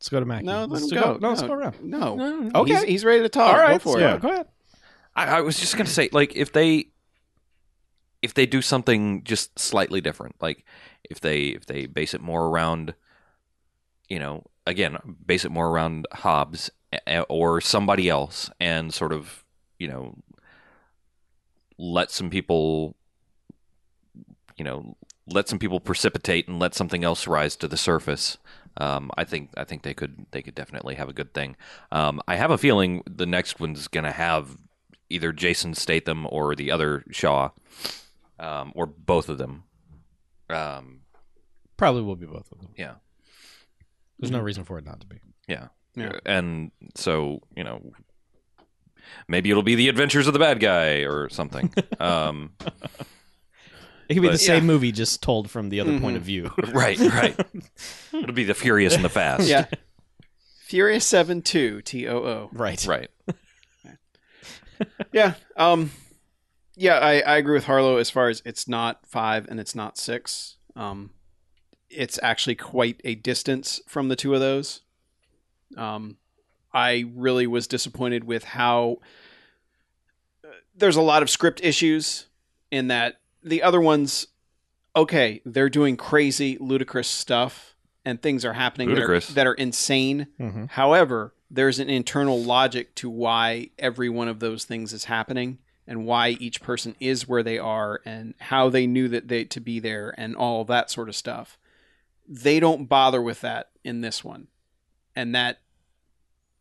[SPEAKER 4] Let's go to Mac.
[SPEAKER 3] No, let
[SPEAKER 4] let's
[SPEAKER 3] him
[SPEAKER 4] do-
[SPEAKER 3] go.
[SPEAKER 4] No, let's go around.
[SPEAKER 3] No.
[SPEAKER 4] Okay.
[SPEAKER 3] He's, he's ready to talk.
[SPEAKER 4] All right.
[SPEAKER 3] Oh, Go for
[SPEAKER 4] so-
[SPEAKER 3] it.
[SPEAKER 4] Go ahead.
[SPEAKER 5] I, I was just gonna say, like, if they if they do something just slightly different, like if they if they base it more around, you know, again, base it more around Hobbes a- or somebody else and sort of you know let some people you know let some people precipitate and let something else rise to the surface um, I think I think they could they could definitely have a good thing. Um, I have a feeling the next one's gonna have either Jason Statham or the other Shaw, um, or both of them. Um,
[SPEAKER 4] Probably will be both of them.
[SPEAKER 5] Yeah.
[SPEAKER 4] There's no reason for it not to be.
[SPEAKER 3] Yeah.
[SPEAKER 5] and so you know maybe it'll be the adventures of the bad guy or something um
[SPEAKER 4] It could be
[SPEAKER 5] But-
[SPEAKER 4] the same movie just told from the other point
[SPEAKER 3] Mhm.
[SPEAKER 4] of view.
[SPEAKER 5] right right it'll be the furious and the fast
[SPEAKER 3] Yeah. Furious 7 2, T O O.
[SPEAKER 4] right.
[SPEAKER 5] right
[SPEAKER 3] Yeah. Um, yeah, I, I agree with Harlow as far as it's not five and it's not six. Um, it's actually quite a distance from the two of those. Um, I really was disappointed with how uh, there's a lot of script issues in that the other ones, okay, they're doing crazy, ludicrous stuff and things are happening that are,
[SPEAKER 5] Ludicrous.
[SPEAKER 3] that are insane.
[SPEAKER 4] Mhm.
[SPEAKER 3] However, there's an internal logic to why every one of those things is happening and why each person is where they are and how they knew that they to be there and all that sort of stuff. They don't bother with that in this one. And that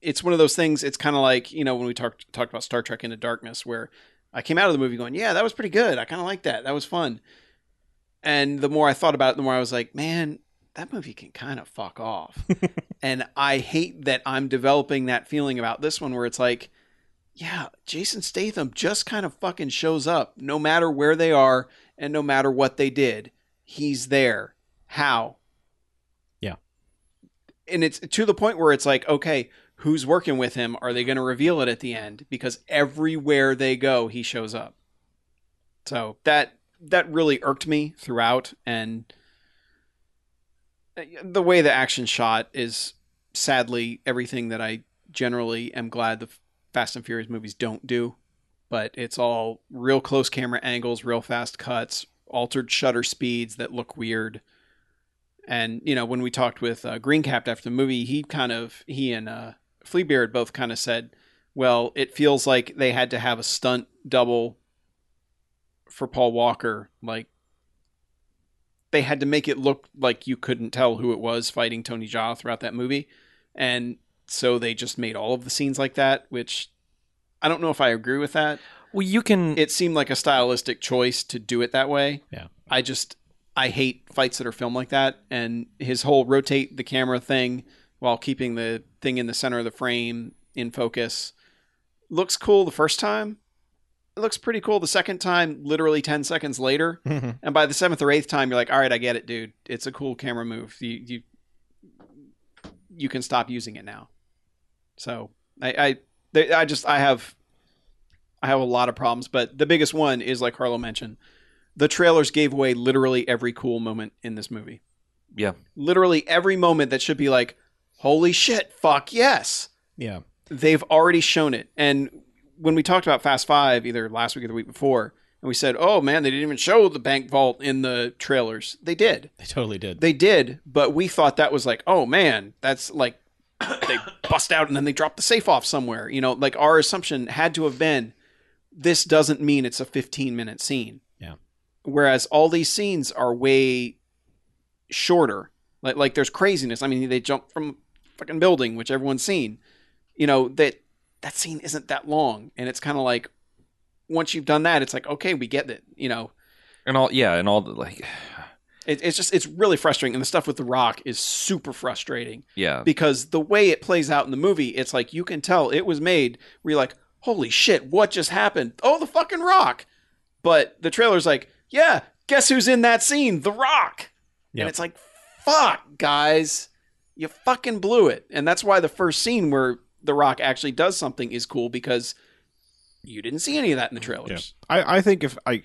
[SPEAKER 3] it's one of those things it's kind of like, you know, when we talked talked about Star Trek Into Darkness where I came out of the movie going, "Yeah, that was pretty good. I kind of like that. That was fun." And the more I thought about it, the more I was like, "Man, that movie can kind of fuck off." And I hate that I'm developing that feeling about this one where it's like, yeah, Jason Statham just kind of fucking shows up no matter where they are and no matter what they did. He's there. How?
[SPEAKER 4] Yeah.
[SPEAKER 3] And it's to the point where it's like, okay, who's working with him? Are they going to reveal it at the end? Because everywhere they go, he shows up. So that that really irked me throughout and uh, the way the action shot is sadly everything that I generally am glad the Fast and Furious movies don't do, but it's all real close camera angles, real fast cuts, altered shutter speeds that look weird. And you know, when we talked with uh, Greencap after the movie, he kind of he and uh, Fleabeard both kind of said, "Well, it feels like they had to have a stunt double for Paul Walker, like." they had to make it look like you couldn't tell who it was fighting Tony Jaa throughout that movie. And so they just made all of the scenes like that, which I don't know if I agree with that.
[SPEAKER 5] well you can
[SPEAKER 3] It seemed like a stylistic choice to do it that way.
[SPEAKER 4] Yeah.
[SPEAKER 3] I just I hate fights that are filmed like that and his whole rotate the camera thing while keeping the thing in the center of the frame in focus looks cool the first time. It looks pretty cool the second time, literally 10 seconds later. And by the seventh or eighth time, you're like, all right, I get it, dude. It's a cool camera move. You you you can stop using it now. So I I they, I just I have I have a lot of problems, but the biggest one is like Harlow mentioned, the trailers gave away literally every cool moment in this movie.
[SPEAKER 5] Yeah.
[SPEAKER 3] literally every moment that should be like, holy shit, fuck yes
[SPEAKER 4] Yeah.
[SPEAKER 3] they've already shown it. And when we talked about Fast Five, either last week or the week before, and we said, "Oh man, they didn't even show the bank vault in the trailers." They did,
[SPEAKER 4] They totally did.
[SPEAKER 3] they did, but we thought that was like, "Oh man, that's like they bust out and then they drop the safe off somewhere." You know, like our assumption had to have been, this doesn't mean it's a 15 minute scene.
[SPEAKER 4] Yeah.
[SPEAKER 3] Whereas all these scenes are way shorter. Like like there's craziness. I mean, they jump from fucking building, which everyone's seen. You know, that that scene isn't that long. And it's kind of like once you've done that, it's like, okay, we get it. You know,
[SPEAKER 5] and all yeah and all the like
[SPEAKER 3] it, it's just it's really frustrating. And the stuff with the rock is super frustrating
[SPEAKER 5] yeah
[SPEAKER 3] because the way it plays out in the movie, it's like you can tell it was made where you're like, holy shit, what just happened? Oh, the fucking rock. But the trailer's like, yeah, guess who's in that scene? The rock.
[SPEAKER 4] Yep.
[SPEAKER 3] And it's like, fuck, guys, you fucking blew it. And that's why the first scene where the rock actually does something is cool because you didn't see any of that in the trailers.
[SPEAKER 2] I, I think if I,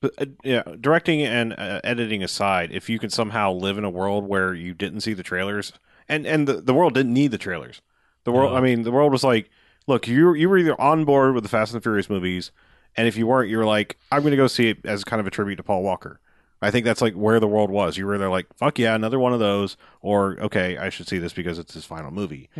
[SPEAKER 2] but uh, yeah, directing and uh, editing aside, if you can somehow live in a world where you didn't see the trailers, and and the, the world didn't need the trailers. The world,
[SPEAKER 4] No.
[SPEAKER 2] I mean, the world was like, look, you you were either on board with the Fast and the Furious movies, and if you weren't, you were like, I'm going to go see it as kind of a tribute to Paul Walker. I think that's like where the world was. You were either like, fuck yeah, another one of those, or okay, I should see this because it's his final movie.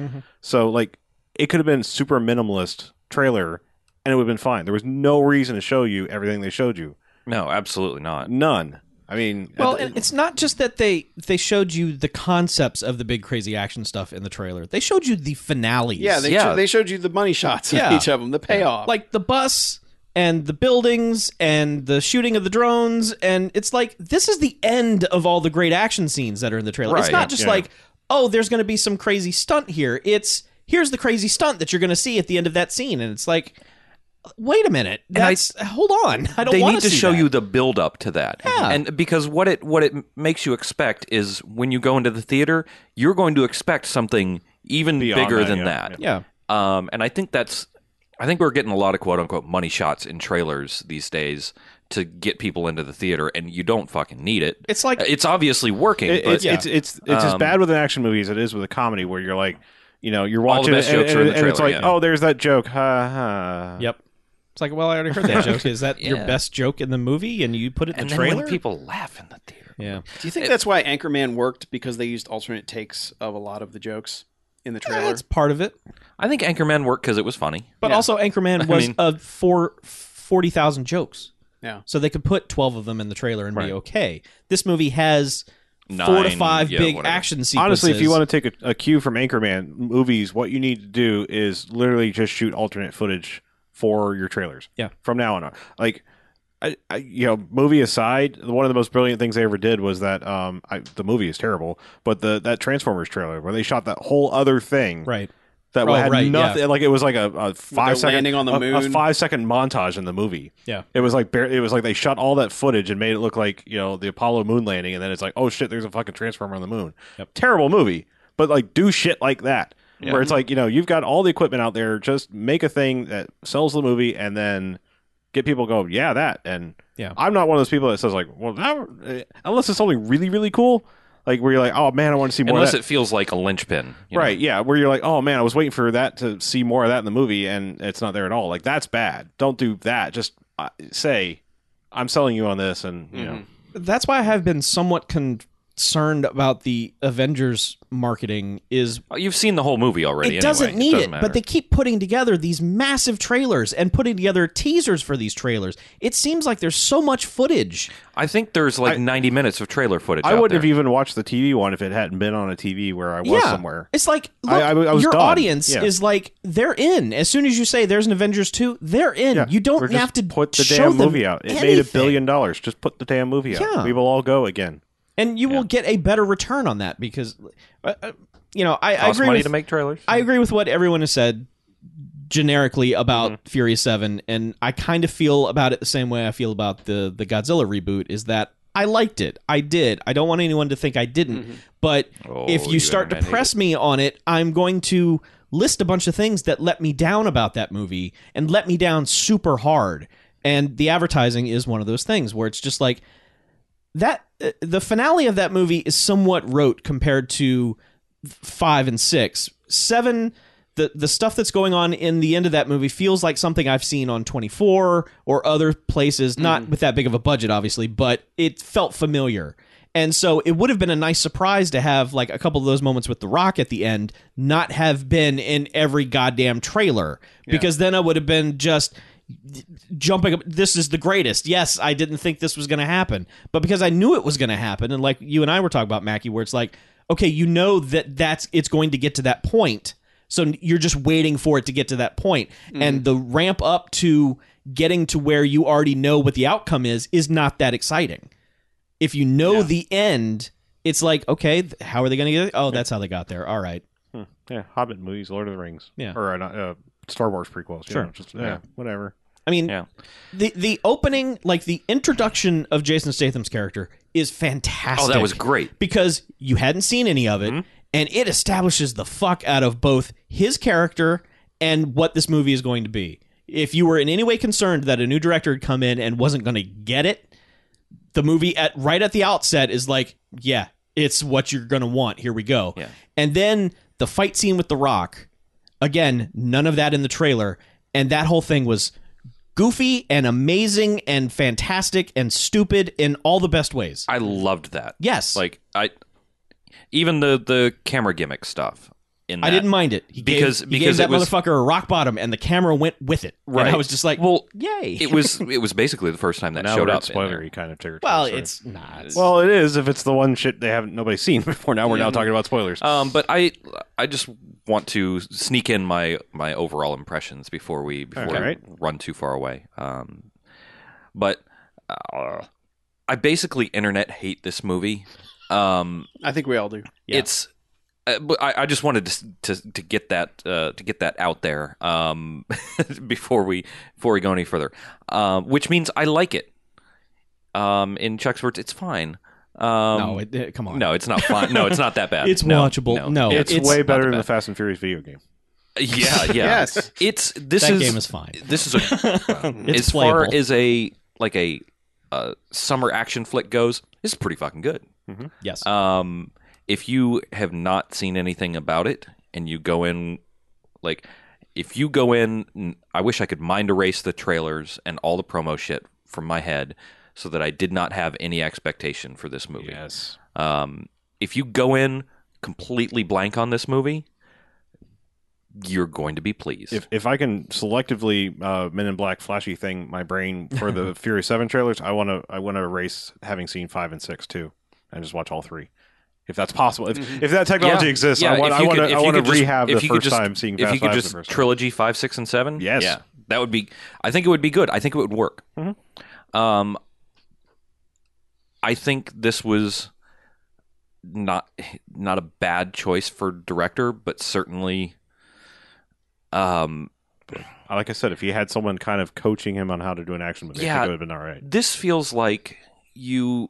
[SPEAKER 2] So like It could have been super minimalist trailer, and it would have been fine. There was no reason to show you everything they showed you.
[SPEAKER 5] No, absolutely not.
[SPEAKER 2] None. I mean,
[SPEAKER 4] Well,
[SPEAKER 2] at the-
[SPEAKER 4] and it's not just that they they showed you the concepts of the big crazy action stuff in the trailer. They showed you the finales.
[SPEAKER 3] Yeah, they,
[SPEAKER 5] Yeah.
[SPEAKER 3] Showed, they showed you the money shots
[SPEAKER 4] Yeah.
[SPEAKER 3] of each of them, the payoff.
[SPEAKER 4] like the bus and the buildings and the shooting of the drones and it's like this is the end of all the great action scenes that are in the trailer. It's
[SPEAKER 5] Right,
[SPEAKER 4] not just
[SPEAKER 2] yeah.
[SPEAKER 4] like, oh, there's going to be some crazy stunt here. It's here's the crazy stunt that you're going to see at the end of that scene and it's like wait a minute.
[SPEAKER 5] I-
[SPEAKER 4] That's hold on. I don't
[SPEAKER 5] they
[SPEAKER 4] wanna
[SPEAKER 5] need to
[SPEAKER 4] see
[SPEAKER 5] show
[SPEAKER 4] that.
[SPEAKER 5] you the build up to that
[SPEAKER 4] Yeah.
[SPEAKER 5] and because what it what it makes you expect is when you go into the theater you're going to expect something even
[SPEAKER 2] Beyond
[SPEAKER 5] bigger
[SPEAKER 2] that,
[SPEAKER 5] than
[SPEAKER 2] yeah,
[SPEAKER 5] that
[SPEAKER 4] Yeah.
[SPEAKER 5] um, and i think that's i think we're getting a lot of quote unquote money shots in trailers these days to get people into the theater and you don't fucking need it
[SPEAKER 4] It's like
[SPEAKER 5] it's obviously working
[SPEAKER 2] It-
[SPEAKER 5] but
[SPEAKER 2] it's, it's it's it's as
[SPEAKER 5] um,
[SPEAKER 2] bad with an action movie as it is with a comedy, where you're like, you know, you're
[SPEAKER 5] All the
[SPEAKER 2] watching
[SPEAKER 5] best
[SPEAKER 2] it and,
[SPEAKER 5] jokes are in
[SPEAKER 2] and-
[SPEAKER 5] the
[SPEAKER 2] and it's
[SPEAKER 5] trailer,
[SPEAKER 2] like,
[SPEAKER 5] yeah.
[SPEAKER 2] oh, there's that joke, ha ha.
[SPEAKER 4] Yep. It's like, well, I already heard that joke. Is that your
[SPEAKER 5] Yeah.
[SPEAKER 4] best joke in the movie? And you put it in
[SPEAKER 5] and
[SPEAKER 4] the
[SPEAKER 5] then
[SPEAKER 4] trailer.
[SPEAKER 5] when people laugh in the theater
[SPEAKER 4] yeah.
[SPEAKER 3] Do you think that's why Anchorman worked because they used alternate takes of a lot of the jokes in the trailer?
[SPEAKER 4] That's part of it.
[SPEAKER 5] i think anchorman worked because it was funny
[SPEAKER 4] But
[SPEAKER 3] Yeah.
[SPEAKER 4] also, Anchorman was
[SPEAKER 5] mean-
[SPEAKER 4] uh, for 40,000 jokes.
[SPEAKER 3] Yeah.
[SPEAKER 4] So they could put 12 of them in the trailer and be okay. This movie has four to
[SPEAKER 5] Nine,
[SPEAKER 4] five
[SPEAKER 5] yeah,
[SPEAKER 4] big
[SPEAKER 5] whatever.
[SPEAKER 4] action sequences.
[SPEAKER 2] Honestly, if you want to take a, a cue from Anchorman movies, what you need to do is literally just shoot alternate footage for your trailers.
[SPEAKER 4] Yeah.
[SPEAKER 2] From now on, like, I, I you know, movie aside, one of the most brilliant things they ever did was that um, I, the movie is terrible, but the that Transformers trailer where they shot that whole other thing,
[SPEAKER 4] Right.
[SPEAKER 2] That
[SPEAKER 4] Oh,
[SPEAKER 2] had
[SPEAKER 4] right, yeah.
[SPEAKER 2] nothing. Like it was like a, a five second
[SPEAKER 3] landing on the
[SPEAKER 2] a- a
[SPEAKER 3] moon.
[SPEAKER 2] five second montage in the movie.
[SPEAKER 4] Yeah.
[SPEAKER 2] It was like bare, it was like they shot all that footage and made it look like you know the Apollo moon landing, and then it's like oh shit, there's a fucking transformer on the moon.
[SPEAKER 4] Yep.
[SPEAKER 2] Terrible movie, but like do shit like that where it's like you know you've got all the equipment out there, just make a thing that sells the movie, and then get people going yeah that and
[SPEAKER 4] Yeah.
[SPEAKER 2] I'm not one of those people that says like well that, unless it's something really really cool like where you're like oh man I want to see more of
[SPEAKER 5] unless
[SPEAKER 2] that."
[SPEAKER 5] it feels like a linchpin you know?
[SPEAKER 2] Right, yeah, where you're like, oh man, I was waiting for that to see more of that in the movie, and it's not there at all. Like that's bad. Don't do that. Just uh, say, I'm selling you on this, and you
[SPEAKER 4] Mm-hmm.
[SPEAKER 2] know,
[SPEAKER 4] That's why I have been somewhat concerned about the Avengers marketing is
[SPEAKER 5] Well, You've seen the whole movie already.
[SPEAKER 4] It doesn't
[SPEAKER 5] anyway.
[SPEAKER 4] need it,
[SPEAKER 5] doesn't matter.
[SPEAKER 4] but they keep putting together these massive trailers and putting together teasers for these trailers. It seems like there's so much footage.
[SPEAKER 5] I think there's like 90 minutes of trailer footage.
[SPEAKER 2] I
[SPEAKER 5] out
[SPEAKER 2] wouldn't
[SPEAKER 5] there.
[SPEAKER 2] have even watched the TV one if it hadn't been on a TV where I was somewhere.
[SPEAKER 4] It's like look,
[SPEAKER 2] I- I w- I was
[SPEAKER 4] your
[SPEAKER 2] done.
[SPEAKER 4] audience
[SPEAKER 2] Yeah.
[SPEAKER 4] is like they're in. As soon as you say there's an Avengers 2, they're in.
[SPEAKER 2] Yeah,
[SPEAKER 4] You
[SPEAKER 2] or
[SPEAKER 4] don't
[SPEAKER 2] just
[SPEAKER 4] have to
[SPEAKER 2] put the
[SPEAKER 4] show
[SPEAKER 2] damn
[SPEAKER 4] them
[SPEAKER 2] movie out. It made a
[SPEAKER 4] anything.
[SPEAKER 2] billion dollars. Just put the damn movie out.
[SPEAKER 4] Yeah.
[SPEAKER 2] We will all go again.
[SPEAKER 4] and you will get a better return on that because uh, uh, you know, I, I
[SPEAKER 5] Costs
[SPEAKER 4] agree
[SPEAKER 5] money
[SPEAKER 4] with,
[SPEAKER 5] to make trailers.
[SPEAKER 4] I agree with what everyone has said generically about Fury 7 and I kind of feel about it the same way I feel about the the Godzilla reboot is that I liked it. I did. I don't want anyone to think I didn't. But
[SPEAKER 5] Oh,
[SPEAKER 4] if you,
[SPEAKER 5] you
[SPEAKER 4] start to
[SPEAKER 5] internet
[SPEAKER 4] press me on it, I'm going to list a bunch of things that let me down about that movie and let me down super hard. And the advertising is one of those things where it's just like that uh, the finale of that movie is somewhat rote compared to five and six. Seven, the the stuff that's going on in the end of that movie feels like something I've seen on Twenty Four or other places, not with that big of a budget, obviously, but it felt familiar. And so it would have been a nice surprise to have like a couple of those moments with The Rock at the end not have been in every goddamn trailer because then I would have been just jumping up this is the greatest yes i didn't think this was going to happen but because i knew it was going to happen and like you and i were talking about mackie where it's like okay you know that that's it's going to get to that point so you're just waiting for it to get to that point and the ramp up to getting to where you already know what the outcome is is not that exciting if you know the end it's like okay th- how are they going to get it oh that's how they got there all right
[SPEAKER 2] Yeah, Hobbit movies, Lord of the Rings,
[SPEAKER 4] Yeah.
[SPEAKER 2] or uh, not, uh, Star Wars prequels. You
[SPEAKER 4] Sure.
[SPEAKER 2] know, just yeah, whatever.
[SPEAKER 4] I mean,
[SPEAKER 5] Yeah.
[SPEAKER 4] the the opening, like the introduction of Jason Statham's character, is fantastic.
[SPEAKER 5] Oh, that was great.
[SPEAKER 4] because you hadn't seen any of it, and it establishes the fuck out of both his character and what this movie is going to be. If you were in any way concerned that a new director had come in and wasn't going to get it, the movie at right at the outset is like, yeah, it's what you're gonna want. Here we go.
[SPEAKER 5] Yeah.
[SPEAKER 4] And then the fight scene with The Rock, again, none of that in the trailer, and that whole thing was goofy and amazing and fantastic and stupid in all the best ways.
[SPEAKER 5] I loved that.
[SPEAKER 4] yes.
[SPEAKER 5] Like I, even the the camera gimmick stuff. in. That.
[SPEAKER 4] I didn't mind it. He
[SPEAKER 5] Because-
[SPEAKER 4] gave, he
[SPEAKER 5] because
[SPEAKER 4] gave that
[SPEAKER 5] it was-
[SPEAKER 4] motherfucker a rock bottom, and the camera went with it. And
[SPEAKER 5] Right.
[SPEAKER 4] I was just like,
[SPEAKER 5] Well,
[SPEAKER 4] yay.
[SPEAKER 5] it was it was basically the first time that
[SPEAKER 2] now
[SPEAKER 5] showed
[SPEAKER 2] we're
[SPEAKER 5] up.
[SPEAKER 2] at
[SPEAKER 5] in there.
[SPEAKER 2] spoilery kind of territory.
[SPEAKER 4] well,
[SPEAKER 2] so-
[SPEAKER 4] it's not. It's-
[SPEAKER 2] well, it is if it's the one shit they haven't nobody's seen before. Now we're now talking about spoilers.
[SPEAKER 5] Um, but I I just want to sneak in my my overall impressions before we before
[SPEAKER 2] Okay.
[SPEAKER 5] we
[SPEAKER 2] Alright.
[SPEAKER 5] run too far away. Um, but uh, I basically internet hate this movie. Um,
[SPEAKER 3] I think we all do.
[SPEAKER 4] Yeah.
[SPEAKER 5] it's uh, but I, I just wanted to, s- to to get that uh, to get that out there um, before we before we go any further, um, which means I like it. Um, in Chuck's words, it's fine. Um,
[SPEAKER 4] no, it, it- come on.
[SPEAKER 5] no, it's not fine. No, it's not that bad.
[SPEAKER 4] It's
[SPEAKER 5] No,
[SPEAKER 4] watchable.
[SPEAKER 5] No,
[SPEAKER 4] No,
[SPEAKER 2] it's,
[SPEAKER 4] it's
[SPEAKER 2] way
[SPEAKER 5] not
[SPEAKER 2] better
[SPEAKER 5] that
[SPEAKER 2] than the
[SPEAKER 5] bad.
[SPEAKER 2] Fast and Furious video game.
[SPEAKER 5] Yeah, yeah.
[SPEAKER 3] Yes.
[SPEAKER 5] It's this
[SPEAKER 4] that
[SPEAKER 5] is
[SPEAKER 4] game is fine.
[SPEAKER 5] this is a
[SPEAKER 4] it's
[SPEAKER 5] as far
[SPEAKER 4] playable.
[SPEAKER 5] as a like a uh, summer action flick goes, this is pretty fucking good.
[SPEAKER 4] yes.
[SPEAKER 5] Um, if you have not seen anything about it and you go in, like, if you go in, n- I wish I could mind erase the trailers and all the promo shit from my head so that I did not have any expectation for this movie.
[SPEAKER 2] Yes.
[SPEAKER 5] Um, if you go in completely blank on this movie, you're going to be pleased.
[SPEAKER 2] If if I can selectively uh, Men in Black flashy thing my brain for the Furious Seven trailers, I want to I want to erase having seen five and six too, and just watch all three. If that's possible, if, if that technology
[SPEAKER 5] Mm-hmm. Yeah,
[SPEAKER 2] exists,
[SPEAKER 5] yeah,
[SPEAKER 2] I want
[SPEAKER 5] if
[SPEAKER 2] I
[SPEAKER 5] you
[SPEAKER 2] want to
[SPEAKER 5] could- if
[SPEAKER 2] I
[SPEAKER 5] you
[SPEAKER 2] want
[SPEAKER 5] could
[SPEAKER 2] to
[SPEAKER 5] just-
[SPEAKER 2] rehab the
[SPEAKER 5] if you could
[SPEAKER 2] first
[SPEAKER 5] just-
[SPEAKER 2] time seeing
[SPEAKER 5] if
[SPEAKER 2] Fast
[SPEAKER 5] you could
[SPEAKER 2] Five
[SPEAKER 5] just
[SPEAKER 2] the first time.
[SPEAKER 5] trilogy five, six, and seven.
[SPEAKER 2] Yes.
[SPEAKER 5] yeah, that would be. I think it would be good. I think it would work.
[SPEAKER 2] Mm-hmm.
[SPEAKER 5] Um, I think this was not not a bad choice for director, but certainly, um,
[SPEAKER 2] Like I said, if he had someone kind of coaching him on how to do an action movie, I
[SPEAKER 5] Yeah.
[SPEAKER 2] think it would have been all right.
[SPEAKER 5] this feels like you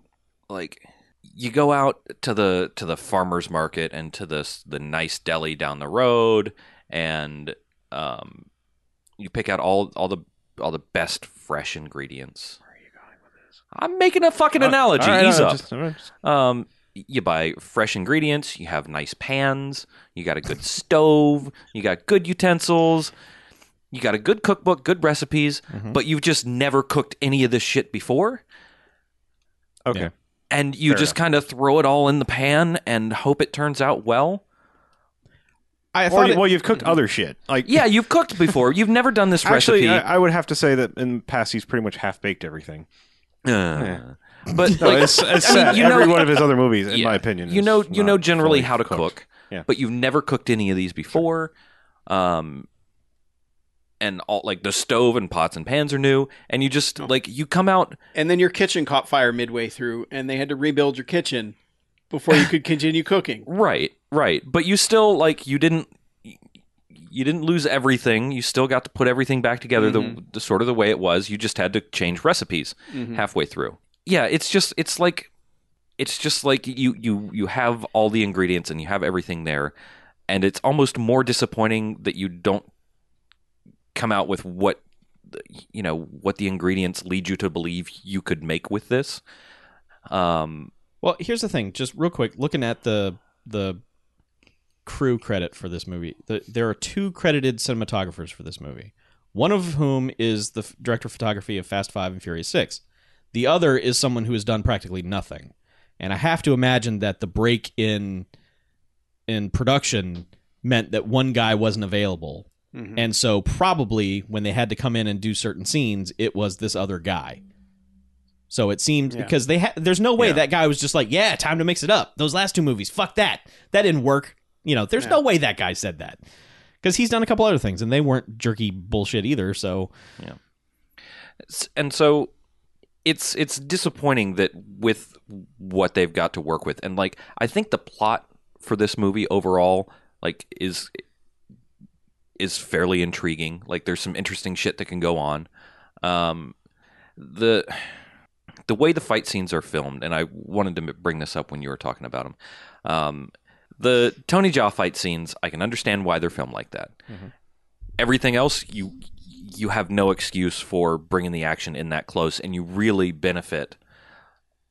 [SPEAKER 5] like you go out to the to the farmers market and to this the nice deli down the road and um you pick out all all the all the best fresh ingredients where are you going with this Uh, i'm making a fucking analogy
[SPEAKER 2] All right,
[SPEAKER 5] ease
[SPEAKER 2] all right,
[SPEAKER 5] up
[SPEAKER 2] just- all right, just-
[SPEAKER 5] um, you buy fresh ingredients, you have nice pans, you got a good stove, you got good utensils, you got a good cookbook, good recipes,
[SPEAKER 2] Mm-hmm.
[SPEAKER 5] but you've just never cooked any of this shit before.
[SPEAKER 2] okay.
[SPEAKER 5] And you
[SPEAKER 2] Fair
[SPEAKER 5] just kind of throw it all in the pan and hope it turns out well.
[SPEAKER 4] I
[SPEAKER 2] Or,
[SPEAKER 4] thought
[SPEAKER 2] you-
[SPEAKER 4] it-
[SPEAKER 2] well, you've cooked other shit. Like
[SPEAKER 5] Yeah, uh, you've cooked before. You've never done this
[SPEAKER 2] Actually,
[SPEAKER 5] recipe.
[SPEAKER 2] I, I would have to say that in the past he's pretty much half baked everything.
[SPEAKER 5] Uh, but
[SPEAKER 2] No,
[SPEAKER 5] like,
[SPEAKER 2] it's, it's
[SPEAKER 5] I mean,
[SPEAKER 2] sad.
[SPEAKER 5] you know-
[SPEAKER 2] Every one of his other movies, in
[SPEAKER 5] Yeah.
[SPEAKER 2] my opinion,
[SPEAKER 5] you
[SPEAKER 2] is
[SPEAKER 5] know you
[SPEAKER 2] not
[SPEAKER 5] know generally
[SPEAKER 2] fully
[SPEAKER 5] how to
[SPEAKER 2] cooked.
[SPEAKER 5] cook
[SPEAKER 2] Yeah.
[SPEAKER 5] but you've never cooked any of these before um and all like the stove and pots and pans are new and you just
[SPEAKER 2] Oh.
[SPEAKER 5] like you come out
[SPEAKER 3] And then your kitchen caught fire midway through, and they had to rebuild your kitchen before you could continue cooking.
[SPEAKER 5] right right but you still like you didn't you didn't lose everything you still got to put everything back together
[SPEAKER 2] Mm-hmm.
[SPEAKER 5] the, the sort of the way it was you just had to change recipes
[SPEAKER 3] Mm-hmm.
[SPEAKER 5] halfway through yeah it's just it's like it's just like you you you have all the ingredients and you have everything there and it's almost more disappointing that you don't come out with what the- you know what the ingredients lead you to believe you could make with this um
[SPEAKER 4] Well, here's the thing. Just real quick, looking at the the crew credit for this movie, the, there are two credited cinematographers for this movie. One of whom is the f- director of photography of Fast Five and Furious Six. The other is someone who has done practically nothing. And I have to imagine that the break in in production meant that one guy wasn't available.
[SPEAKER 3] Mm-hmm.
[SPEAKER 4] And so probably when they had to come in and do certain scenes, it was this other guy. So it seemed because they had there's no way that guy was just like, yeah, time to mix it up. Those last two movies, fuck that. That didn't work. You know, there's no way that guy said that. Cuz he's done a couple other things and they weren't jerky bullshit either, so
[SPEAKER 5] S- and so it's it's disappointing that with what they've got to work with and like i think the plot for this movie overall like is is fairly intriguing like there's some interesting shit that can go on um the the way the fight scenes are filmed and i wanted to m- bring this up when you were talking about them um the tony jaw fight scenes i can understand why they're filmed like that everything else you you have no excuse for bringing the action in that close and you really benefit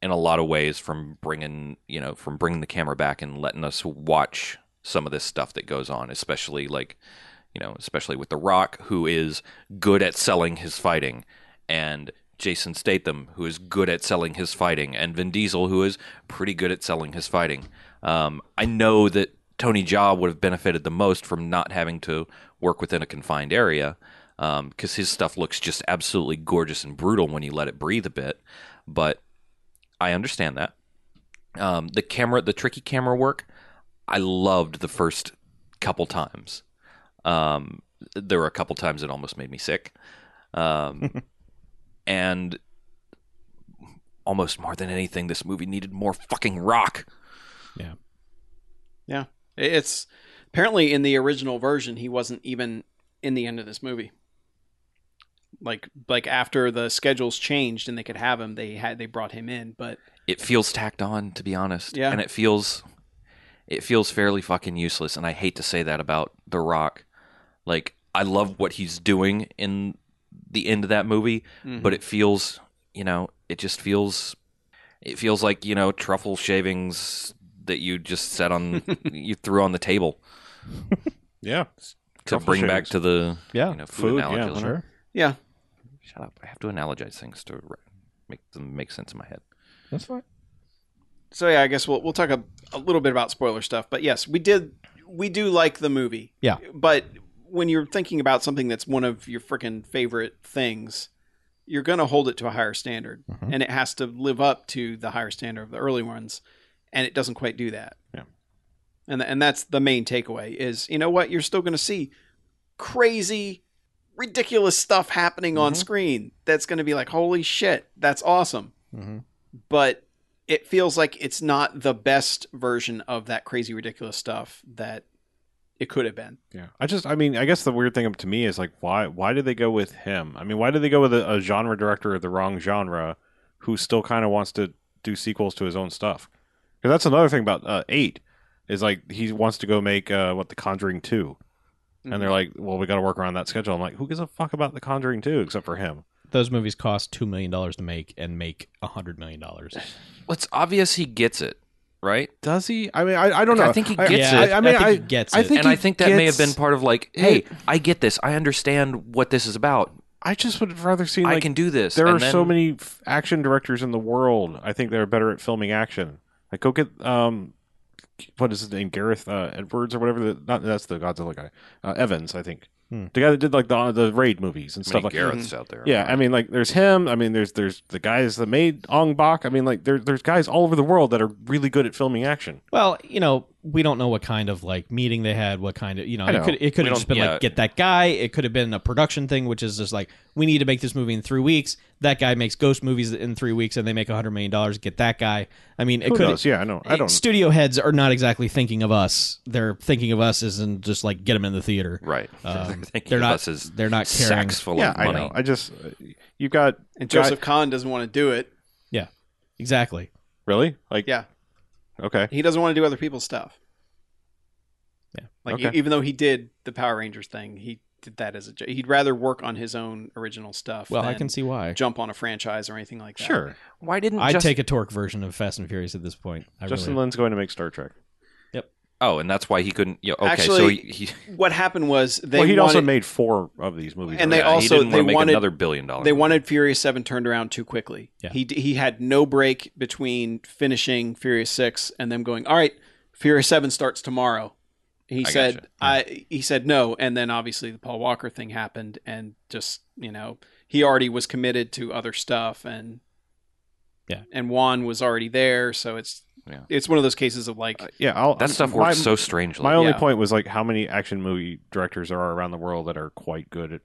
[SPEAKER 5] in a lot of ways from bringing you know from bringing the camera back and letting us watch some of this stuff that goes on especially like you know especially with the rock who is good at selling his fighting and Jason Statham who is good at selling his fighting and Vin Diesel who is pretty good at selling his fighting um, I know that Tony Jaa would have benefited the most from not having to work within a confined area because his stuff looks just absolutely gorgeous and brutal when you let it breathe a bit. But I understand that. Um, the camera, the tricky camera work, I loved the first couple times. Um, there were a couple times it almost made me sick. Um, and almost more than anything, this movie needed more fucking rock.
[SPEAKER 3] It's apparently in the original version he wasn't even in the end of this movie. Like like after the schedules changed and they could have him, they had they brought him in, but
[SPEAKER 5] It feels tacked on, to be honest.
[SPEAKER 3] Yeah.
[SPEAKER 5] And it feels it feels fairly fucking useless, and I hate to say that about The Rock. Like, I love what he's doing in the end of that movie,
[SPEAKER 2] Mm-hmm.
[SPEAKER 5] but it feels you know, it just feels it feels like, you know, truffle shavings that you just set on you threw on the table
[SPEAKER 2] Yeah.
[SPEAKER 5] to
[SPEAKER 2] Truffle
[SPEAKER 5] bring back
[SPEAKER 2] shavings.
[SPEAKER 5] to
[SPEAKER 4] Oh,
[SPEAKER 5] the
[SPEAKER 4] Yeah,
[SPEAKER 5] you know, food,
[SPEAKER 2] food, yeah,
[SPEAKER 5] analogies.
[SPEAKER 4] sure.
[SPEAKER 3] yeah.
[SPEAKER 5] Shut up. I have to analogize things to re- make them make sense in my head.
[SPEAKER 4] That's fine.
[SPEAKER 3] So yeah, I guess we'll we'll talk a, a little bit about spoiler stuff, but yes, we did we do like the movie.
[SPEAKER 4] Yeah.
[SPEAKER 3] But when you're thinking about something that's one of your freaking favorite things, you're going to hold it to a higher standard
[SPEAKER 4] Mhm.
[SPEAKER 3] and it has to live up to the higher standard of the early ones and it doesn't quite do that.
[SPEAKER 2] Yeah.
[SPEAKER 3] And and that's the main takeaway is, you know what, you're still going to see crazy ridiculous stuff happening on screen that's going to be like holy shit, that's awesome
[SPEAKER 4] Mhm.
[SPEAKER 3] but it feels like it's not the best version of that crazy ridiculous stuff that it could have been.
[SPEAKER 2] Yeah. I just, I mean, I guess the weird thing to me is like, why, why did they go with him? I mean, why did they go with a, a genre director of the wrong genre who still kind of wants to do sequels to his own stuff? Because that's another thing about uh, eight is like he wants to go make uh, what the Conjuring 2 and they're like, well, we got to work around that schedule. I'm like, who gives a fuck about the Conjuring 2 except for him?
[SPEAKER 4] Those movies cost two million dollars to make and make a hundred million dollars.
[SPEAKER 5] Well, it's obvious he gets it, right?
[SPEAKER 2] Does he? I mean, I, I don't know.
[SPEAKER 5] I think he gets
[SPEAKER 4] yeah,
[SPEAKER 5] it.
[SPEAKER 4] I,
[SPEAKER 2] I mean,
[SPEAKER 4] think
[SPEAKER 2] I-
[SPEAKER 4] he gets
[SPEAKER 2] I
[SPEAKER 4] it.
[SPEAKER 2] think-
[SPEAKER 5] and I
[SPEAKER 2] he
[SPEAKER 5] think that may have been
[SPEAKER 2] gets-
[SPEAKER 5] part of like, hey, I get this. I understand what this is about.
[SPEAKER 2] I just would have rather seen.
[SPEAKER 5] I
[SPEAKER 2] Like,
[SPEAKER 5] can do this.
[SPEAKER 2] there
[SPEAKER 5] And
[SPEAKER 2] are so
[SPEAKER 5] then-
[SPEAKER 2] many f- action directors in the world. I think they're better at filming action. Like, go get um, what is his name, Gareth uh, Edwards or whatever. The, not that's the Godzilla guy, uh, Evans, I think.
[SPEAKER 4] Hmm.
[SPEAKER 2] The guy that did like the the raid movies and
[SPEAKER 5] How
[SPEAKER 2] stuff
[SPEAKER 5] many
[SPEAKER 2] like
[SPEAKER 5] Gareths
[SPEAKER 3] Mm-hmm.
[SPEAKER 5] out there.
[SPEAKER 2] Yeah, I mean, like there's him. I mean, there's there's the guys that made Ong Bak. I mean, like there, there's guys all over the world that are really good at filming action.
[SPEAKER 4] well, you know, we don't know what kind of like meeting they had, what kind of you know,
[SPEAKER 2] I
[SPEAKER 4] it
[SPEAKER 2] know.
[SPEAKER 4] could it could
[SPEAKER 5] We
[SPEAKER 4] have just
[SPEAKER 5] don't-
[SPEAKER 4] been
[SPEAKER 5] yeah.
[SPEAKER 4] like get that guy. It could have been a production thing, which is just like we need to make this movie in three weeks. That guy makes ghost movies in three weeks, and they make a hundred million dollars. Get that guy. I mean, it
[SPEAKER 2] Who
[SPEAKER 4] could
[SPEAKER 2] knows? Yeah, I know. I don't.
[SPEAKER 4] Studio heads are not exactly thinking of us. They're thinking of us as in just like get them in the theater.
[SPEAKER 5] right.
[SPEAKER 4] Um,
[SPEAKER 5] Thinking
[SPEAKER 4] they're
[SPEAKER 5] of
[SPEAKER 4] not-
[SPEAKER 5] us as
[SPEAKER 4] they're not caring.
[SPEAKER 5] sacks full
[SPEAKER 2] yeah,
[SPEAKER 5] of
[SPEAKER 2] I
[SPEAKER 5] money.
[SPEAKER 2] know. I just uh, you've got
[SPEAKER 3] and
[SPEAKER 2] got-
[SPEAKER 3] Joseph Kahn doesn't want to do it.
[SPEAKER 4] Exactly.
[SPEAKER 2] really like
[SPEAKER 3] Yeah.
[SPEAKER 2] okay.
[SPEAKER 3] He doesn't want to do other people's stuff.
[SPEAKER 4] Yeah.
[SPEAKER 3] Like
[SPEAKER 2] Okay.
[SPEAKER 3] e- even though he did the Power Rangers thing, he did that as a jo- he'd rather work on his own original stuff.
[SPEAKER 4] Well, I
[SPEAKER 3] than
[SPEAKER 4] can see why.
[SPEAKER 3] jump on a franchise or anything like that.
[SPEAKER 2] Sure.
[SPEAKER 5] Why didn't
[SPEAKER 4] I'd
[SPEAKER 5] Justin-
[SPEAKER 4] take a Torque version of Fast and Furious at this point. I
[SPEAKER 2] Justin
[SPEAKER 4] really,
[SPEAKER 2] Lin's going to make Star Trek.
[SPEAKER 5] Oh, and that's why he couldn't. Yeah, okay, so
[SPEAKER 3] Actually,
[SPEAKER 5] he, he,
[SPEAKER 3] What happened was they
[SPEAKER 2] well, he'd also
[SPEAKER 3] wanted-
[SPEAKER 2] made four of these movies. already.
[SPEAKER 3] And they
[SPEAKER 5] yeah, he
[SPEAKER 3] also-
[SPEAKER 5] didn't wanna
[SPEAKER 3] they
[SPEAKER 5] make
[SPEAKER 3] wanted-
[SPEAKER 5] another billion dollars.
[SPEAKER 3] They wanted Furious Seven turned around too quickly.
[SPEAKER 4] Yeah.
[SPEAKER 3] He he had no break between finishing Furious Six and them going. All right, Furious Seven starts tomorrow. He
[SPEAKER 5] I
[SPEAKER 3] said,
[SPEAKER 5] gotcha.
[SPEAKER 3] "I." He said no, and then obviously the Paul Walker thing happened, and just you know he already was committed to other stuff, and
[SPEAKER 4] Yeah.
[SPEAKER 3] and Juan was already there, so it's
[SPEAKER 5] Yeah.
[SPEAKER 3] it's one of those cases of like
[SPEAKER 2] yeah, I'll,
[SPEAKER 5] that stuff
[SPEAKER 2] my,
[SPEAKER 5] works so strangely.
[SPEAKER 2] My only
[SPEAKER 3] yeah.
[SPEAKER 2] point was like how many action movie directors there are around the world that are quite good at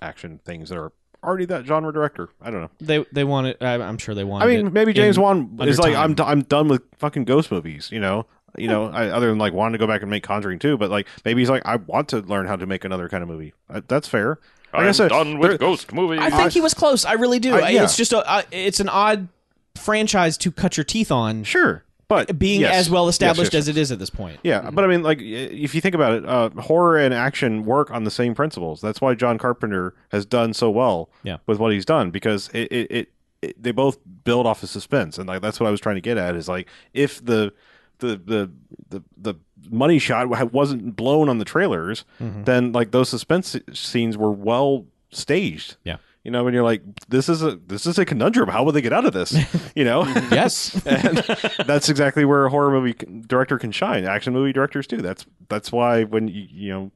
[SPEAKER 2] action things that are already that genre director. I don't know.
[SPEAKER 4] they they wanted. I, I'm sure they wanted.
[SPEAKER 2] I mean,
[SPEAKER 4] it
[SPEAKER 2] maybe James
[SPEAKER 4] in-
[SPEAKER 2] Wan
[SPEAKER 4] under
[SPEAKER 2] is like
[SPEAKER 4] time.
[SPEAKER 2] I'm d- I'm done with fucking ghost movies. You know. You know, I, other than like wanting to go back and make Conjuring too, but like maybe he's like, I want to learn how to make another kind of movie. Uh, that's fair. Like I said, there-
[SPEAKER 6] ghost movies.
[SPEAKER 4] I think he was close. I really do.
[SPEAKER 2] I-
[SPEAKER 4] I-
[SPEAKER 2] yeah.
[SPEAKER 4] It's just a, I it's an odd franchise to cut your teeth on,
[SPEAKER 2] Sure, but
[SPEAKER 4] being
[SPEAKER 2] yes.
[SPEAKER 4] as well
[SPEAKER 2] Yes,
[SPEAKER 4] established
[SPEAKER 2] yes,
[SPEAKER 4] as it is at this point.
[SPEAKER 2] Yeah, but I mean, like, i- if you think about it, uh, horror and action work on the same principles. That's why John Carpenter has done so well
[SPEAKER 4] Yeah.
[SPEAKER 2] with what he's done because it, it, it, it they both build off of suspense, and like that's what I was trying to get at is like if the the the the, the money shot wa- wasn't
[SPEAKER 4] Mm-hmm.
[SPEAKER 2] blown on the trailers, then like those suspense scenes were well staged.
[SPEAKER 4] Yeah.
[SPEAKER 2] You know, when you're like, this is a this is a conundrum. How will they get out of this? You know,
[SPEAKER 4] Mm-hmm. Yes.
[SPEAKER 2] and that's exactly where a horror movie can- director can shine. Action movie directors too. That's that's why when you you know,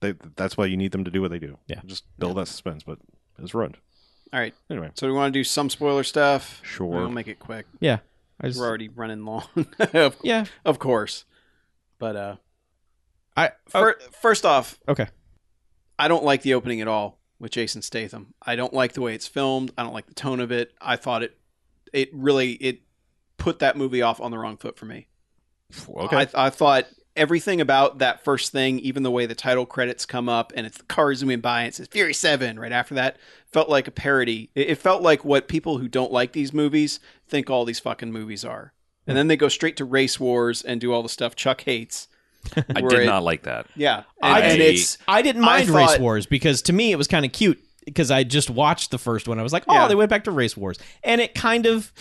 [SPEAKER 2] they, that's why you need them to do what they do.
[SPEAKER 4] Yeah.
[SPEAKER 2] just build that suspense. But it's ruined
[SPEAKER 3] All right.
[SPEAKER 2] anyway.
[SPEAKER 3] So we want to do some spoiler stuff.
[SPEAKER 2] Sure.
[SPEAKER 3] We'll make it quick.
[SPEAKER 4] yeah. I just,
[SPEAKER 3] We're already running long. of,
[SPEAKER 4] yeah.
[SPEAKER 3] of course. But uh
[SPEAKER 4] I oh.
[SPEAKER 3] fir- first off,
[SPEAKER 4] Okay.
[SPEAKER 3] I don't like the opening at all with Jason Statham. I don't like the way it's filmed. I don't like the tone of it. I thought it it really it put that movie off on the wrong foot for me.
[SPEAKER 2] Okay,
[SPEAKER 3] I, I thought everything about that first thing, even the way the title credits come up and it's the car zooming by and it says Fury 7 right after that, felt like a parody. It, it felt like what people who don't like these movies think all these fucking movies are. And then they go straight to race wars and do all the stuff Chuck hates.
[SPEAKER 5] I
[SPEAKER 3] Where
[SPEAKER 5] did
[SPEAKER 3] it-
[SPEAKER 5] not like that.
[SPEAKER 3] Yeah. And,
[SPEAKER 5] I-
[SPEAKER 3] and it's
[SPEAKER 4] I didn't
[SPEAKER 3] I
[SPEAKER 4] mind race
[SPEAKER 3] thought-
[SPEAKER 4] wars because to me it was kind of cute because I just watched the first one. I was like, oh,
[SPEAKER 3] Yeah.
[SPEAKER 4] they went back to race wars, and it kind of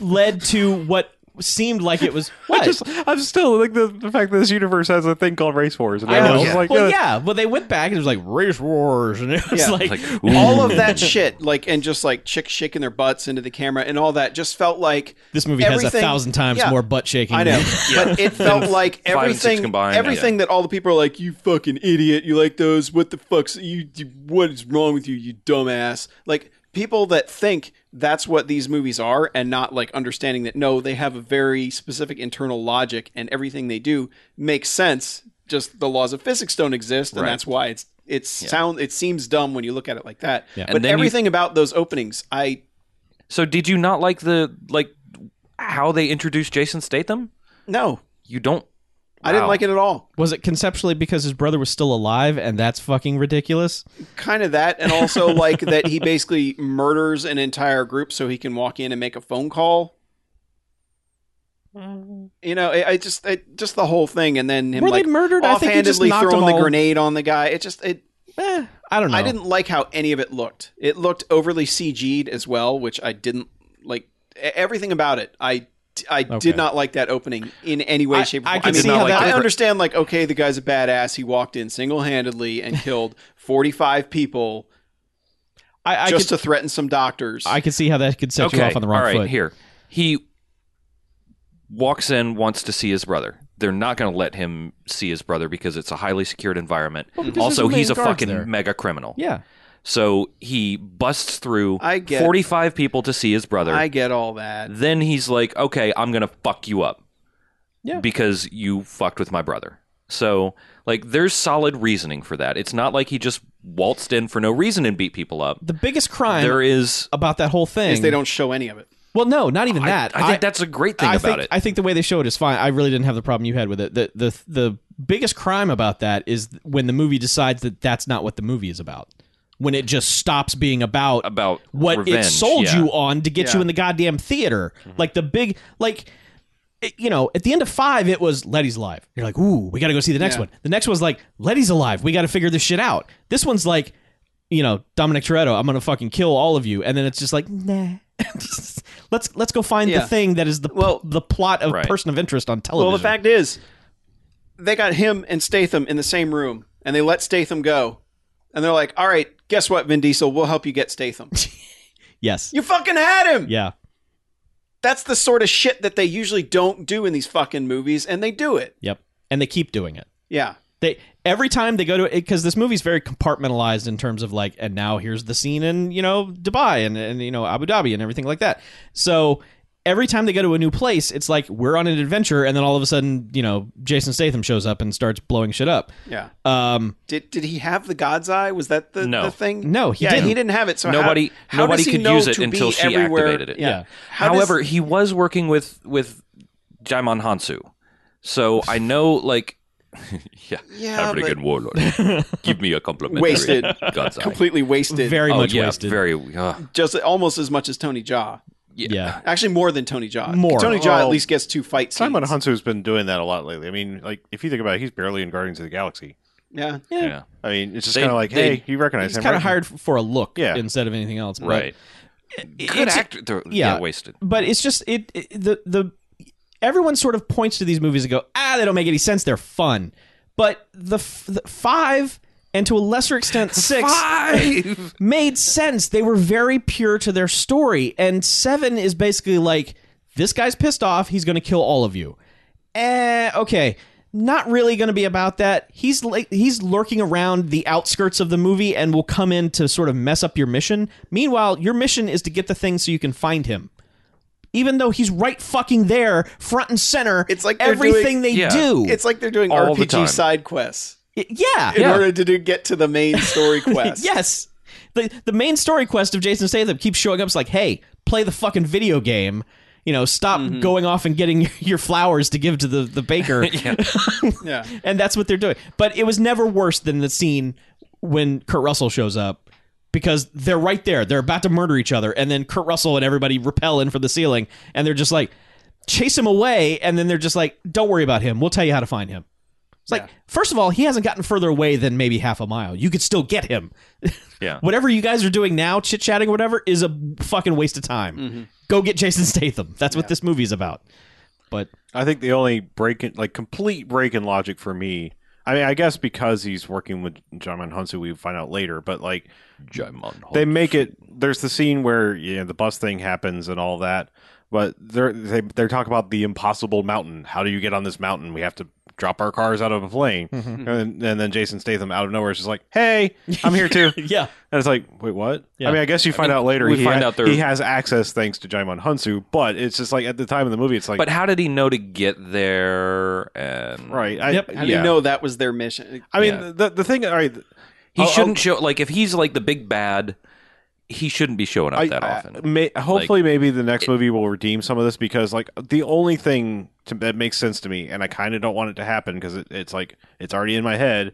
[SPEAKER 4] led to what seemed like it was what.
[SPEAKER 2] I just I'm still like the, the fact that this universe has a thing called race wars, and
[SPEAKER 4] I
[SPEAKER 2] everyone's
[SPEAKER 4] know.
[SPEAKER 2] just like,
[SPEAKER 4] well,
[SPEAKER 2] "Uh,
[SPEAKER 4] yeah, but they went back and it was like race wars, and it was
[SPEAKER 3] Yeah.
[SPEAKER 4] like,
[SPEAKER 5] Like,
[SPEAKER 3] all of
[SPEAKER 5] ooh.
[SPEAKER 3] that shit, like, and just like chicks shaking their butts into the camera and all that just felt like
[SPEAKER 4] this movie has a
[SPEAKER 3] everything-
[SPEAKER 4] thousand times
[SPEAKER 3] yeah.
[SPEAKER 4] more butt shaking.
[SPEAKER 3] I know,
[SPEAKER 4] than-
[SPEAKER 3] but it felt like
[SPEAKER 5] and six
[SPEAKER 3] everything,
[SPEAKER 5] combined,
[SPEAKER 3] everything that all the people are like, "You fucking idiot! You like those? What the fuck's you? you what is wrong with you? You dumbass!" Like people that think that's what these movies are, and not like understanding that no, they have a very specific internal logic, and everything they do makes sense. Just the laws of physics don't exist, and
[SPEAKER 5] Right.
[SPEAKER 3] that's why it's it's sound. It seems dumb when you look at it like that.
[SPEAKER 4] Yeah.
[SPEAKER 5] And
[SPEAKER 3] But
[SPEAKER 5] then you-
[SPEAKER 3] everything about those openings, I
[SPEAKER 5] So did you not like the like how they introduced Jason Statham?
[SPEAKER 3] no,
[SPEAKER 5] You don't.
[SPEAKER 3] I didn't
[SPEAKER 5] Wow.
[SPEAKER 3] like it at all.
[SPEAKER 4] Was it conceptually because his brother was still alive, and that's fucking ridiculous?
[SPEAKER 3] kind of that and also like that he basically murders an entire group so he can walk in and make a phone call you know i, I just I, just the whole thing and then him
[SPEAKER 4] Were
[SPEAKER 3] like
[SPEAKER 4] they murdered? I think he just
[SPEAKER 3] offhandedly
[SPEAKER 4] knocked
[SPEAKER 3] throwing
[SPEAKER 4] them
[SPEAKER 3] the
[SPEAKER 4] all-
[SPEAKER 3] grenade on the guy it just it
[SPEAKER 4] Eh, I don't know.
[SPEAKER 3] i didn't like how any of it looked it looked overly cg'd as well which i didn't like e- everything about it i I
[SPEAKER 4] Okay.
[SPEAKER 3] did not like that opening in any way,
[SPEAKER 4] I-
[SPEAKER 3] shape, or
[SPEAKER 4] I
[SPEAKER 3] form.
[SPEAKER 4] can
[SPEAKER 3] mean,
[SPEAKER 4] see how that-
[SPEAKER 3] I understand, like, okay, the guy's a badass. He walked in single handedly and killed 45 people
[SPEAKER 4] I, I
[SPEAKER 3] just
[SPEAKER 4] could,
[SPEAKER 3] to threaten some doctors.
[SPEAKER 4] I could see how that could set
[SPEAKER 5] okay.
[SPEAKER 4] you off on the wrong
[SPEAKER 5] All right.
[SPEAKER 4] foot.
[SPEAKER 5] Here, he walks in, wants to see his brother. They're not going to let him see his brother because it's a highly secured environment.
[SPEAKER 4] because
[SPEAKER 5] also,
[SPEAKER 4] there's a
[SPEAKER 5] he's a
[SPEAKER 4] million guards
[SPEAKER 5] fucking
[SPEAKER 4] there.
[SPEAKER 5] mega criminal.
[SPEAKER 4] Yeah.
[SPEAKER 5] So he busts through
[SPEAKER 3] I get-
[SPEAKER 5] 45 people to see his brother.
[SPEAKER 3] I get all that.
[SPEAKER 5] then he's like, okay, I'm going to fuck you up.
[SPEAKER 4] Yeah.
[SPEAKER 5] Because you fucked with my brother. So, like, there's solid reasoning for that. It's not like he just waltzed in for no reason and beat people up.
[SPEAKER 4] The biggest crime
[SPEAKER 5] There is.
[SPEAKER 4] about that whole thing
[SPEAKER 3] Is they don't show any of it.
[SPEAKER 4] Well, no, not even
[SPEAKER 5] I-
[SPEAKER 4] that.
[SPEAKER 5] I, think that's a great thing
[SPEAKER 4] I
[SPEAKER 5] about
[SPEAKER 4] think,
[SPEAKER 5] it.
[SPEAKER 4] I think the way they show it is fine. I really didn't have the problem you had with it. The the the biggest crime about that is when the movie decides that that's not what the movie is about. When it just stops being about
[SPEAKER 5] about
[SPEAKER 4] what
[SPEAKER 5] revenge,
[SPEAKER 4] it sold
[SPEAKER 5] yeah.
[SPEAKER 4] you on to get you in the goddamn theater.
[SPEAKER 3] Mm-hmm.
[SPEAKER 4] Like the big like it- you know, at the end of five, it was Letty's alive. You're like, ooh, we got to go see the next
[SPEAKER 3] Yeah.
[SPEAKER 4] one. The next one's like, Letty's alive. We got to figure this shit out. This one's like, you know, Dominic Toretto, I'm gonna fucking kill all of you. And then it's just like, nah. let's let's go find
[SPEAKER 3] Yeah.
[SPEAKER 4] the thing that is the
[SPEAKER 3] Well-
[SPEAKER 4] the plot of
[SPEAKER 5] Right.
[SPEAKER 4] person of interest on television.
[SPEAKER 3] Well, the fact is, they got him and Statham in the same room, and they let Statham go, and they're like, "All right, guess what, Vin Diesel? We'll help you get Statham."
[SPEAKER 4] yes,
[SPEAKER 3] you fucking had him.
[SPEAKER 4] yeah,
[SPEAKER 3] That's the sort of shit that they usually don't do in these fucking movies, and they do it.
[SPEAKER 4] yep. And they keep doing it.
[SPEAKER 3] Yeah,
[SPEAKER 4] They every time they go to because this movie's very compartmentalized in terms of like, and now here's the scene in you know Dubai and and you know Abu Dhabi and everything like that. So every time they go to a new place, it's like we're on an adventure, and then all of a sudden, you know, Jason Statham shows up and starts blowing shit up.
[SPEAKER 3] yeah.
[SPEAKER 4] Um,
[SPEAKER 3] Did did he have the God's eye? Was that the,
[SPEAKER 5] No.
[SPEAKER 3] the thing?
[SPEAKER 4] No, he
[SPEAKER 3] yeah,
[SPEAKER 4] didn't.
[SPEAKER 3] he didn't have it. So how-
[SPEAKER 5] nobody
[SPEAKER 3] how,
[SPEAKER 5] nobody
[SPEAKER 3] does he
[SPEAKER 5] could
[SPEAKER 3] know
[SPEAKER 5] use it
[SPEAKER 3] to
[SPEAKER 5] until
[SPEAKER 3] be
[SPEAKER 5] she
[SPEAKER 3] everywhere?
[SPEAKER 5] activated it.
[SPEAKER 3] Yeah.
[SPEAKER 4] Yeah.
[SPEAKER 3] How does-
[SPEAKER 5] However, he was working with with Jaimon Hansu. So I know like yeah,
[SPEAKER 3] Yeah,
[SPEAKER 5] African
[SPEAKER 3] but-
[SPEAKER 5] warlord. Give me a compliment.
[SPEAKER 3] Wasted.
[SPEAKER 5] God's eye.
[SPEAKER 3] completely wasted.
[SPEAKER 4] very
[SPEAKER 5] oh,
[SPEAKER 4] much
[SPEAKER 5] yeah,
[SPEAKER 4] wasted.
[SPEAKER 5] Very uh,
[SPEAKER 3] just almost as much as Tony Jaa.
[SPEAKER 4] yeah,
[SPEAKER 3] Actually, more than Tony Jaa.
[SPEAKER 4] More.
[SPEAKER 3] Tony Jaa at
[SPEAKER 5] Oh.
[SPEAKER 2] Well,
[SPEAKER 3] least gets two fights.
[SPEAKER 2] Simon Hansu's been doing that a lot lately. I mean, like if you think about it, he's barely in Guardians of the Galaxy.
[SPEAKER 3] Yeah.
[SPEAKER 5] yeah.
[SPEAKER 2] I mean, it's just
[SPEAKER 5] They-
[SPEAKER 2] kind of like,
[SPEAKER 5] they-
[SPEAKER 2] hey, you recognize
[SPEAKER 4] he's
[SPEAKER 2] him?
[SPEAKER 4] kind of
[SPEAKER 2] right?
[SPEAKER 4] hired for a look
[SPEAKER 2] Yeah.
[SPEAKER 4] instead of anything else. but-
[SPEAKER 5] Right. Good
[SPEAKER 4] it's-
[SPEAKER 5] actor. though,
[SPEAKER 4] yeah.
[SPEAKER 5] yeah. wasted.
[SPEAKER 4] but it's just it, it- the the everyone sort of points to these movies and go ah they don't make any sense they're fun but the, f- the five and to a lesser extent six made sense. They were very pure to their story. And seven is basically like, this guy's pissed off. He's going to kill all of you. Eh, okay. Not really going to be about that. He's like he's lurking around the outskirts of the movie and will come in to sort of mess up your mission. Meanwhile, your mission is to get the thing so you can find him. Even though he's right fucking there, front and center,
[SPEAKER 3] It's like they're doing-
[SPEAKER 4] everything they
[SPEAKER 5] yeah.
[SPEAKER 4] do.
[SPEAKER 3] It's like they're doing
[SPEAKER 5] All the
[SPEAKER 3] RPG
[SPEAKER 5] time.
[SPEAKER 3] side quests
[SPEAKER 4] yeah,
[SPEAKER 3] in order to do, get to the main story quest.
[SPEAKER 4] yes. The the main story quest of Jason Statham keeps showing up. It's like, hey, play the fucking video game. You know, stop going off and getting your flowers to give to the, the baker.
[SPEAKER 3] Yeah.
[SPEAKER 4] and that's what they're doing. But it was never worse than the scene when Kurt Russell shows up because they're right there. They're about to murder each other. And then Kurt Russell and everybody repel in from the ceiling. And they're just like, chase him away. And then they're just like, don't worry about him. We'll tell you how to find him. It's like, first of all, he hasn't gotten further away than maybe half a mile. You could still get him.
[SPEAKER 5] Yeah.
[SPEAKER 4] Whatever you guys are doing now, chit chatting or whatever, is a fucking waste of time. Go get Jason Statham. That's what this movie's about. But
[SPEAKER 2] I think the only break in, like complete break in logic for me. I mean, I guess because he's working with John Manhunsu, we find out later. But like, they make it. There's the scene where you know, the bus thing happens and all that. But they're they, they're talking about the impossible mountain. How do you get on this mountain? We have to drop our cars out of a plane.
[SPEAKER 5] Mm-hmm.
[SPEAKER 2] And, and then Jason Statham out of nowhere is just like, "Hey, I'm here too."
[SPEAKER 4] yeah,
[SPEAKER 2] And it's like, wait, what?
[SPEAKER 4] Yeah.
[SPEAKER 2] I mean, I guess you find out later.
[SPEAKER 5] we
[SPEAKER 2] he
[SPEAKER 5] find out they're-
[SPEAKER 2] he has access thanks to Jaimon Hunsu, but it's just like at the time of the movie, it's like,
[SPEAKER 5] But how did he know to get there? And
[SPEAKER 2] right? I,
[SPEAKER 4] Yep.
[SPEAKER 3] How do
[SPEAKER 5] Yeah.
[SPEAKER 3] you know that was their mission?
[SPEAKER 2] I mean,
[SPEAKER 5] Yeah.
[SPEAKER 2] the the thing. All right,
[SPEAKER 5] he
[SPEAKER 2] I'll-
[SPEAKER 5] shouldn't show like if he's like the big bad, he shouldn't be showing up
[SPEAKER 2] I,
[SPEAKER 5] that
[SPEAKER 2] I-
[SPEAKER 5] often.
[SPEAKER 2] may, hopefully, maybe the next movie will redeem some of this because, like, the only thing to, that makes sense to me, and I kind of don't want it to happen because it, it's like it's already in my head.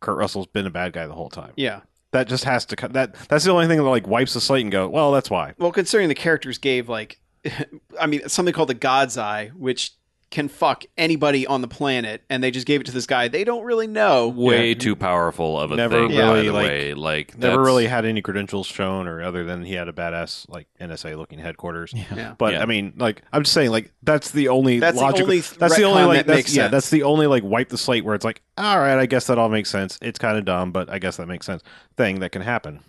[SPEAKER 2] Kurt Russell's been a bad guy the whole time.
[SPEAKER 3] Yeah.
[SPEAKER 2] That just has to cut. That that's the only thing that like wipes the slate and go. Well, that's why.
[SPEAKER 3] Well, considering the characters gave like, I mean, something called the God's Eye, which can fuck anybody on the planet, and they just gave it to this guy they don't really know.
[SPEAKER 5] Way too powerful of a
[SPEAKER 2] Never
[SPEAKER 5] thing. by
[SPEAKER 2] really,
[SPEAKER 5] the
[SPEAKER 2] like-
[SPEAKER 5] way. like
[SPEAKER 2] Never
[SPEAKER 5] that's-
[SPEAKER 2] really had any credentials shown, or other than he had a badass like NSA looking headquarters.
[SPEAKER 3] Yeah.
[SPEAKER 2] But
[SPEAKER 5] Yeah.
[SPEAKER 2] I mean, like I'm just saying, like that's the only
[SPEAKER 3] That's the
[SPEAKER 2] logical.
[SPEAKER 3] only
[SPEAKER 2] that's the only
[SPEAKER 3] retcon
[SPEAKER 2] like
[SPEAKER 3] that
[SPEAKER 2] that's,
[SPEAKER 3] makes
[SPEAKER 2] yeah.
[SPEAKER 3] sense.
[SPEAKER 2] That's the only like wipe the slate where it's like, all right, I guess that all makes sense. It's kind of dumb, but I guess that makes sense. Thing that can happen.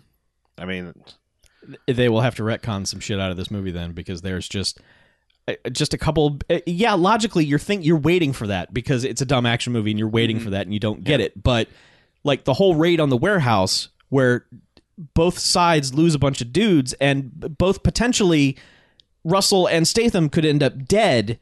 [SPEAKER 2] I mean,
[SPEAKER 4] they will have to retcon some shit out of this movie then because there's just uh, just a couple uh, yeah logically you're think you're waiting for that because it's a dumb action movie and you're waiting
[SPEAKER 2] Mm-hmm.
[SPEAKER 4] for that and you don't get it but like the whole raid on the warehouse where both sides lose a bunch of dudes and b- both potentially Russell and Statham could end up dead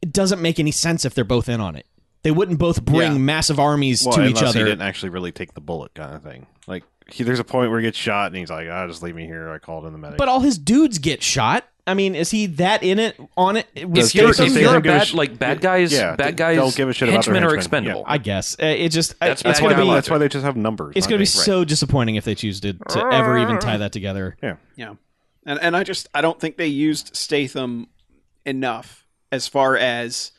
[SPEAKER 4] it doesn't make any sense if they're both in on it they wouldn't both bring
[SPEAKER 3] Yeah.
[SPEAKER 4] massive armies
[SPEAKER 2] well,
[SPEAKER 4] to each
[SPEAKER 2] unless he
[SPEAKER 4] other
[SPEAKER 2] didn't actually really take the bullet, kind of thing. Like he, there's a point where he gets shot, and he's like, "Ah, just leave me here." I called in the medic.
[SPEAKER 4] but all his dudes get shot I mean, is he that in it on it? with
[SPEAKER 5] If you're,
[SPEAKER 2] Jason
[SPEAKER 5] if
[SPEAKER 4] Statham?
[SPEAKER 5] you're a
[SPEAKER 2] Statham give a
[SPEAKER 5] bad,
[SPEAKER 2] sh-
[SPEAKER 5] like bad guys,
[SPEAKER 2] Yeah,
[SPEAKER 5] bad
[SPEAKER 2] they
[SPEAKER 5] guys
[SPEAKER 2] don't give a shit about their
[SPEAKER 5] henchmen are
[SPEAKER 2] henchmen.
[SPEAKER 5] expendable.
[SPEAKER 2] Yeah.
[SPEAKER 4] I guess Uh, it just
[SPEAKER 5] That's
[SPEAKER 4] I,
[SPEAKER 2] that's
[SPEAKER 4] it's
[SPEAKER 5] bad
[SPEAKER 4] gonna
[SPEAKER 2] why,
[SPEAKER 5] guy
[SPEAKER 4] be
[SPEAKER 5] logic.
[SPEAKER 2] that's why they just have numbers.
[SPEAKER 4] it's
[SPEAKER 2] not
[SPEAKER 4] gonna be
[SPEAKER 2] names.
[SPEAKER 4] so disappointing if they choose to to ever even tie that together.
[SPEAKER 2] yeah.
[SPEAKER 3] Yeah, and and I just I don't think they used Statham enough as far as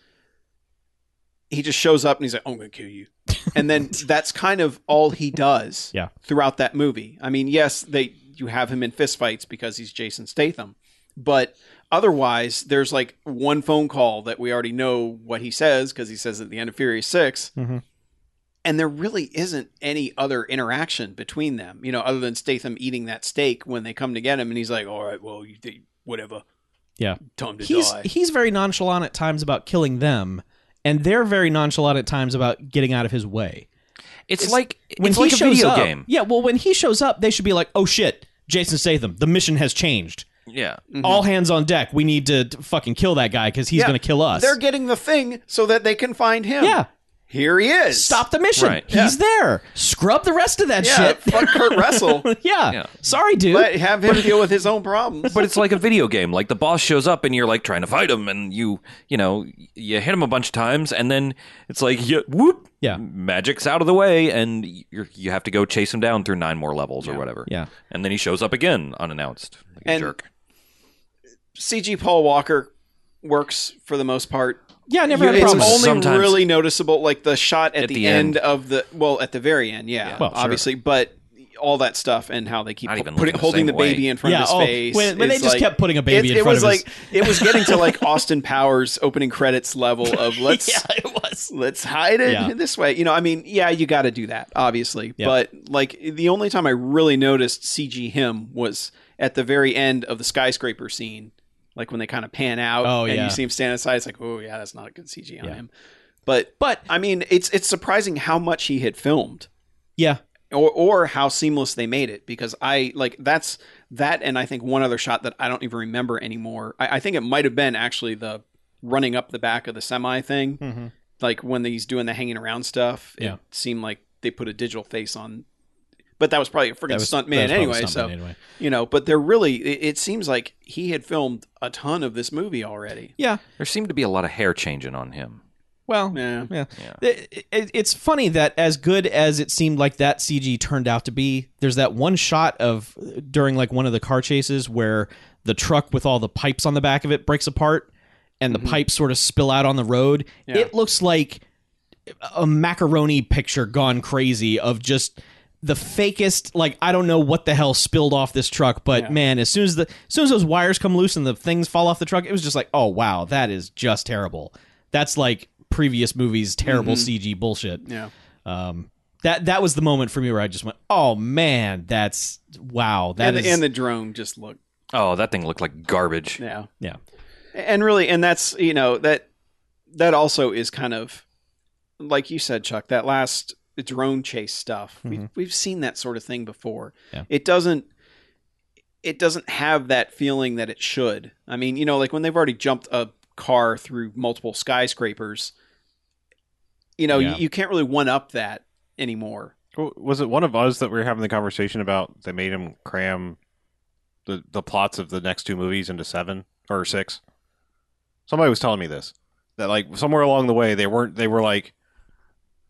[SPEAKER 3] he just shows up and he's like, "I'm going to kill you," and then that's kind of all he does.
[SPEAKER 4] Yeah.
[SPEAKER 3] throughout that movie. I mean, yes, they you have him in fistfights because he's Jason Statham, but otherwise, there's like one phone call that we already know what he says because he says at the end of Furious 6
[SPEAKER 4] Mhm.
[SPEAKER 3] And there really isn't any other interaction between them, you know, other than Statham eating that steak when they come to get him, and he's like, "All right, well, you did whatever."
[SPEAKER 4] Yeah.
[SPEAKER 3] time to
[SPEAKER 4] He's
[SPEAKER 3] die.
[SPEAKER 4] he's very nonchalant at times about killing them, and they're very nonchalant at times about getting out of his way.
[SPEAKER 5] It's, like
[SPEAKER 4] When
[SPEAKER 5] it's
[SPEAKER 4] he
[SPEAKER 5] like a
[SPEAKER 4] shows
[SPEAKER 5] video
[SPEAKER 4] up,
[SPEAKER 5] game.
[SPEAKER 4] yeah. Well, when he shows up, they should be like, "Oh shit, Jason Statham, the mission has changed.
[SPEAKER 5] Yeah.
[SPEAKER 4] All hands on deck. We need to t- fucking kill that guy because he's
[SPEAKER 3] Yeah.
[SPEAKER 4] gonna kill us."
[SPEAKER 3] They're getting the thing so that they can find him.
[SPEAKER 4] yeah.
[SPEAKER 3] here he is.
[SPEAKER 4] Stop the mission.
[SPEAKER 5] Right.
[SPEAKER 4] He's there. Scrub the rest of that
[SPEAKER 3] Yeah,
[SPEAKER 4] shit.
[SPEAKER 3] fuck Kurt Russell.
[SPEAKER 4] yeah.
[SPEAKER 5] Yeah.
[SPEAKER 4] Sorry, dude.
[SPEAKER 3] Let have him deal with his own problems.
[SPEAKER 5] But it's like a video game. Like the boss shows up and you're like trying to fight him, and you you know you hit him a bunch of times, and then it's like you, whoop,
[SPEAKER 4] Yeah.
[SPEAKER 5] magic's out of the way, and you you have to go chase him down through nine more levels or whatever.
[SPEAKER 4] Yeah.
[SPEAKER 5] and then he shows up again unannounced, like a
[SPEAKER 3] And-
[SPEAKER 5] jerk.
[SPEAKER 3] CG Paul Walker works for the most part.
[SPEAKER 4] yeah. I never had a
[SPEAKER 3] it's
[SPEAKER 4] problem.
[SPEAKER 5] problems.
[SPEAKER 3] only
[SPEAKER 5] Sometimes.
[SPEAKER 3] really noticeable, like the shot at, the,
[SPEAKER 5] the
[SPEAKER 3] end.
[SPEAKER 5] end.
[SPEAKER 3] of the well, at the very end, yeah,
[SPEAKER 4] Well, sure.
[SPEAKER 3] obviously. But all that stuff and how they keep
[SPEAKER 5] Not even
[SPEAKER 3] putting,
[SPEAKER 5] looking the
[SPEAKER 3] holding the
[SPEAKER 5] same way.
[SPEAKER 3] baby in front of his
[SPEAKER 4] oh,
[SPEAKER 3] face.
[SPEAKER 4] when, when they
[SPEAKER 3] is
[SPEAKER 4] just
[SPEAKER 3] like-
[SPEAKER 4] kept putting a baby
[SPEAKER 3] it,
[SPEAKER 4] in
[SPEAKER 3] it
[SPEAKER 4] front
[SPEAKER 3] was
[SPEAKER 4] of
[SPEAKER 3] like
[SPEAKER 4] his
[SPEAKER 3] it was getting to like Austin Powers opening credits level of let's
[SPEAKER 4] yeah, it was.
[SPEAKER 3] let's hide it
[SPEAKER 4] Yeah.
[SPEAKER 3] this way. You know, I mean, yeah, you got to do that, obviously.
[SPEAKER 4] Yeah.
[SPEAKER 3] But like the only time I really noticed CG him was at the very end of the skyscraper scene, like when they kind of pan out
[SPEAKER 4] Oh,
[SPEAKER 3] and
[SPEAKER 4] yeah.
[SPEAKER 3] you see him stand aside. It's like, oh yeah, that's not a good CG on
[SPEAKER 4] Yeah.
[SPEAKER 3] him. But
[SPEAKER 4] But
[SPEAKER 3] I mean, it's it's surprising how much he had filmed
[SPEAKER 4] yeah,
[SPEAKER 3] or or how seamless they made it because I like that's that and I think one other shot that I don't even remember anymore. I, I think it might have been actually the running up the back of the semi thing, like when he's doing the hanging around stuff. It
[SPEAKER 4] Yeah.
[SPEAKER 3] seemed like they put a digital face on, but that was probably a
[SPEAKER 4] that
[SPEAKER 3] freaking
[SPEAKER 4] was-
[SPEAKER 3] stunt
[SPEAKER 4] that
[SPEAKER 3] man
[SPEAKER 4] was probably
[SPEAKER 3] anyway.
[SPEAKER 4] stuntman
[SPEAKER 3] So
[SPEAKER 4] anyway.
[SPEAKER 3] you know, but they're really it, it seems like he had filmed a ton of this movie already.
[SPEAKER 4] yeah.
[SPEAKER 5] There seemed to be a lot of hair changing on him.
[SPEAKER 4] Well,
[SPEAKER 3] Yeah.
[SPEAKER 4] Yeah. It- it- it's funny that as good as it seemed like that CG turned out to be, there's that one shot of during like one of the car chases where the truck with all the pipes on the back of it breaks apart and the pipes sort of spill out on the road.
[SPEAKER 3] Mm-hmm. Yeah.
[SPEAKER 4] It looks like a macaroni picture gone crazy of just the fakest like I don't know what the hell spilled off this truck, but man, as soon as the as soon as those wires come loose and the things fall off the truck, it was just like, oh wow, that is just terrible. That's like previous movies terrible
[SPEAKER 3] Mm-hmm.
[SPEAKER 4] CG bullshit.
[SPEAKER 3] Yeah.
[SPEAKER 4] Um that that was the moment for me where I just went, oh man, that's wow, that
[SPEAKER 3] and,
[SPEAKER 4] is
[SPEAKER 3] the, and the drone just looked
[SPEAKER 5] Oh, that thing looked like garbage.
[SPEAKER 3] yeah
[SPEAKER 4] yeah.
[SPEAKER 3] and really and that's you know that that also is kind of like you said chuck that last drone chase stuff we've, we've seen that sort of thing before
[SPEAKER 4] Mm-hmm. Yeah.
[SPEAKER 3] it doesn't it doesn't have that feeling that it should i mean you know like when they've already jumped a car through multiple skyscrapers you know
[SPEAKER 4] Yeah.
[SPEAKER 3] you, you can't really one up that anymore
[SPEAKER 2] W- Was it one of us that we were having the conversation about they made him cram the the plots of the next two movies into seven or six? Somebody was telling me this that like somewhere along the way they weren't they were like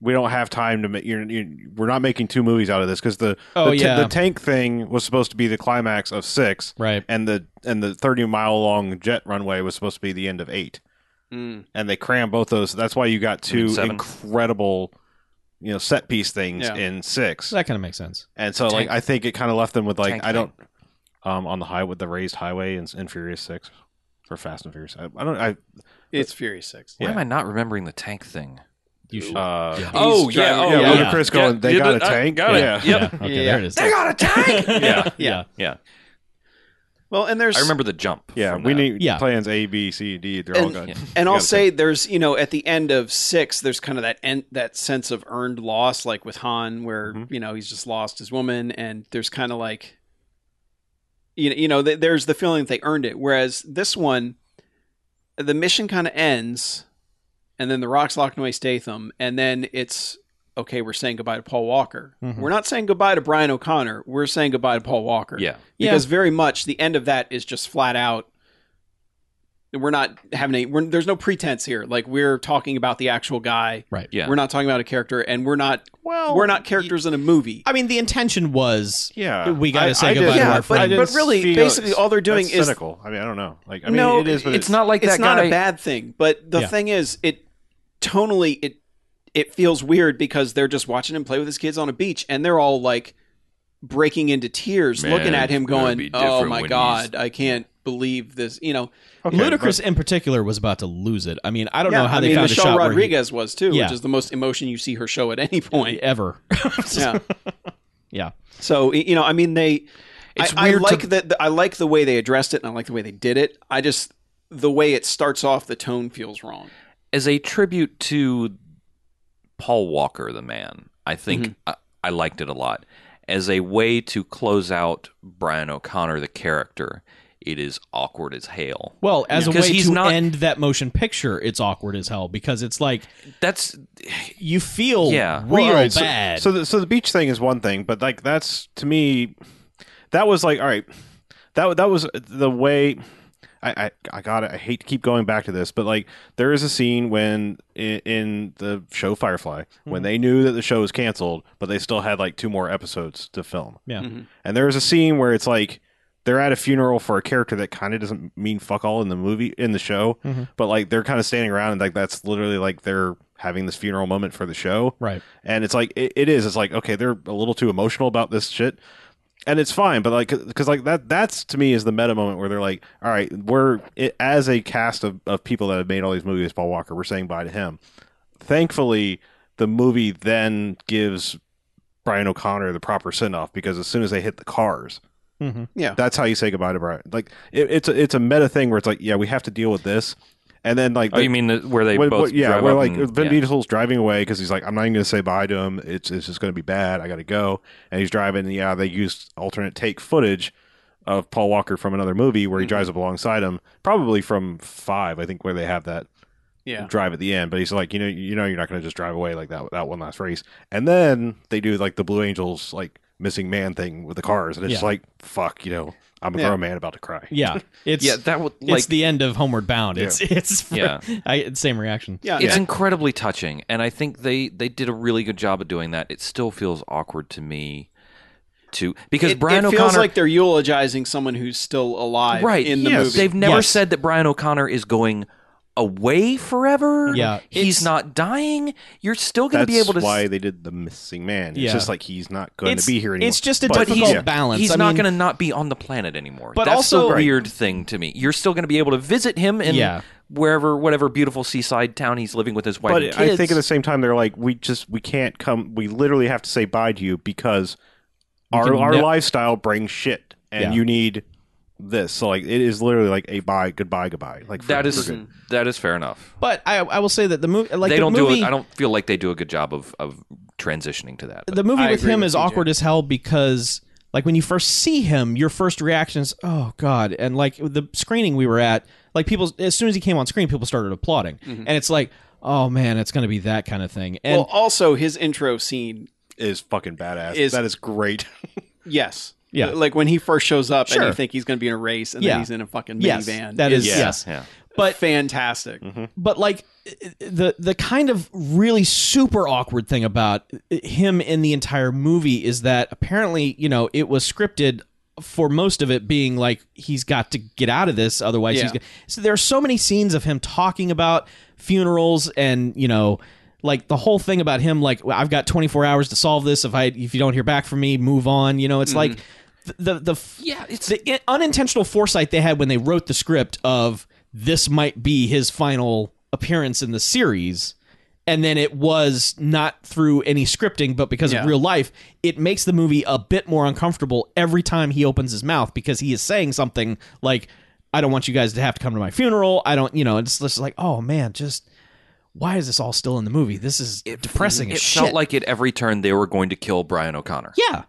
[SPEAKER 2] we don't have time to make you're, you we're not making two movies out of this because the
[SPEAKER 4] Oh,
[SPEAKER 2] the, ta-
[SPEAKER 4] yeah.
[SPEAKER 2] the tank thing was supposed to be the climax of six
[SPEAKER 4] Right.
[SPEAKER 2] and the and the 30 mile long jet runway was supposed to be the end of eight and they crammed both those that's why you got
[SPEAKER 5] I mean,
[SPEAKER 2] two
[SPEAKER 5] seven.
[SPEAKER 2] incredible you know set piece things
[SPEAKER 3] Yeah.
[SPEAKER 2] in six
[SPEAKER 4] So that kind of makes sense.
[SPEAKER 2] and so like
[SPEAKER 5] Tank.
[SPEAKER 2] i think it kind of left them with like
[SPEAKER 5] Tank
[SPEAKER 2] i don't um on the high with the raised highway and, and furious six or fast and furious i, I don't i
[SPEAKER 3] it's furious six
[SPEAKER 5] Why
[SPEAKER 2] Yeah.
[SPEAKER 5] am I not remembering the tank thing?
[SPEAKER 4] You should
[SPEAKER 2] uh yeah,
[SPEAKER 5] Oh
[SPEAKER 3] He's driving-
[SPEAKER 5] yeah, oh
[SPEAKER 2] yeah,
[SPEAKER 5] yeah.
[SPEAKER 2] Ludacris going, they
[SPEAKER 5] You
[SPEAKER 2] got
[SPEAKER 5] did-
[SPEAKER 2] a
[SPEAKER 5] I
[SPEAKER 2] tank?
[SPEAKER 5] got it.
[SPEAKER 2] Yeah.
[SPEAKER 5] Yep.
[SPEAKER 4] Yeah. Okay,
[SPEAKER 3] Yeah.
[SPEAKER 4] there it is. They
[SPEAKER 5] got a tank. yeah,
[SPEAKER 4] yeah.
[SPEAKER 5] yeah.
[SPEAKER 3] well and there's
[SPEAKER 5] I remember the jump.
[SPEAKER 2] yeah
[SPEAKER 5] from
[SPEAKER 2] we
[SPEAKER 5] that.
[SPEAKER 2] need
[SPEAKER 4] Yeah.
[SPEAKER 2] plans a b c d they're all
[SPEAKER 3] And-
[SPEAKER 2] good
[SPEAKER 5] Yeah.
[SPEAKER 3] And
[SPEAKER 2] You
[SPEAKER 3] I'll
[SPEAKER 2] gotta
[SPEAKER 3] say there's you know at the end of six there's kind of that end that sense of earned loss like with Han where
[SPEAKER 2] Mhm.
[SPEAKER 3] you know he's just lost his woman and there's kind of like you know you know th- there's the feeling that they earned it whereas this one the mission kind of ends and then the rocks Locknoy Statham and then it's okay we're saying goodbye to Paul Walker
[SPEAKER 4] Mhm.
[SPEAKER 3] we're not saying goodbye to Brian O'Connor we're saying goodbye to Paul Walker
[SPEAKER 5] Yeah,
[SPEAKER 4] Yeah.
[SPEAKER 3] because very much the end of that is just flat out we're not having any we're, there's no pretense here like we're talking about the actual guy
[SPEAKER 4] right.
[SPEAKER 5] yeah.
[SPEAKER 3] we're not talking about a character and we're not
[SPEAKER 2] well
[SPEAKER 3] we're not characters in a movie
[SPEAKER 4] I mean the intention was
[SPEAKER 2] yeah
[SPEAKER 4] We gotta say
[SPEAKER 2] did-
[SPEAKER 4] goodbye to
[SPEAKER 3] yeah,
[SPEAKER 4] our
[SPEAKER 3] but-
[SPEAKER 4] friend.
[SPEAKER 2] didn't
[SPEAKER 3] but really,
[SPEAKER 2] see-
[SPEAKER 3] basically, all they're doing
[SPEAKER 2] that's
[SPEAKER 3] is-
[SPEAKER 2] cynical. I mean, I don't know. Like, I mean,
[SPEAKER 3] No,
[SPEAKER 2] it is, but
[SPEAKER 5] it's not like that
[SPEAKER 3] it's not
[SPEAKER 5] guy.
[SPEAKER 3] a bad thing but the
[SPEAKER 4] Yeah.
[SPEAKER 3] thing is it tonally it it feels weird because they're just watching him play with his kids on a beach and they're all like breaking into tears
[SPEAKER 5] Man,
[SPEAKER 3] looking at him
[SPEAKER 5] it's gonna
[SPEAKER 3] going
[SPEAKER 5] be
[SPEAKER 3] oh
[SPEAKER 5] different
[SPEAKER 3] my
[SPEAKER 5] when he's-
[SPEAKER 3] god i can't believe this you know
[SPEAKER 2] Okay,
[SPEAKER 4] Ludacris in particular was about to lose it. I mean, I don't know how
[SPEAKER 3] I
[SPEAKER 4] they
[SPEAKER 3] mean,
[SPEAKER 4] found
[SPEAKER 3] Michelle
[SPEAKER 4] a shot where
[SPEAKER 3] Rodriguez was too,
[SPEAKER 4] Yeah.
[SPEAKER 3] which is the most emotion you see her show at any
[SPEAKER 4] he-
[SPEAKER 3] point.
[SPEAKER 4] ever.
[SPEAKER 3] Yeah.
[SPEAKER 4] Yeah.
[SPEAKER 3] So y- you know, I mean, they.
[SPEAKER 5] It's
[SPEAKER 3] I,
[SPEAKER 5] weird
[SPEAKER 3] I
[SPEAKER 5] to-
[SPEAKER 3] like that. I like the way they addressed it, and I like the way they did it. I just the way it starts off, the tone feels wrong.
[SPEAKER 5] as a tribute to Paul Walker, the man, I think I, I liked it a lot. As a way to close out Brian O'Connor, the character, it is awkward as hell.
[SPEAKER 4] Well, as a
[SPEAKER 5] 'Cause
[SPEAKER 4] way
[SPEAKER 5] he's
[SPEAKER 4] to
[SPEAKER 5] not-
[SPEAKER 4] end that motion picture, it's awkward as hell because it's like
[SPEAKER 5] That's
[SPEAKER 4] you feel
[SPEAKER 5] Yeah.
[SPEAKER 4] real
[SPEAKER 2] Well, all right, so-
[SPEAKER 4] bad.
[SPEAKER 2] So, the, so the beach thing is one thing, but like that's to me, that was like all right. That that was the way. I I, I got it. I hate to keep going back to this, but like there is a scene when in, in the show Firefly when
[SPEAKER 4] Mm-hmm.
[SPEAKER 2] they knew that the show was canceled, but they still had like two more episodes to film.
[SPEAKER 4] yeah.
[SPEAKER 2] And there's a scene where it's like they're at a funeral for a character that kind of
[SPEAKER 4] Mm-hmm.
[SPEAKER 2] doesn't mean fuck all in the movie in the show, but like they're kind of standing around and like that's literally like their having this funeral moment for the show.
[SPEAKER 4] Right.
[SPEAKER 2] And it's like it, it is. It's like okay, they're a little too emotional about this shit, and it's fine. But like, because like that that's to me is the meta moment where they're like, all right, we're it, as a cast of of people that have made all these movies, Paul Walker, we're saying bye to him. Thankfully, the movie then gives Brian O'Connor the proper send off because as soon as they hit the cars,
[SPEAKER 4] Mm-hmm.
[SPEAKER 2] that's how you say goodbye to Brian. Like it, it's a, it's a meta thing where it's like, yeah, we have to deal with this, and then like
[SPEAKER 5] Oh, you mean that where they
[SPEAKER 2] when-
[SPEAKER 5] both?
[SPEAKER 2] when- yeah,
[SPEAKER 5] drive
[SPEAKER 2] where
[SPEAKER 5] up
[SPEAKER 2] like
[SPEAKER 5] and-
[SPEAKER 2] Vin
[SPEAKER 5] yeah.
[SPEAKER 2] Diesel's driving away because he's like, I'm not even going to say bye to him. It's it's just going to be bad. I got to go. And he's driving. And yeah, they used alternate take footage of Paul Walker from another movie
[SPEAKER 5] Mm-hmm.
[SPEAKER 2] where he drives up alongside him, probably from five, I think, where they have that
[SPEAKER 3] Yeah.
[SPEAKER 2] drive at the end. But he's like, you know, you know, you're not going to just drive away like that without one last race. And then they do like the Blue Angels like missing man thing with the cars, and it's
[SPEAKER 4] Yeah.
[SPEAKER 2] just like, fuck, you know, I'm a
[SPEAKER 3] Yeah.
[SPEAKER 2] grown man about to cry.
[SPEAKER 4] Yeah. It's
[SPEAKER 5] Yeah, that would like
[SPEAKER 4] it's the end of Homeward Bound. It's it's for,
[SPEAKER 5] Yeah.
[SPEAKER 4] I, same reaction.
[SPEAKER 3] Yeah.
[SPEAKER 5] it's incredibly touching, and I think they they did a really good job of doing that. It still feels awkward to me, to because
[SPEAKER 3] It,
[SPEAKER 5] Brian
[SPEAKER 3] it
[SPEAKER 5] O'Connor
[SPEAKER 3] feels like they're eulogizing someone who's still alive
[SPEAKER 5] right
[SPEAKER 3] in the
[SPEAKER 2] yes.
[SPEAKER 3] movie.
[SPEAKER 5] They've never
[SPEAKER 4] Yes.
[SPEAKER 5] said that Brian O'Connor is going away forever.
[SPEAKER 4] Yeah,
[SPEAKER 5] he's
[SPEAKER 4] it's-
[SPEAKER 5] not dying. You're still going
[SPEAKER 2] That's
[SPEAKER 5] to be able to. s-
[SPEAKER 2] why they did the missing man. It's
[SPEAKER 4] Yeah.
[SPEAKER 2] just like he's not going
[SPEAKER 4] It's-
[SPEAKER 2] to be here anymore.
[SPEAKER 4] it's just a
[SPEAKER 2] But
[SPEAKER 4] difficult
[SPEAKER 2] he's- yeah.
[SPEAKER 4] balance.
[SPEAKER 5] He's
[SPEAKER 4] I
[SPEAKER 5] not
[SPEAKER 4] mean,
[SPEAKER 5] going to not be on the planet anymore.
[SPEAKER 4] But
[SPEAKER 5] That's
[SPEAKER 4] also-
[SPEAKER 5] the
[SPEAKER 4] Right.
[SPEAKER 5] weird thing to me. You're still going to be able to visit him in
[SPEAKER 4] Yeah.
[SPEAKER 5] wherever, whatever beautiful seaside town he's living with his wife.
[SPEAKER 2] but
[SPEAKER 5] and
[SPEAKER 2] I think
[SPEAKER 5] kids.
[SPEAKER 2] at the same time they're like, we just we can't come. We literally have to say bye to you because our
[SPEAKER 4] can
[SPEAKER 2] our
[SPEAKER 4] ne-
[SPEAKER 2] lifestyle brings shit, and
[SPEAKER 4] Yeah.
[SPEAKER 2] you need this. So like, it is literally like a bye, goodbye, goodbye. Like for-
[SPEAKER 5] that
[SPEAKER 2] for
[SPEAKER 5] is
[SPEAKER 2] good.
[SPEAKER 5] that is fair enough.
[SPEAKER 4] But I I will say that the movie like
[SPEAKER 5] they
[SPEAKER 4] the
[SPEAKER 5] don't
[SPEAKER 4] movie,
[SPEAKER 5] do it. I don't feel like they do a good job of of transitioning to that. but-
[SPEAKER 4] the movie
[SPEAKER 3] I
[SPEAKER 4] with
[SPEAKER 3] agree
[SPEAKER 4] him
[SPEAKER 3] with
[SPEAKER 4] is
[SPEAKER 3] you,
[SPEAKER 4] awkward as hell because like when you first see him your first reaction is oh god and like the screening we were at like people as soon as he came on screen people started applauding and it's like oh man it's going to be that kind of thing and
[SPEAKER 3] Mm-hmm. well, also his intro scene.
[SPEAKER 2] is fucking badass.
[SPEAKER 3] Is-
[SPEAKER 2] that is great.
[SPEAKER 3] Yes.
[SPEAKER 4] Yeah.
[SPEAKER 3] Like when he first shows up
[SPEAKER 4] Sure.
[SPEAKER 3] and you think he's going to be in a race and
[SPEAKER 4] Yeah.
[SPEAKER 3] then he's in a fucking
[SPEAKER 4] yes
[SPEAKER 3] minivan.
[SPEAKER 4] that is
[SPEAKER 5] Yeah,
[SPEAKER 4] yes
[SPEAKER 5] yeah.
[SPEAKER 4] but Mm-hmm.
[SPEAKER 3] fantastic.
[SPEAKER 4] but like the the kind of really super awkward thing about him in the entire movie is that apparently you know it was scripted for most of it being like he's got to get out of this otherwise
[SPEAKER 3] Yeah.
[SPEAKER 4] he's gonna, so there are so many scenes of him talking about funerals and you know like the whole thing about him like I've got 24 hours to solve this if I if you don't hear back from me move on you know it's like the the, the yeah it's the in- unintentional foresight they had when they wrote the script of this might be his final appearance in the series and then it was not through any scripting but because
[SPEAKER 3] Yeah.
[SPEAKER 4] of real life it makes the movie a bit more uncomfortable every time he opens his mouth because he is saying something like i don't want you guys to have to come to my funeral i don't you know it's just like oh man just why is this all still in the movie this is depressing
[SPEAKER 5] It
[SPEAKER 4] as
[SPEAKER 5] felt
[SPEAKER 4] shit.
[SPEAKER 5] like at every turn they were going to kill Brian O'Connor.
[SPEAKER 4] Yeah.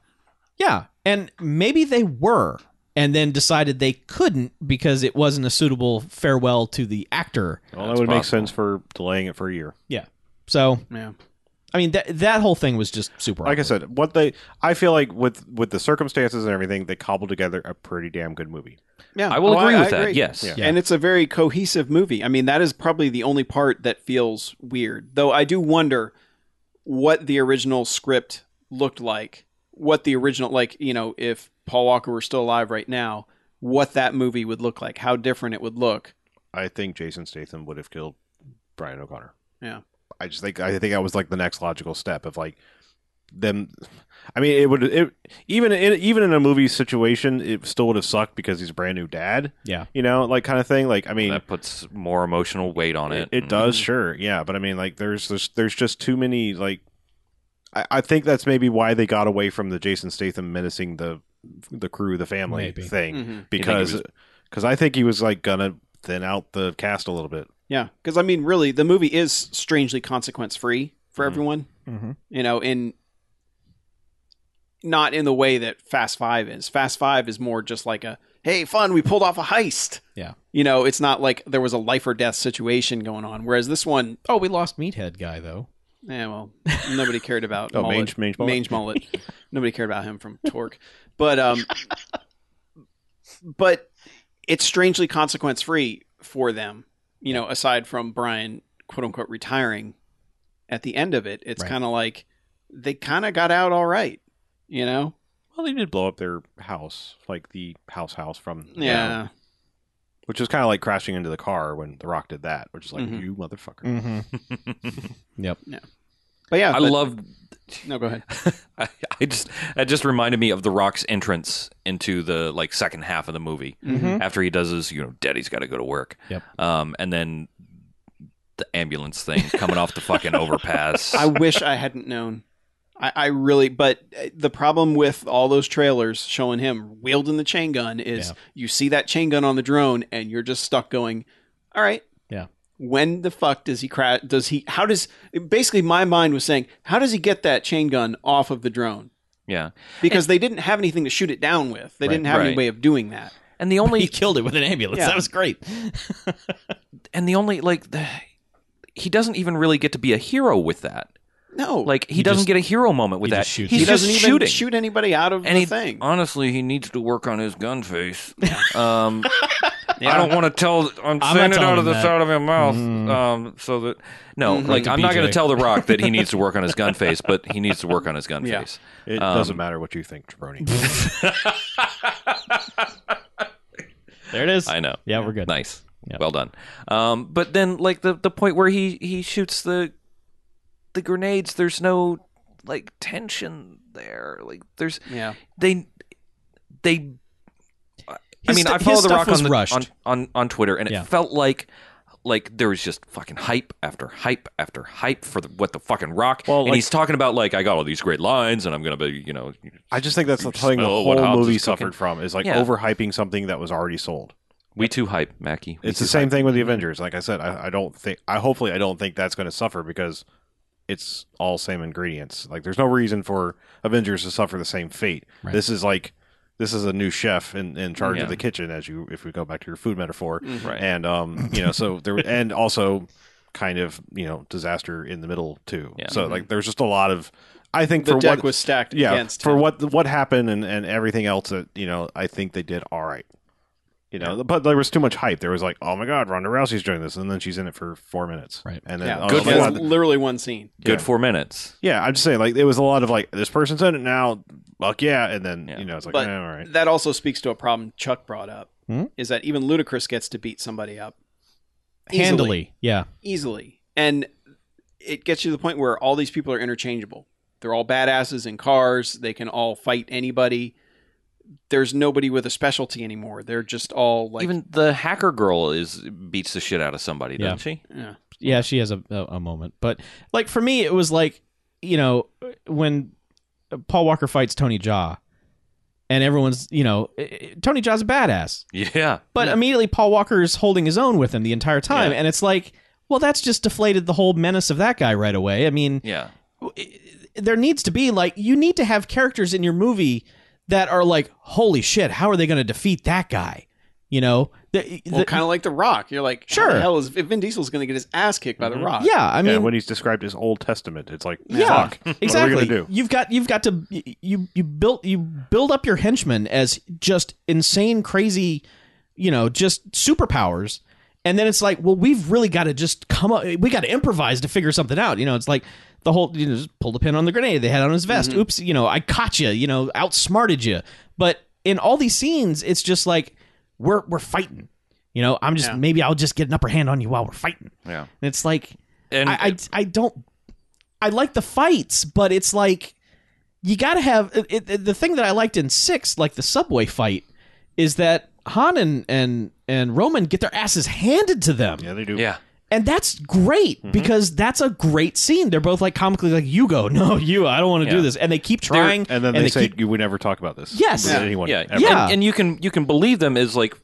[SPEAKER 4] Yeah. And maybe they were and then decided they couldn't because it wasn't a suitable farewell to the actor.
[SPEAKER 2] Well, that
[SPEAKER 5] That's
[SPEAKER 2] would make
[SPEAKER 5] possible.
[SPEAKER 2] sense for delaying it for a year.
[SPEAKER 4] Yeah. So,
[SPEAKER 3] Yeah.
[SPEAKER 4] I mean, that that whole thing was just super
[SPEAKER 2] Like I
[SPEAKER 4] awkward.
[SPEAKER 2] said, what they I feel like with with the circumstances and everything, they cobbled together a pretty damn good movie.
[SPEAKER 3] Yeah.
[SPEAKER 5] I will
[SPEAKER 3] Oh,
[SPEAKER 5] agree with that.
[SPEAKER 3] agree.
[SPEAKER 5] Yes.
[SPEAKER 2] Yeah.
[SPEAKER 4] Yeah.
[SPEAKER 3] And it's a very cohesive movie. I mean, that is probably the only part that feels weird. Though I do wonder what the original script looked like. What the original like, you know, if Paul Walker were still alive right now, what that movie would look like, how different it would look.
[SPEAKER 2] I think Jason Statham would have killed Brian O'Connor.
[SPEAKER 3] Yeah.
[SPEAKER 2] I just think I think that was like the next logical step of like them. I mean, it would it, even in, even in a movie situation, it still would have sucked because he's a brand new dad.
[SPEAKER 4] Yeah.
[SPEAKER 2] you know, like kind of thing. Like I mean,
[SPEAKER 5] That puts more emotional weight on it. Mm-hmm.
[SPEAKER 2] it, it does, sure, yeah. But I mean, like there's there's, there's just too many like. I, I think that's maybe why they got away from the Jason Statham menacing the the crew, the family
[SPEAKER 4] Maybe.
[SPEAKER 2] thing
[SPEAKER 3] Mhm.
[SPEAKER 2] because because I think he was like gonna thin out the cast a little bit.
[SPEAKER 3] Yeah, because I mean, really, the movie is strangely consequence free for everyone.
[SPEAKER 4] Mhm.
[SPEAKER 3] You know, in not in the way that Fast Five is. Fast Five is more just like a hey, fun, we pulled off a heist.
[SPEAKER 4] Yeah.
[SPEAKER 3] You know, it's not like there was a life or death situation going on. Whereas this one,
[SPEAKER 4] Oh, we lost Meathead guy though.
[SPEAKER 3] yeah, well, nobody cared about
[SPEAKER 2] Oh,
[SPEAKER 3] mullet,
[SPEAKER 2] mange- mange mullet.
[SPEAKER 3] mullet. nobody cared about him from Torque, but um, but it's strangely consequence free for them. You know, aside from Brian, quote unquote, retiring at the end of it, it's
[SPEAKER 4] Right.
[SPEAKER 3] kind of like they kind of got out all right. You know,
[SPEAKER 2] Well, they did blow up their house, like the house house from
[SPEAKER 3] yeah.
[SPEAKER 2] which was kind of like crashing into the car when The Rock did that, which is like
[SPEAKER 5] Mm-hmm.
[SPEAKER 3] Mhm.
[SPEAKER 2] you motherfucker.
[SPEAKER 4] Mm-hmm. Yep.
[SPEAKER 3] But yeah,
[SPEAKER 5] I
[SPEAKER 3] but-
[SPEAKER 5] love.
[SPEAKER 3] No, go ahead.
[SPEAKER 5] I, I just that just reminded me of The Rock's entrance into the like second half of the movie
[SPEAKER 4] Mm-hmm.
[SPEAKER 5] after he does his you know Daddy's got to go to work.
[SPEAKER 4] Yep.
[SPEAKER 5] Um, and then the ambulance thing coming off the fucking overpass.
[SPEAKER 3] I wish I hadn't known. I, I really, but uh, the problem with all those trailers showing him wielding the chain gun is
[SPEAKER 4] Yeah.
[SPEAKER 3] you see that chain gun on the drone and you're just stuck going, all right.
[SPEAKER 4] Yeah.
[SPEAKER 3] When the fuck does he crash? Does he, how does, basically my mind was saying, how does he get that chain gun off of the drone?
[SPEAKER 5] yeah.
[SPEAKER 3] Because they didn't have anything to shoot it down with. They didn't have any
[SPEAKER 5] right.
[SPEAKER 3] way of doing that.
[SPEAKER 5] And the
[SPEAKER 4] He
[SPEAKER 5] only
[SPEAKER 4] killed it with an ambulance.
[SPEAKER 3] Yeah.
[SPEAKER 4] That was great.
[SPEAKER 5] and the only like the, he doesn't even really get to be a hero with that.
[SPEAKER 3] No.
[SPEAKER 5] Like he,
[SPEAKER 4] He
[SPEAKER 5] doesn't
[SPEAKER 4] just-
[SPEAKER 5] get a hero moment with
[SPEAKER 4] he
[SPEAKER 5] that.
[SPEAKER 4] just shoots.
[SPEAKER 5] He's
[SPEAKER 3] he doesn't
[SPEAKER 5] just
[SPEAKER 3] even
[SPEAKER 5] shooting.
[SPEAKER 3] shoot anybody out of
[SPEAKER 5] and
[SPEAKER 3] the
[SPEAKER 5] he,
[SPEAKER 3] thing.
[SPEAKER 5] honestly, he needs to work on his gun face. Um, I don't want to tell. I'm
[SPEAKER 4] not
[SPEAKER 5] saying it
[SPEAKER 4] telling
[SPEAKER 5] out
[SPEAKER 4] him
[SPEAKER 5] of the
[SPEAKER 4] that.
[SPEAKER 5] side of my mouth. Um, so that no, like I'm not going
[SPEAKER 4] BJ.
[SPEAKER 5] to tell The Rock that he needs to work on his gun face, but he needs to work on his gun
[SPEAKER 3] Yeah.
[SPEAKER 5] face.
[SPEAKER 2] It
[SPEAKER 5] Um,
[SPEAKER 2] doesn't matter what you think, Jabroni.
[SPEAKER 4] There it is.
[SPEAKER 5] I know.
[SPEAKER 4] Yeah, we're good.
[SPEAKER 5] Nice.
[SPEAKER 4] Yeah.
[SPEAKER 5] Well done. Um, but then like the the point where he he shoots the the grenades, there's no like tension there. Like there's
[SPEAKER 3] yeah.
[SPEAKER 5] they they I
[SPEAKER 4] His
[SPEAKER 5] mean,
[SPEAKER 4] stu-
[SPEAKER 5] I follow
[SPEAKER 4] his
[SPEAKER 5] the
[SPEAKER 4] stuff
[SPEAKER 5] Rock
[SPEAKER 4] was
[SPEAKER 5] on, the,
[SPEAKER 4] rushed.
[SPEAKER 5] on on on Twitter, and
[SPEAKER 4] Yeah.
[SPEAKER 5] it felt like like there was just fucking hype after hype after hype for the, what the fucking Rock.
[SPEAKER 2] Well,
[SPEAKER 5] and
[SPEAKER 2] like-
[SPEAKER 5] he's talking about like I got all these great lines, and I'm gonna be you know
[SPEAKER 2] I just think that's the thing the
[SPEAKER 5] smell what
[SPEAKER 2] whole
[SPEAKER 5] Hobbs is
[SPEAKER 2] movie
[SPEAKER 5] cooking.
[SPEAKER 2] suffered from is like
[SPEAKER 5] Yeah.
[SPEAKER 2] overhyping something that was already sold.
[SPEAKER 5] we too hype, Mackie. We
[SPEAKER 2] It's the
[SPEAKER 5] too
[SPEAKER 2] same
[SPEAKER 5] hype.
[SPEAKER 2] thing with the Avengers. Like I said, I, I don't think I hopefully I don't think that's going to suffer because it's all same ingredients. Like there's no reason for Avengers to suffer the same fate.
[SPEAKER 4] Right.
[SPEAKER 2] This is like this is a new chef in, in charge
[SPEAKER 5] Yeah.
[SPEAKER 2] of the kitchen as you if we go back to your food metaphor.
[SPEAKER 3] Mm-hmm.
[SPEAKER 5] Right.
[SPEAKER 2] And um you know so there and also kind of, you know, disaster in the middle too.
[SPEAKER 5] Yeah. Mm-hmm.
[SPEAKER 2] So like there's just a lot of I think
[SPEAKER 3] The
[SPEAKER 2] for
[SPEAKER 3] deck
[SPEAKER 2] what
[SPEAKER 3] was stacked
[SPEAKER 2] yeah,
[SPEAKER 3] against
[SPEAKER 2] for
[SPEAKER 3] him.
[SPEAKER 2] what what happened and, and everything else that you know I think they did all right. You know, but there was too much hype. There was like, oh my god, Ronda Rousey's doing this, and then she's in it for four minutes,
[SPEAKER 4] Right.
[SPEAKER 2] And then
[SPEAKER 3] Yeah.
[SPEAKER 2] oh,
[SPEAKER 5] Good
[SPEAKER 2] my
[SPEAKER 5] for
[SPEAKER 2] God.
[SPEAKER 3] That's literally one scene.
[SPEAKER 5] Good
[SPEAKER 2] Yeah.
[SPEAKER 5] four minutes.
[SPEAKER 2] yeah, I'm just saying, like, it was a lot of like, this person's in it now, fuck yeah, and then
[SPEAKER 5] Yeah.
[SPEAKER 2] you know, it's like,
[SPEAKER 3] But-
[SPEAKER 2] eh, all right,
[SPEAKER 3] That also speaks to a problem Chuck brought up
[SPEAKER 4] Hmm?
[SPEAKER 3] is that even Ludacris gets to beat somebody up
[SPEAKER 4] Handily. Yeah.
[SPEAKER 3] easily, and it gets you to the point where all these people are interchangeable. They're all badasses in cars. They can all fight anybody. There's nobody with a specialty anymore. They're just all like
[SPEAKER 5] Even the hacker girl is beats the shit out of somebody,
[SPEAKER 4] Yeah.
[SPEAKER 5] doesn't she?
[SPEAKER 3] Yeah.
[SPEAKER 4] yeah, she has a, a, a moment. But like for me, it was like you know when Paul Walker fights Tony Jaa, and everyone's you know eh, eh, Tony Jaa's a badass,
[SPEAKER 5] Yeah.
[SPEAKER 4] but immediately Paul Walker's holding his own with him the entire time,
[SPEAKER 5] Yeah.
[SPEAKER 4] and it's like, well, that's just deflated the whole menace of that guy right away. I mean,
[SPEAKER 5] Yeah.
[SPEAKER 4] there needs to be like you need to have characters in your movie that are like, holy shit, how are they going to defeat that guy? You know, the,
[SPEAKER 3] well,
[SPEAKER 4] the-
[SPEAKER 3] kind of like The Rock. You're like,
[SPEAKER 4] Sure.
[SPEAKER 3] how the hell is if Vin Diesel's going to get his ass kicked
[SPEAKER 5] Mm-hmm.
[SPEAKER 3] by The Rock?
[SPEAKER 4] yeah. I mean,
[SPEAKER 2] yeah, when he's described as Old Testament, it's like,
[SPEAKER 4] Yeah,
[SPEAKER 2] fuck,
[SPEAKER 4] exactly.
[SPEAKER 2] What are we gonna do?
[SPEAKER 4] You've got you've got to you you built you build up your henchmen as just insane, crazy, you know, just superpowers, and then it's like, well, we've really got to just come up. We got to improvise to figure something out. You know, it's like the whole you know, just pull the pin on the grenade they had on his vest.
[SPEAKER 2] Mm-hmm.
[SPEAKER 4] Oops, you know, I caught you. You know, outsmarted you. But in all these scenes, it's just like we're we're fighting. You know, I'm just
[SPEAKER 3] Yeah.
[SPEAKER 4] maybe I'll just get an upper hand on you while we're fighting.
[SPEAKER 5] Yeah.
[SPEAKER 4] And it's like
[SPEAKER 5] And
[SPEAKER 4] I, I, I don't I like the fights, but it's like you got to have it, it, the thing that I liked in six, like the subway fight, is that Han and and, and Roman get their asses handed to them,
[SPEAKER 2] Yeah, they do.
[SPEAKER 5] yeah.
[SPEAKER 4] and that's great
[SPEAKER 5] Mm-hmm.
[SPEAKER 4] because that's a great scene. They're both like comically like you go, no you, I don't want to do
[SPEAKER 5] Yeah.
[SPEAKER 4] this, and they keep trying,
[SPEAKER 2] and then they, say
[SPEAKER 4] keep-
[SPEAKER 2] you would never talk about this.
[SPEAKER 4] Yes.
[SPEAKER 2] with
[SPEAKER 4] Yeah.
[SPEAKER 2] anyone.
[SPEAKER 5] Yeah,
[SPEAKER 2] ever.
[SPEAKER 4] Yeah.
[SPEAKER 5] And, and you can you can believe them as like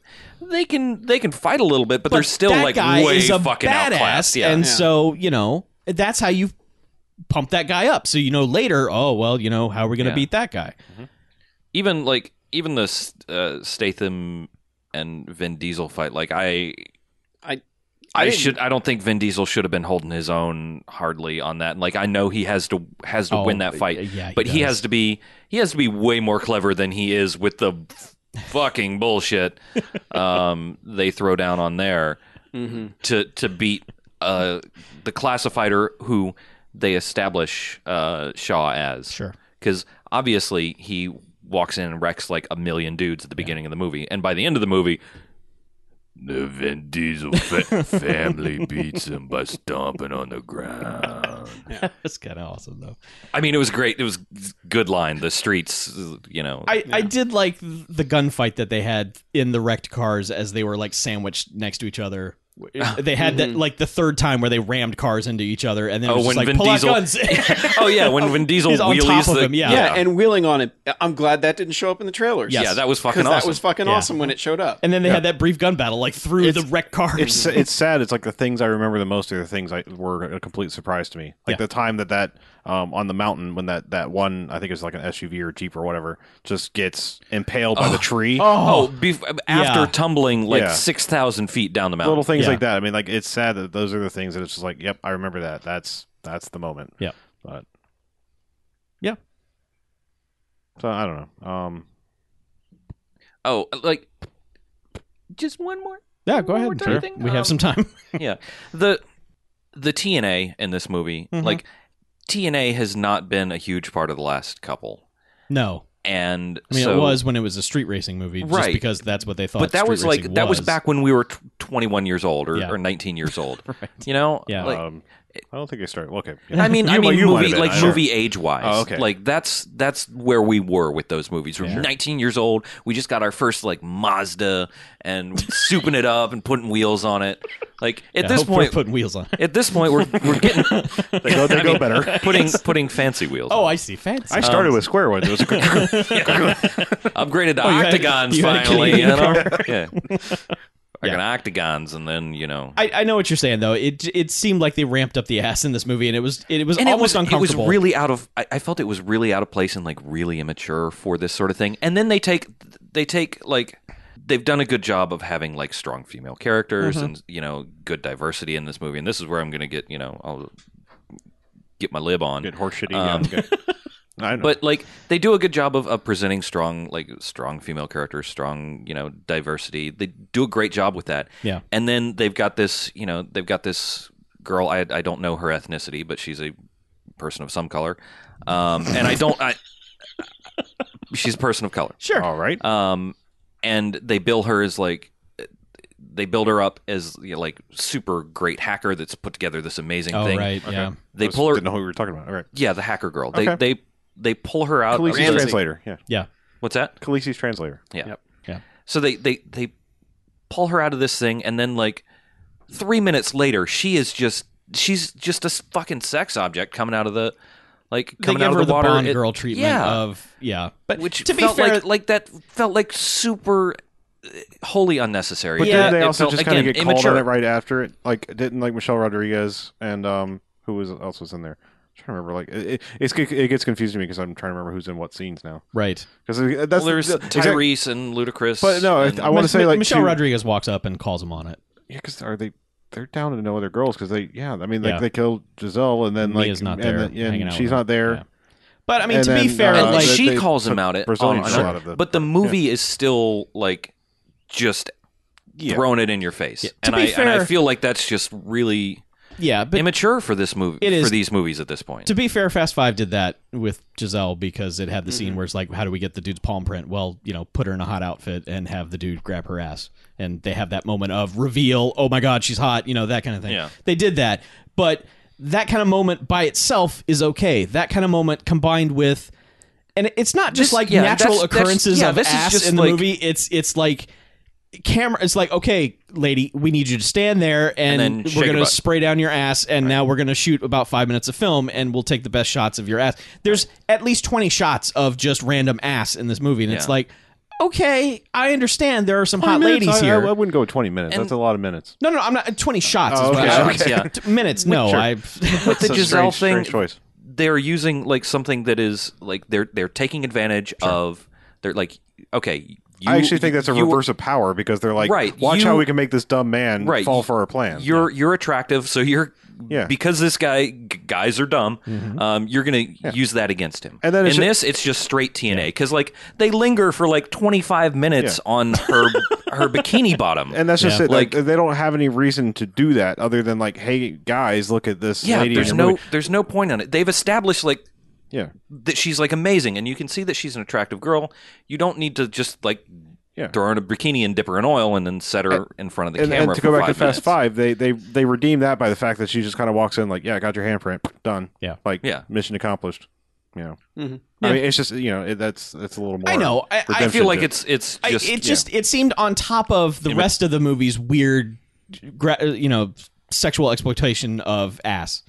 [SPEAKER 5] they can they can fight a little bit, but,
[SPEAKER 4] But
[SPEAKER 5] they're still
[SPEAKER 4] that
[SPEAKER 5] like
[SPEAKER 4] guy
[SPEAKER 5] way
[SPEAKER 4] is a
[SPEAKER 5] fucking
[SPEAKER 4] badass,
[SPEAKER 5] outclassed. Yeah,
[SPEAKER 4] and
[SPEAKER 3] Yeah.
[SPEAKER 4] so you know that's how you pump that guy up. So you know later, oh well, you know how are we going to
[SPEAKER 5] Yeah.
[SPEAKER 4] beat that guy?
[SPEAKER 5] even like even the uh, Statham and Vin Diesel fight, like I.
[SPEAKER 3] I- I
[SPEAKER 5] I
[SPEAKER 3] didn't-
[SPEAKER 5] should. I don't think Vin Diesel should have been holding his own hardly on that. Like I know he has to has to
[SPEAKER 4] Oh,
[SPEAKER 5] win that fight,
[SPEAKER 4] yeah, he
[SPEAKER 5] but he
[SPEAKER 4] does.
[SPEAKER 5] has to be he has to be way more clever than he is with the fucking bullshit um, they throw down on there
[SPEAKER 3] hmm
[SPEAKER 5] to to beat uh, the classifier who they establish uh, Shaw as.
[SPEAKER 4] Sure.
[SPEAKER 5] Because obviously he walks in and wrecks like a million dudes at the beginning of the movie, and by the end of the movie,
[SPEAKER 6] The Vin Diesel fa- family beats him by stomping on the ground.
[SPEAKER 4] That's kind of awesome though.
[SPEAKER 5] I mean, it was great. It was good line. The streets, you know.
[SPEAKER 4] I, I did like the gunfight that they had in the wrecked cars as they were like sandwiched next to each other. They had that like the third time where they rammed cars into each other, and then it
[SPEAKER 5] Oh,
[SPEAKER 4] was
[SPEAKER 5] when
[SPEAKER 4] just like
[SPEAKER 5] Vin
[SPEAKER 4] pull
[SPEAKER 5] Diesel.
[SPEAKER 4] out guns.
[SPEAKER 5] oh yeah, when Vin Diesel
[SPEAKER 4] He's on
[SPEAKER 5] wheelies
[SPEAKER 4] top of
[SPEAKER 5] the
[SPEAKER 4] him, yeah.
[SPEAKER 3] Yeah, and wheeling on it. I'm glad that didn't show up in the trailers.
[SPEAKER 5] Yeah, that was fucking
[SPEAKER 3] 'Cause
[SPEAKER 5] awesome.
[SPEAKER 3] That was fucking
[SPEAKER 4] Yeah.
[SPEAKER 3] awesome when it showed up.
[SPEAKER 4] and then they had that brief gun battle like through the
[SPEAKER 3] It's-
[SPEAKER 4] wrecked cars.
[SPEAKER 2] It's it's sad. It's like the things I remember the most are the things I were a complete surprise to me. Like
[SPEAKER 4] Yeah.
[SPEAKER 2] the time that that um, on the mountain when that that one I think it was like an SUV or Jeep or whatever just gets impaled by the tree.
[SPEAKER 5] Oh, bef- after
[SPEAKER 4] Yeah.
[SPEAKER 5] tumbling like
[SPEAKER 2] Yeah.
[SPEAKER 5] six thousand feet down the mountain.
[SPEAKER 2] Little things
[SPEAKER 4] Yeah.
[SPEAKER 2] like that. I mean, like it's sad that those are the things that it's just like, yep, I remember that. That's that's the moment.
[SPEAKER 4] Yep.
[SPEAKER 2] But
[SPEAKER 4] Yeah.
[SPEAKER 2] So I don't know. Um,
[SPEAKER 5] Oh, like just one more.
[SPEAKER 4] yeah, go
[SPEAKER 5] One
[SPEAKER 4] ahead.
[SPEAKER 5] more
[SPEAKER 4] Sure.
[SPEAKER 5] thing?
[SPEAKER 4] We have
[SPEAKER 5] Um,
[SPEAKER 4] some time.
[SPEAKER 5] yeah the the TNA in this movie
[SPEAKER 4] Mhm.
[SPEAKER 5] like TNA has not been a huge part of the last couple
[SPEAKER 4] no,
[SPEAKER 5] and
[SPEAKER 4] I mean
[SPEAKER 5] so
[SPEAKER 4] it was when it was a street racing movie, just
[SPEAKER 5] Right.
[SPEAKER 4] because that's what they thought.
[SPEAKER 5] but that
[SPEAKER 4] street
[SPEAKER 5] was like
[SPEAKER 4] racing
[SPEAKER 5] that was back when we were t- 21 years old or,
[SPEAKER 4] Yeah.
[SPEAKER 5] or 19 years old
[SPEAKER 4] Right.
[SPEAKER 5] you know
[SPEAKER 4] Yeah.
[SPEAKER 5] like,
[SPEAKER 2] um, I don't think I started. Okay.
[SPEAKER 5] I mean, I
[SPEAKER 2] You- well,
[SPEAKER 5] mean,
[SPEAKER 2] you might
[SPEAKER 5] movie
[SPEAKER 2] have been,
[SPEAKER 5] like
[SPEAKER 2] I don't-
[SPEAKER 5] movie age wise.
[SPEAKER 2] Oh, okay.
[SPEAKER 5] Like that's that's where we were with those movies. We were 19 years old. We just got our first like Mazda and souping it up and putting wheels on it. Like at
[SPEAKER 4] Yeah,
[SPEAKER 5] this
[SPEAKER 4] hope we're
[SPEAKER 5] point,
[SPEAKER 4] putting wheels on.
[SPEAKER 5] at this point, we're we're getting
[SPEAKER 2] They go, they go better.
[SPEAKER 5] putting putting fancy wheels.
[SPEAKER 4] Oh,
[SPEAKER 5] on.
[SPEAKER 4] I see. Fancy.
[SPEAKER 2] I started with square ones. It was a good-
[SPEAKER 5] upgraded to
[SPEAKER 4] you had-
[SPEAKER 5] octagons
[SPEAKER 4] you had a
[SPEAKER 5] finally. You
[SPEAKER 4] Canadian
[SPEAKER 5] know? yeah. Like
[SPEAKER 4] Yeah.
[SPEAKER 5] an octagons, and then you know,
[SPEAKER 4] I, I know what you're saying though. It it seemed like they ramped up the ass in this movie, and it was it, was
[SPEAKER 5] and it was
[SPEAKER 4] almost
[SPEAKER 5] it was
[SPEAKER 4] uncomfortable.
[SPEAKER 5] really out of. I, I felt it was really out of place and like really immature for this sort of thing. And then they take they take like they've done a good job of having like strong female characters
[SPEAKER 4] Mm-hmm.
[SPEAKER 5] and you know good diversity in this movie. And this is where I'm going to get you know I'll get my lib on.
[SPEAKER 2] Get horseshitty.
[SPEAKER 5] Um,
[SPEAKER 2] yeah, okay. I know.
[SPEAKER 5] but like they do a good job of, of presenting strong like strong female characters strong you know diversity they do a great job with that
[SPEAKER 4] Yeah.
[SPEAKER 5] and then they've got this you know they've got this girl i, I don't know her ethnicity but she's a person of some color um, and i don't i she's a person of color
[SPEAKER 4] sure.
[SPEAKER 2] all right.
[SPEAKER 5] um, and they bill her as like they build her up as you know, like super great hacker that's put together this amazing
[SPEAKER 4] Oh
[SPEAKER 5] thing
[SPEAKER 4] right. Yeah.
[SPEAKER 5] they
[SPEAKER 2] I just
[SPEAKER 5] pull her
[SPEAKER 2] Didn't know who we were talking about. All right.
[SPEAKER 5] yeah the hacker girl
[SPEAKER 2] Okay.
[SPEAKER 5] they they they pull her out
[SPEAKER 2] Khaleesi's
[SPEAKER 3] Ramsey.
[SPEAKER 2] translator. Yeah.
[SPEAKER 4] Yeah.
[SPEAKER 5] what's that
[SPEAKER 2] Khaleesi's translator.
[SPEAKER 5] Yeah.
[SPEAKER 3] Yep.
[SPEAKER 4] Yeah.
[SPEAKER 5] So they they they pull her out of this thing, and then like three minutes later, she is just she's just a s- fucking sex object coming out of the like
[SPEAKER 4] They
[SPEAKER 5] coming
[SPEAKER 4] give
[SPEAKER 5] out of
[SPEAKER 4] her
[SPEAKER 5] the,
[SPEAKER 4] the,
[SPEAKER 5] water.
[SPEAKER 4] Bond
[SPEAKER 5] It-
[SPEAKER 4] girl treatment
[SPEAKER 5] yeah.
[SPEAKER 4] of yeah, but
[SPEAKER 5] which
[SPEAKER 4] to be
[SPEAKER 5] felt
[SPEAKER 4] fair,
[SPEAKER 5] like, like that felt like super uh, wholly unnecessary.
[SPEAKER 2] But
[SPEAKER 5] It-
[SPEAKER 2] didn't they
[SPEAKER 5] it
[SPEAKER 2] also
[SPEAKER 5] felt,
[SPEAKER 2] just kind of
[SPEAKER 5] again,
[SPEAKER 2] get called on
[SPEAKER 5] immature.
[SPEAKER 2] it right after it? Like, didn't like Michelle Rodriguez and um, who was else was in there? I'm trying to remember. Like, it, it's, it gets confusing me because I'm trying to remember who's in what scenes now.
[SPEAKER 4] right.
[SPEAKER 2] Because that's
[SPEAKER 5] Well, there's
[SPEAKER 2] the- exact-
[SPEAKER 5] Tyrese and Ludacris.
[SPEAKER 2] But no, I-
[SPEAKER 5] and-
[SPEAKER 2] I want to say like
[SPEAKER 4] Michelle
[SPEAKER 2] two-
[SPEAKER 4] Rodriguez walks up and calls him on it.
[SPEAKER 2] Yeah, because are they? They're down to no other girls because they. Yeah, I mean, like
[SPEAKER 4] Yeah.
[SPEAKER 2] they killed Giselle and then like
[SPEAKER 4] Mia's not
[SPEAKER 2] and
[SPEAKER 4] there,
[SPEAKER 2] the- and
[SPEAKER 4] hanging out
[SPEAKER 2] she's
[SPEAKER 4] with
[SPEAKER 2] not there.
[SPEAKER 4] Yeah. But I mean,
[SPEAKER 2] And
[SPEAKER 4] to be
[SPEAKER 2] then,
[SPEAKER 4] fair,
[SPEAKER 2] uh,
[SPEAKER 5] and
[SPEAKER 4] like
[SPEAKER 2] they-
[SPEAKER 5] she
[SPEAKER 2] they
[SPEAKER 5] calls
[SPEAKER 2] took
[SPEAKER 5] him out at
[SPEAKER 2] Brazilian
[SPEAKER 5] on-
[SPEAKER 2] shit out of the-
[SPEAKER 5] but the movie is still like just thrown it in your face,
[SPEAKER 4] To
[SPEAKER 5] and I
[SPEAKER 4] be
[SPEAKER 5] and I
[SPEAKER 4] fair-
[SPEAKER 5] feel like that's just really
[SPEAKER 4] yeah, but
[SPEAKER 5] immature for this movie
[SPEAKER 4] It is-
[SPEAKER 5] for these movies at this point.
[SPEAKER 4] to be fair, Fast Five did that with Giselle because it had the
[SPEAKER 5] Mm-hmm.
[SPEAKER 4] scene where it's like, how do we get the dude's palm print? Well, you know, put her in a hot outfit and have the dude grab her ass, and they have that moment of reveal. Oh my God, she's hot. You know that kind of thing.
[SPEAKER 5] Yeah.
[SPEAKER 4] They did that, but that kind of moment by itself is okay. That kind of moment combined with, and it's not just
[SPEAKER 5] This-
[SPEAKER 4] like
[SPEAKER 5] yeah,
[SPEAKER 4] natural
[SPEAKER 5] that's- that's-
[SPEAKER 4] occurrences
[SPEAKER 5] yeah,
[SPEAKER 4] of
[SPEAKER 5] this is
[SPEAKER 4] ass
[SPEAKER 5] just
[SPEAKER 4] in the
[SPEAKER 5] like-
[SPEAKER 4] movie. It's it's like camera it's like okay lady we need you to stand there and,
[SPEAKER 5] then shake
[SPEAKER 4] we're
[SPEAKER 5] your
[SPEAKER 4] going to
[SPEAKER 5] butt.
[SPEAKER 4] spray down your ass and now we're going to shoot about five minutes of film and we'll take the best shots of your ass there's at least 20 shots of just random ass in this movie and it's
[SPEAKER 5] Yeah.
[SPEAKER 4] like okay i understand there are some hot
[SPEAKER 2] minutes,
[SPEAKER 4] ladies
[SPEAKER 2] I,
[SPEAKER 4] here
[SPEAKER 2] I, I wouldn't go with 20 minutes. That's a lot of minutes.
[SPEAKER 4] no no i'm not 20 shots is
[SPEAKER 2] Oh,
[SPEAKER 4] what
[SPEAKER 2] okay,
[SPEAKER 4] I-
[SPEAKER 5] okay. Yeah.
[SPEAKER 4] T- minutes no
[SPEAKER 2] Sure.
[SPEAKER 4] i
[SPEAKER 5] But the
[SPEAKER 2] It's a
[SPEAKER 5] Giselle
[SPEAKER 2] strange,
[SPEAKER 5] thing,
[SPEAKER 2] Strange choice.
[SPEAKER 5] they're using like something that is like they're they're taking advantage of. They're like, okay, you,
[SPEAKER 2] I actually think that's a
[SPEAKER 5] you-
[SPEAKER 2] reverse of power because they're like,
[SPEAKER 5] Right,
[SPEAKER 2] watch
[SPEAKER 5] you-
[SPEAKER 2] how we can make this dumb man
[SPEAKER 5] Right,
[SPEAKER 2] fall
[SPEAKER 5] you-
[SPEAKER 2] for our plan.
[SPEAKER 5] You're you're attractive, so you're
[SPEAKER 2] Yeah.
[SPEAKER 5] because this guy g- guys are dumb.
[SPEAKER 4] Mm-hmm.
[SPEAKER 5] Um, you're gonna use that against him.
[SPEAKER 2] And then
[SPEAKER 5] in
[SPEAKER 2] it's ju-
[SPEAKER 5] this, it's just straight TNA because like they linger for like 25 minutes
[SPEAKER 2] Yeah.
[SPEAKER 5] on her her bikini bottom.
[SPEAKER 2] and that's just
[SPEAKER 4] Yeah.
[SPEAKER 2] it. Like,
[SPEAKER 5] Like-
[SPEAKER 2] they don't have any reason to do that other than like, hey guys, look at this
[SPEAKER 5] yeah,
[SPEAKER 2] lady. in
[SPEAKER 5] there's
[SPEAKER 2] your
[SPEAKER 5] no
[SPEAKER 2] movie.
[SPEAKER 5] there's no point on it. They've established like
[SPEAKER 2] Yeah,
[SPEAKER 5] that she's like amazing and you can see that she's an attractive girl you don't need to just like
[SPEAKER 2] Yeah.
[SPEAKER 5] throw her in a bikini and dip her in oil and then set her in front of the
[SPEAKER 2] and,
[SPEAKER 5] camera.
[SPEAKER 2] and to
[SPEAKER 5] for
[SPEAKER 2] go back to
[SPEAKER 5] five
[SPEAKER 2] Fast
[SPEAKER 5] minutes.
[SPEAKER 2] Five, they they they redeem that by the fact that she just kind of walks in like, yeah, I got your handprint, done.
[SPEAKER 4] Yeah.
[SPEAKER 2] like
[SPEAKER 5] Yeah.
[SPEAKER 2] mission accomplished. You know,
[SPEAKER 3] Mhm.
[SPEAKER 2] I mean, it's just you know it, that's that's a little more.
[SPEAKER 4] I know. I, I
[SPEAKER 5] I
[SPEAKER 2] redemption
[SPEAKER 5] feel like
[SPEAKER 2] to-
[SPEAKER 5] it's it's
[SPEAKER 4] I-
[SPEAKER 5] just
[SPEAKER 4] it just it seemed on top of the
[SPEAKER 5] It would-
[SPEAKER 4] rest of the movie's weird, gra- uh, you know, sexual exploitation of ass.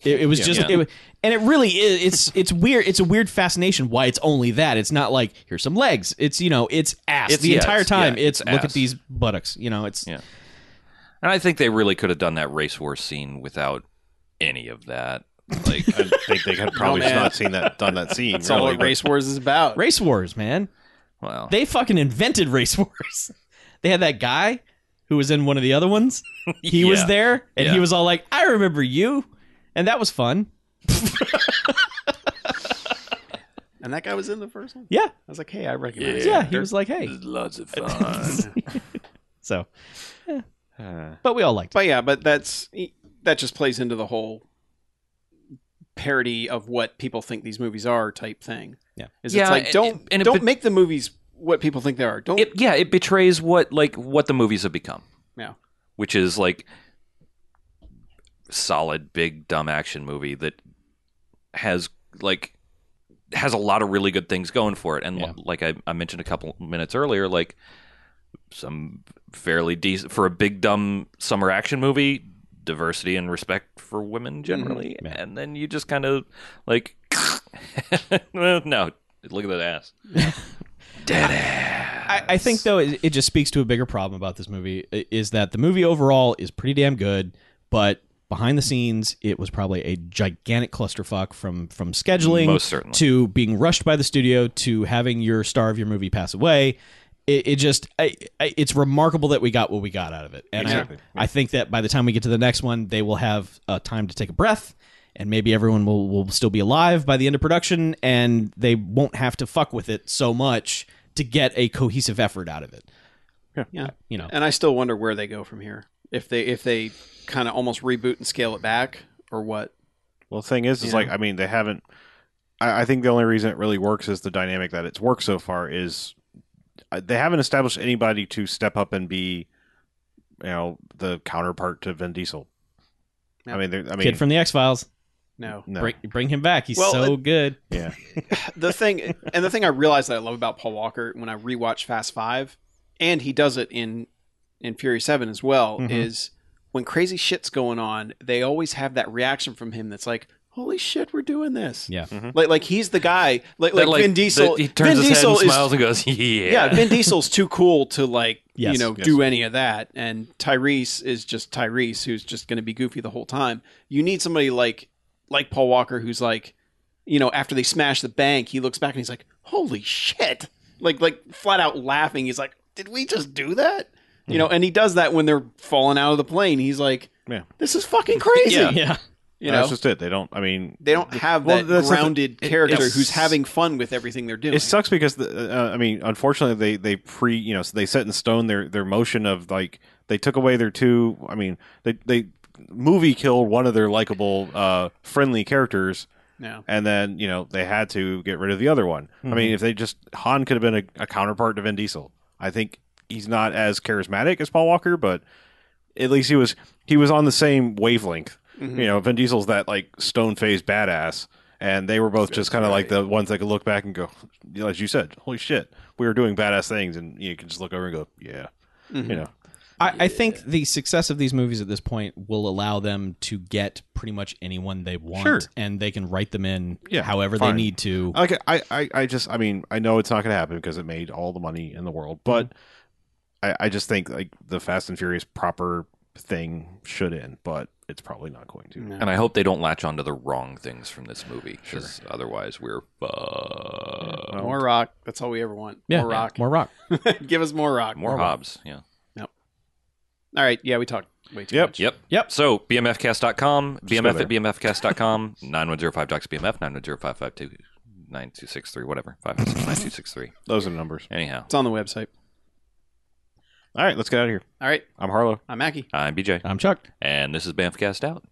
[SPEAKER 4] It, it was just,
[SPEAKER 5] Yeah.
[SPEAKER 4] it wa- and it really is. It's it's weird. It's a weird fascination. Why it's only that. It's not like here's some legs. It's you know, it's ass
[SPEAKER 5] It's-
[SPEAKER 4] the
[SPEAKER 5] yeah,
[SPEAKER 4] entire
[SPEAKER 5] it's-
[SPEAKER 4] time.
[SPEAKER 5] yeah,
[SPEAKER 4] it's
[SPEAKER 5] it's
[SPEAKER 4] look at
[SPEAKER 5] ass.
[SPEAKER 4] these buttocks. You know, it's
[SPEAKER 5] Yeah. and I think they really could have done that race war scene without any of that. Like
[SPEAKER 2] I think they had probably just not seen that done that scene.
[SPEAKER 3] That's all
[SPEAKER 2] really,
[SPEAKER 3] what
[SPEAKER 2] but-
[SPEAKER 3] Race Wars is about.
[SPEAKER 4] race wars, man.
[SPEAKER 5] well,
[SPEAKER 4] They fucking invented race wars. They had that guy who was in one of the other ones. He was
[SPEAKER 5] Yeah.
[SPEAKER 4] there, and he
[SPEAKER 5] Yeah.
[SPEAKER 4] was all like, "I remember you," and that was fun.
[SPEAKER 3] And that guy was in the first one.
[SPEAKER 4] Yeah,
[SPEAKER 3] I was like, hey, I recognize.
[SPEAKER 4] yeah.
[SPEAKER 3] that
[SPEAKER 4] He was like, "Hey,"
[SPEAKER 6] This is lots of fun.
[SPEAKER 4] so. eh. But we all liked it.
[SPEAKER 3] But yeah, but that's e, that just plays into the whole parody of what people think these movies are type thing.
[SPEAKER 4] Yeah.
[SPEAKER 3] Is
[SPEAKER 5] Yeah,
[SPEAKER 3] it's like
[SPEAKER 5] and-
[SPEAKER 3] don't
[SPEAKER 5] and it-
[SPEAKER 3] don't
[SPEAKER 5] but-
[SPEAKER 3] make the movies what people think they are. Don't
[SPEAKER 5] it yeah it betrays what like what the movies have become
[SPEAKER 3] Yeah.
[SPEAKER 5] which is like solid big dumb action movie that has like has a lot of really good things going for it and
[SPEAKER 4] Yeah.
[SPEAKER 5] like I, I mentioned a couple minutes earlier like some fairly decent for a big dumb summer action movie diversity and respect for women generally
[SPEAKER 4] Mm-hmm. Yeah.
[SPEAKER 5] and then you just kind of like no look at that ass
[SPEAKER 4] I, I think though it, it just speaks to a bigger problem about this movie i- is that the movie overall is pretty damn good, but behind the scenes it was probably a gigantic clusterfuck from from scheduling
[SPEAKER 5] Most certainly.
[SPEAKER 4] to being rushed by the studio to having your star of your movie pass away. It, it just I, I, it's remarkable that we got what we got out of it, and I-
[SPEAKER 2] Exactly.
[SPEAKER 4] I, think that by the time we get to the next one, they will have uh, time to take a breath. And maybe everyone will, will still be alive by the end of production, and they won't have to fuck with it so much to get a cohesive effort out of it.
[SPEAKER 3] yeah.
[SPEAKER 4] You know,
[SPEAKER 3] And I still wonder where they go from here. If they if they kind of almost reboot and scale it back or what.
[SPEAKER 2] Well, the thing is, is
[SPEAKER 3] Yeah.
[SPEAKER 2] like I mean, they haven't. I, I think the only reason it really works is the dynamic that it's worked so far is uh, they haven't established anybody to step up and be, you know, the counterpart to Vin Diesel.
[SPEAKER 3] Yeah.
[SPEAKER 2] I mean, they're- I mean,
[SPEAKER 4] kid from the X Files,
[SPEAKER 3] No.
[SPEAKER 2] no.
[SPEAKER 4] bring, bring him back. He's
[SPEAKER 3] Well,
[SPEAKER 4] so
[SPEAKER 3] it-
[SPEAKER 4] good.
[SPEAKER 2] yeah,
[SPEAKER 3] the thing and the thing I realized that I love about Paul Walker when I rewatch Fast Five, and he does it in in Fury Seven as well,
[SPEAKER 5] Mm-hmm.
[SPEAKER 2] Mhm.
[SPEAKER 3] is when crazy shit's going on, they always have that reaction from him that's like, "Holy shit, we're doing this!"
[SPEAKER 4] Yeah.
[SPEAKER 3] like like he's the guy, like
[SPEAKER 5] That,
[SPEAKER 3] like, Vin Diesel.
[SPEAKER 5] the- he turns
[SPEAKER 3] Vin
[SPEAKER 5] his
[SPEAKER 3] Diesel
[SPEAKER 5] head and
[SPEAKER 3] is-
[SPEAKER 5] smiles and goes, "Yeah,
[SPEAKER 3] yeah. Vin Diesel's too cool to like
[SPEAKER 4] Yes,
[SPEAKER 3] you know
[SPEAKER 2] yes.
[SPEAKER 3] do any of that, and Tyrese is just Tyrese, who's just going to be goofy the whole time. You need somebody like like Paul Walker, who's like, you know, after they smash the bank, he looks back and he's like, "Holy shit!" Like like flat out laughing. He's like, "Did we just do that?" You know, and he does that when they're falling out of the plane. He's like,
[SPEAKER 2] Mm-hmm. Yeah.
[SPEAKER 3] "This is fucking crazy."
[SPEAKER 5] Yeah.
[SPEAKER 4] Yeah.
[SPEAKER 3] You
[SPEAKER 2] that's
[SPEAKER 3] know,
[SPEAKER 2] just it. They don't. I mean,
[SPEAKER 3] they don't have
[SPEAKER 2] Well,
[SPEAKER 3] that
[SPEAKER 2] that's the-
[SPEAKER 3] grounded character
[SPEAKER 2] it's-
[SPEAKER 3] who's having fun with everything they're doing.
[SPEAKER 2] It sucks because the, uh, I mean, unfortunately, they they pre you know so they set in stone their their motion of like they took away their two. I mean, they they movie killed one of their likable uh, friendly characters,
[SPEAKER 3] yeah.
[SPEAKER 2] and then you know they had to get rid of the other one. I mean, if they just Han could have been a, a counterpart to Vin Diesel. I think he's not as charismatic as Paul Walker, but at least he was he was on the same wavelength.
[SPEAKER 3] Mhm.
[SPEAKER 2] You know, Vin Diesel's that like stone faced badass, and they were both just kind of like the ones that could look back and go, you know, as you said, holy shit, we were doing badass things, and you can just look over and go, yeah,
[SPEAKER 3] Mhm.
[SPEAKER 2] you know,
[SPEAKER 4] I, I think the success of these movies at this point will allow them to get pretty much anyone they want,
[SPEAKER 2] Sure.
[SPEAKER 4] and they can write them in
[SPEAKER 2] Yeah,
[SPEAKER 4] however
[SPEAKER 2] fine. Uh,
[SPEAKER 4] they need to.
[SPEAKER 2] like I, I, I just, I mean, I know it's not going to happen because it made all the money in the world, but I, I just think like the Fast and Furious proper thing should end, but it's probably not going
[SPEAKER 3] Mm.
[SPEAKER 2] to.
[SPEAKER 5] And I hope they don't latch onto the wrong things from this movie, because otherwise we're fucked.
[SPEAKER 3] more rock. That's all we ever want.
[SPEAKER 4] Yeah,
[SPEAKER 3] more rock.
[SPEAKER 4] More rock.
[SPEAKER 3] Give us more rock.
[SPEAKER 5] More Hobbs, yeah.
[SPEAKER 3] All right. Yeah, we talked way too
[SPEAKER 2] Yep.
[SPEAKER 3] much.
[SPEAKER 5] Yep.
[SPEAKER 4] Yep.
[SPEAKER 5] So bmfcast.com,
[SPEAKER 2] go
[SPEAKER 5] bmf
[SPEAKER 2] there.
[SPEAKER 5] at bmfcast.com, 9105 docs bmf, 9105 9263, whatever. 596
[SPEAKER 2] Those are the numbers.
[SPEAKER 5] Anyhow,
[SPEAKER 3] It's on the website.
[SPEAKER 2] All right, let's get out of here.
[SPEAKER 3] All right.
[SPEAKER 2] I'm Harlow.
[SPEAKER 3] I'm Mackie.
[SPEAKER 5] I'm BJ,
[SPEAKER 4] I'm Chuck.
[SPEAKER 5] and this is Bamfcast Out.